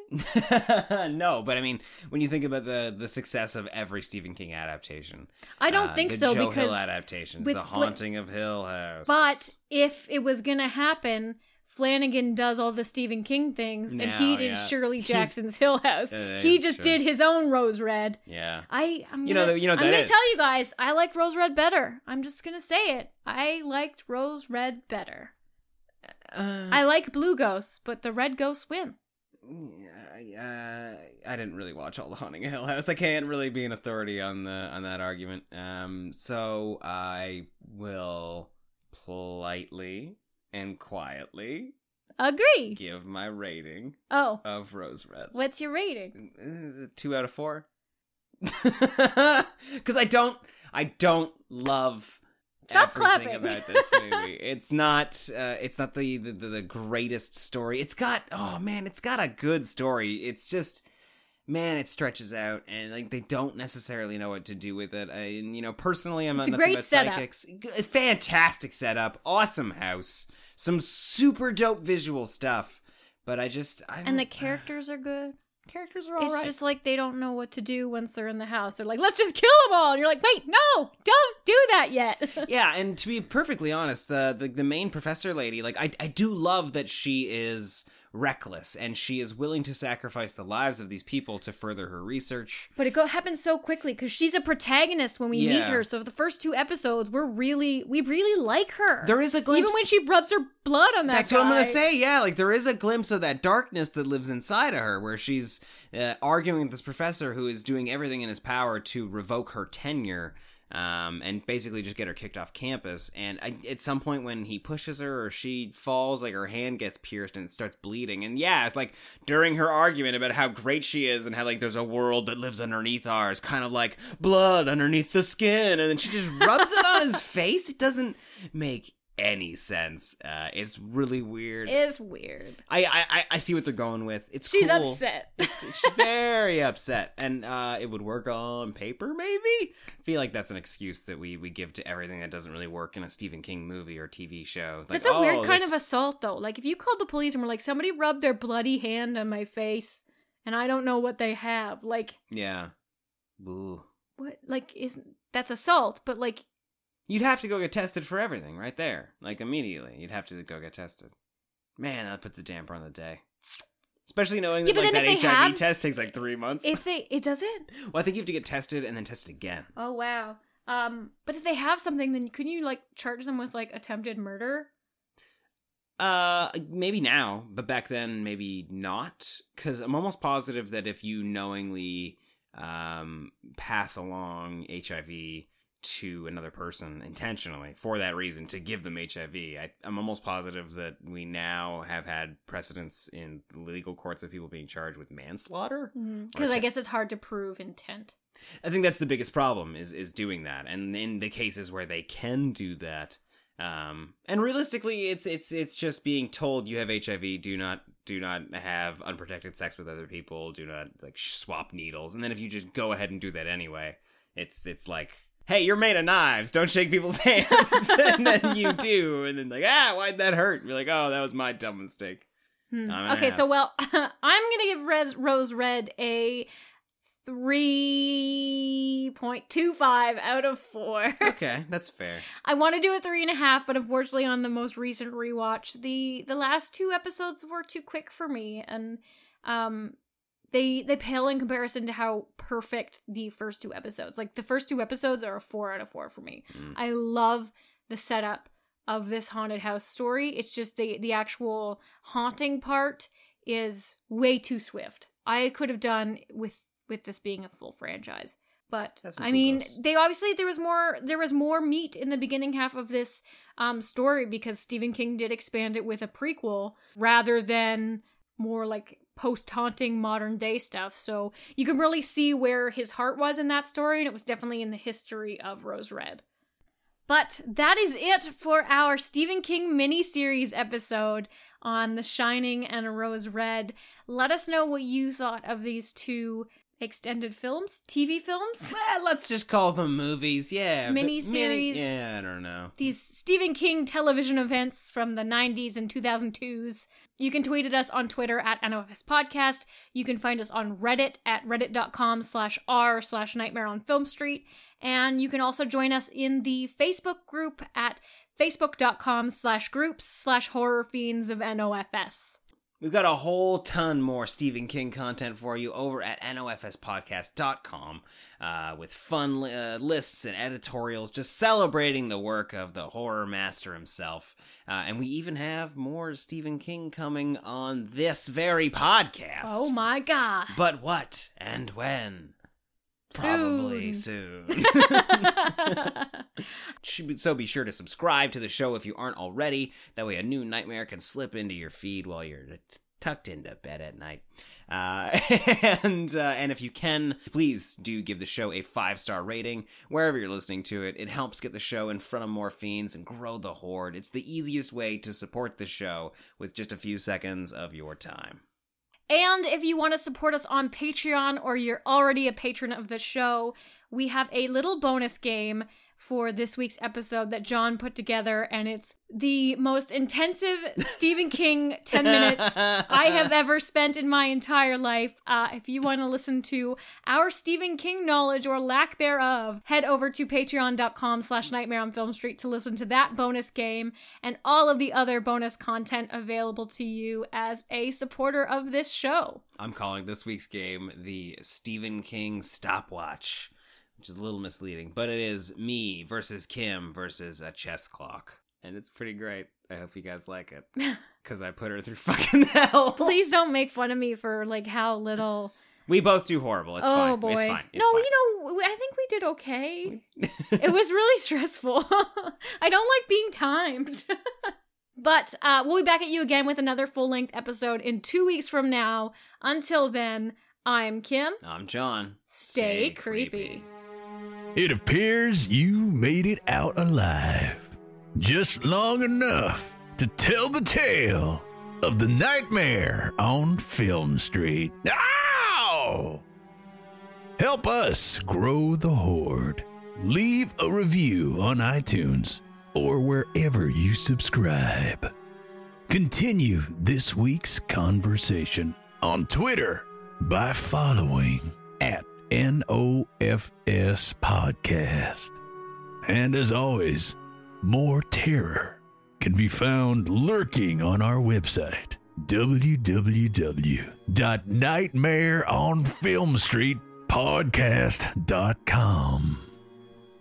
[SPEAKER 3] no, but I mean, when you think about the the success of every Stephen King adaptation, uh,
[SPEAKER 4] I don't think
[SPEAKER 3] the
[SPEAKER 4] so,
[SPEAKER 3] Joe
[SPEAKER 4] because
[SPEAKER 3] Hill adaptations,
[SPEAKER 4] with
[SPEAKER 3] the
[SPEAKER 4] Fli-
[SPEAKER 3] Haunting of Hill House,
[SPEAKER 4] But if it was gonna happen, Flanagan does all the Stephen King things, and he
[SPEAKER 3] Now,
[SPEAKER 4] did
[SPEAKER 3] yeah.
[SPEAKER 4] Shirley
[SPEAKER 3] He's-
[SPEAKER 4] Jackson's Hill House.
[SPEAKER 3] Yeah,
[SPEAKER 4] he
[SPEAKER 3] it's
[SPEAKER 4] just
[SPEAKER 3] true.
[SPEAKER 4] did his own Rose Red.
[SPEAKER 3] yeah,
[SPEAKER 4] I I'm gonna,
[SPEAKER 3] You know that- you know
[SPEAKER 4] I'm
[SPEAKER 3] that
[SPEAKER 4] gonna
[SPEAKER 3] is.
[SPEAKER 4] tell you guys I like Rose Red better. I'm just gonna say it. I liked Rose Red better. I like Blue Ghosts, but the Red Ghosts win.
[SPEAKER 3] uh, I didn't really watch all the Haunting of Hill House. I can't really be an authority on the on that argument. Um, so I will politely and quietly
[SPEAKER 4] Agree.
[SPEAKER 3] give my rating.
[SPEAKER 4] Oh.
[SPEAKER 3] of Rose Red.
[SPEAKER 4] What's your rating?
[SPEAKER 3] Uh, Two out of four. <laughs> Because I don't, I don't love
[SPEAKER 4] Stop
[SPEAKER 3] everything
[SPEAKER 4] clapping.
[SPEAKER 3] about this
[SPEAKER 4] <laughs>
[SPEAKER 3] movie. it's not, uh, it's not the, the the greatest story. It's got, oh man, it's got a good story. It's just, man, it stretches out, and like they don't necessarily know what to do with it. I, and you know, personally, I'm
[SPEAKER 4] It's a
[SPEAKER 3] not nuts
[SPEAKER 4] great
[SPEAKER 3] about
[SPEAKER 4] setup.
[SPEAKER 3] psychics. G- Fantastic setup, awesome house, some super dope visual stuff. But I just, I uh,
[SPEAKER 4] And the characters are good.
[SPEAKER 3] Characters
[SPEAKER 4] are
[SPEAKER 3] all
[SPEAKER 4] It's
[SPEAKER 3] right.
[SPEAKER 4] just like they don't know what to do once they're in the house. They're like, let's just kill them all. And you're like, wait, no, don't do that yet. <laughs>
[SPEAKER 3] yeah, and to be perfectly honest, the, the the main professor lady, like I I do love that she is reckless and she is willing to sacrifice the lives of these people to further her research.
[SPEAKER 4] But it go- happens so quickly because she's a protagonist when we meet
[SPEAKER 3] Yeah.
[SPEAKER 4] her. So the first two episodes, we're really, we really like her.
[SPEAKER 3] There is a glimpse-
[SPEAKER 4] even when she rubs her blood on that.
[SPEAKER 3] That's what I'm gonna
[SPEAKER 4] guy.
[SPEAKER 3] say. Yeah, like there is a glimpse of that darkness that lives inside of her, where she's uh, arguing with this professor who is doing everything in his power to revoke her tenure. Um, and basically just get her kicked off campus. And I, at some point, when he pushes her or she falls, like her hand gets pierced and it starts bleeding. And yeah, it's like during her argument about how great she is and how like there's a world that lives underneath ours, kind of like blood underneath the skin. And then she just rubs it on his <laughs> face. It doesn't make any sense. Uh, it's really weird.
[SPEAKER 4] It's weird.
[SPEAKER 3] I, I I- I see what they're going with. It's
[SPEAKER 4] She's
[SPEAKER 3] cool.
[SPEAKER 4] upset.
[SPEAKER 3] She's very upset, and uh, it would work on paper. Maybe I feel like that's an excuse that we we give to everything that doesn't really work in a Stephen King movie or TV show. Like,
[SPEAKER 4] That's a weird
[SPEAKER 3] oh,
[SPEAKER 4] kind
[SPEAKER 3] this-
[SPEAKER 4] of assault, though. Like if you called the police and were like, somebody rubbed their bloody hand on my face, and I don't know what they have. Like
[SPEAKER 3] yeah. Ooh.
[SPEAKER 4] what? Like is that's assault? But like
[SPEAKER 3] You'd have to go get tested for everything right there, like immediately. You'd have to go get tested. Man, that puts a damper on the day. Especially knowing
[SPEAKER 4] Yeah,
[SPEAKER 3] that,
[SPEAKER 4] but
[SPEAKER 3] like,
[SPEAKER 4] then
[SPEAKER 3] that HIV
[SPEAKER 4] if they have-
[SPEAKER 3] test takes like three months.
[SPEAKER 4] if they, it doesn't.
[SPEAKER 3] Well, I think you have to get tested and then tested again.
[SPEAKER 4] Oh wow. Um, but if they have something, then couldn't you like charge them with like attempted murder?
[SPEAKER 3] Uh, maybe now, but back then maybe not, because I'm almost positive that if you knowingly um pass along HIV to another person intentionally for that reason to give them HIV, I, I'm almost positive that we now have had precedents in legal courts of people being charged with manslaughter.
[SPEAKER 4] Because Mm-hmm. I guess it's hard to prove intent.
[SPEAKER 3] I think that's the biggest problem is is doing that, and in the cases where they can do that, um, and realistically, it's it's it's just being told you have HIV, do not do not have unprotected sex with other people, do not like sh- swap needles, and then if you just go ahead and do that anyway, it's it's like. Hey, you're made of knives. Don't shake people's <laughs> hands. and then you do, and then like, ah, why'd that hurt? You're like, oh, that was my dumb mistake.
[SPEAKER 4] Hmm.
[SPEAKER 3] I'm an
[SPEAKER 4] Okay, so
[SPEAKER 3] ass.
[SPEAKER 4] well, <laughs> I'm gonna give Res- Rose Red a three point two five out of four.
[SPEAKER 3] Okay, that's fair.
[SPEAKER 4] I want to do a three and a half, but unfortunately, on the most recent rewatch, the the last two episodes were too quick for me, and um, they they pale in comparison to how perfect the first two episodes. Like the first two episodes are a four out of four for me.
[SPEAKER 15] Mm.
[SPEAKER 4] I love the setup of this haunted house story. It's just the the actual haunting part is way too swift. I could have done with with this being a full franchise. But
[SPEAKER 3] That's some
[SPEAKER 4] I
[SPEAKER 3] cool
[SPEAKER 4] mean,
[SPEAKER 3] ghosts.
[SPEAKER 4] they obviously there was more there was more meat in the beginning half of this um, story because Stephen King did expand it with a prequel rather than more like post haunting modern day stuff. So you can really see where his heart was in that story, and it was definitely in the history of Rose Red. But that is it for our Stephen King mini series episode on The Shining and Rose Red. Let us know what you thought of these two extended films, TV films.
[SPEAKER 3] Eh, let's just call them movies. Yeah. but
[SPEAKER 4] Miniseries.
[SPEAKER 3] Mini- yeah, I don't know.
[SPEAKER 4] these Stephen King television events from the 90s and 2002s. You can tweet at us on Twitter at NOFS Podcast. You can find us on Reddit at reddit.com slash r slash nightmare on film street. And you can also join us in the Facebook group at facebook.com slash groups slash horror fiends of NOFS.
[SPEAKER 3] We've got a whole ton more Stephen King content for you over at nofspodcast.com uh, with fun li- uh, lists and editorials just celebrating the work of the horror master himself. Uh, and we even have more Stephen King coming on this very podcast.
[SPEAKER 4] Oh
[SPEAKER 3] <laughs>
[SPEAKER 4] my god. <laughs>
[SPEAKER 3] But what and when? Probably soon.
[SPEAKER 4] <laughs>
[SPEAKER 3] Should be- so be sure to subscribe to the show if you aren't already. That way, a new nightmare can slip into your feed while you're t- tucked into bed at night. Uh, <laughs> and uh, and if you can, please do give the show a five star rating wherever you're listening to it. It helps get the show in front of more fiends and grow the horde. It's the easiest way to support the show with just a few seconds of your time.
[SPEAKER 4] And if you want to support us on Patreon or you're already a patron of the show, we have a little bonus game for this week's episode that John put together, and it's the most intensive Stephen King 10 minutes I have ever spent in my entire life. Uh, if you want to listen to our Stephen King knowledge or lack thereof, head over to patreon.com slash nightmare on film street to listen to that bonus game and all of the other bonus content available to you as a supporter of this show.
[SPEAKER 3] I'm calling this week's game the Stephen King stopwatch, which is a little misleading, but it is me versus Kim versus a chess clock. And it's pretty great. I hope you guys like
[SPEAKER 4] <laughs>
[SPEAKER 3] it. Because I put her through <laughs> fucking hell.
[SPEAKER 4] Please don't make fun of me for like how little.
[SPEAKER 3] We both do horrible. It's
[SPEAKER 4] oh
[SPEAKER 3] fine.
[SPEAKER 4] boy!
[SPEAKER 3] It's fine. It's
[SPEAKER 4] no,
[SPEAKER 3] fine.
[SPEAKER 4] you know, we- I think we did okay.
[SPEAKER 3] <laughs>
[SPEAKER 4] it was really stressful. <laughs> I don't like being timed. <laughs> but uh, we'll be back at you again with another full length episode in two weeks from now. Until then, I'm Kim.
[SPEAKER 3] I'm John.
[SPEAKER 4] Stay, creepy.
[SPEAKER 2] It appears you made it out alive. Just long enough to tell the tale of the nightmare on Film Street. Ow! Help us grow the horde. Leave a review on iTunes or wherever you subscribe. Continue this week's conversation on Twitter by following at NOFS Podcast. And as always, more terror can be found lurking on our website www.nightmareonfilmstreetpodcast.com.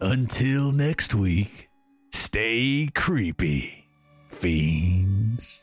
[SPEAKER 2] Until next week, stay creepy, fiends.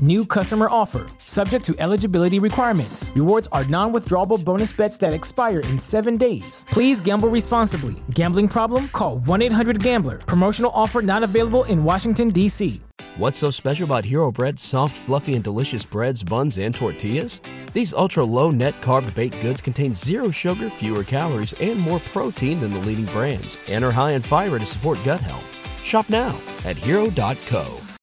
[SPEAKER 16] New customer offer, subject to eligibility requirements. Rewards are non withdrawable bonus bets that expire in seven days. Please gamble responsibly. Gambling problem? Call 1 800 Gambler. Promotional offer not available in Washington, D.C.
[SPEAKER 17] What's so special about Hero Bread's soft, fluffy, and delicious breads, buns, and tortillas? These ultra low net carb baked goods contain zero sugar, fewer calories, and more protein than the leading brands, and are high in fiber to support gut health. Shop now at hero.co.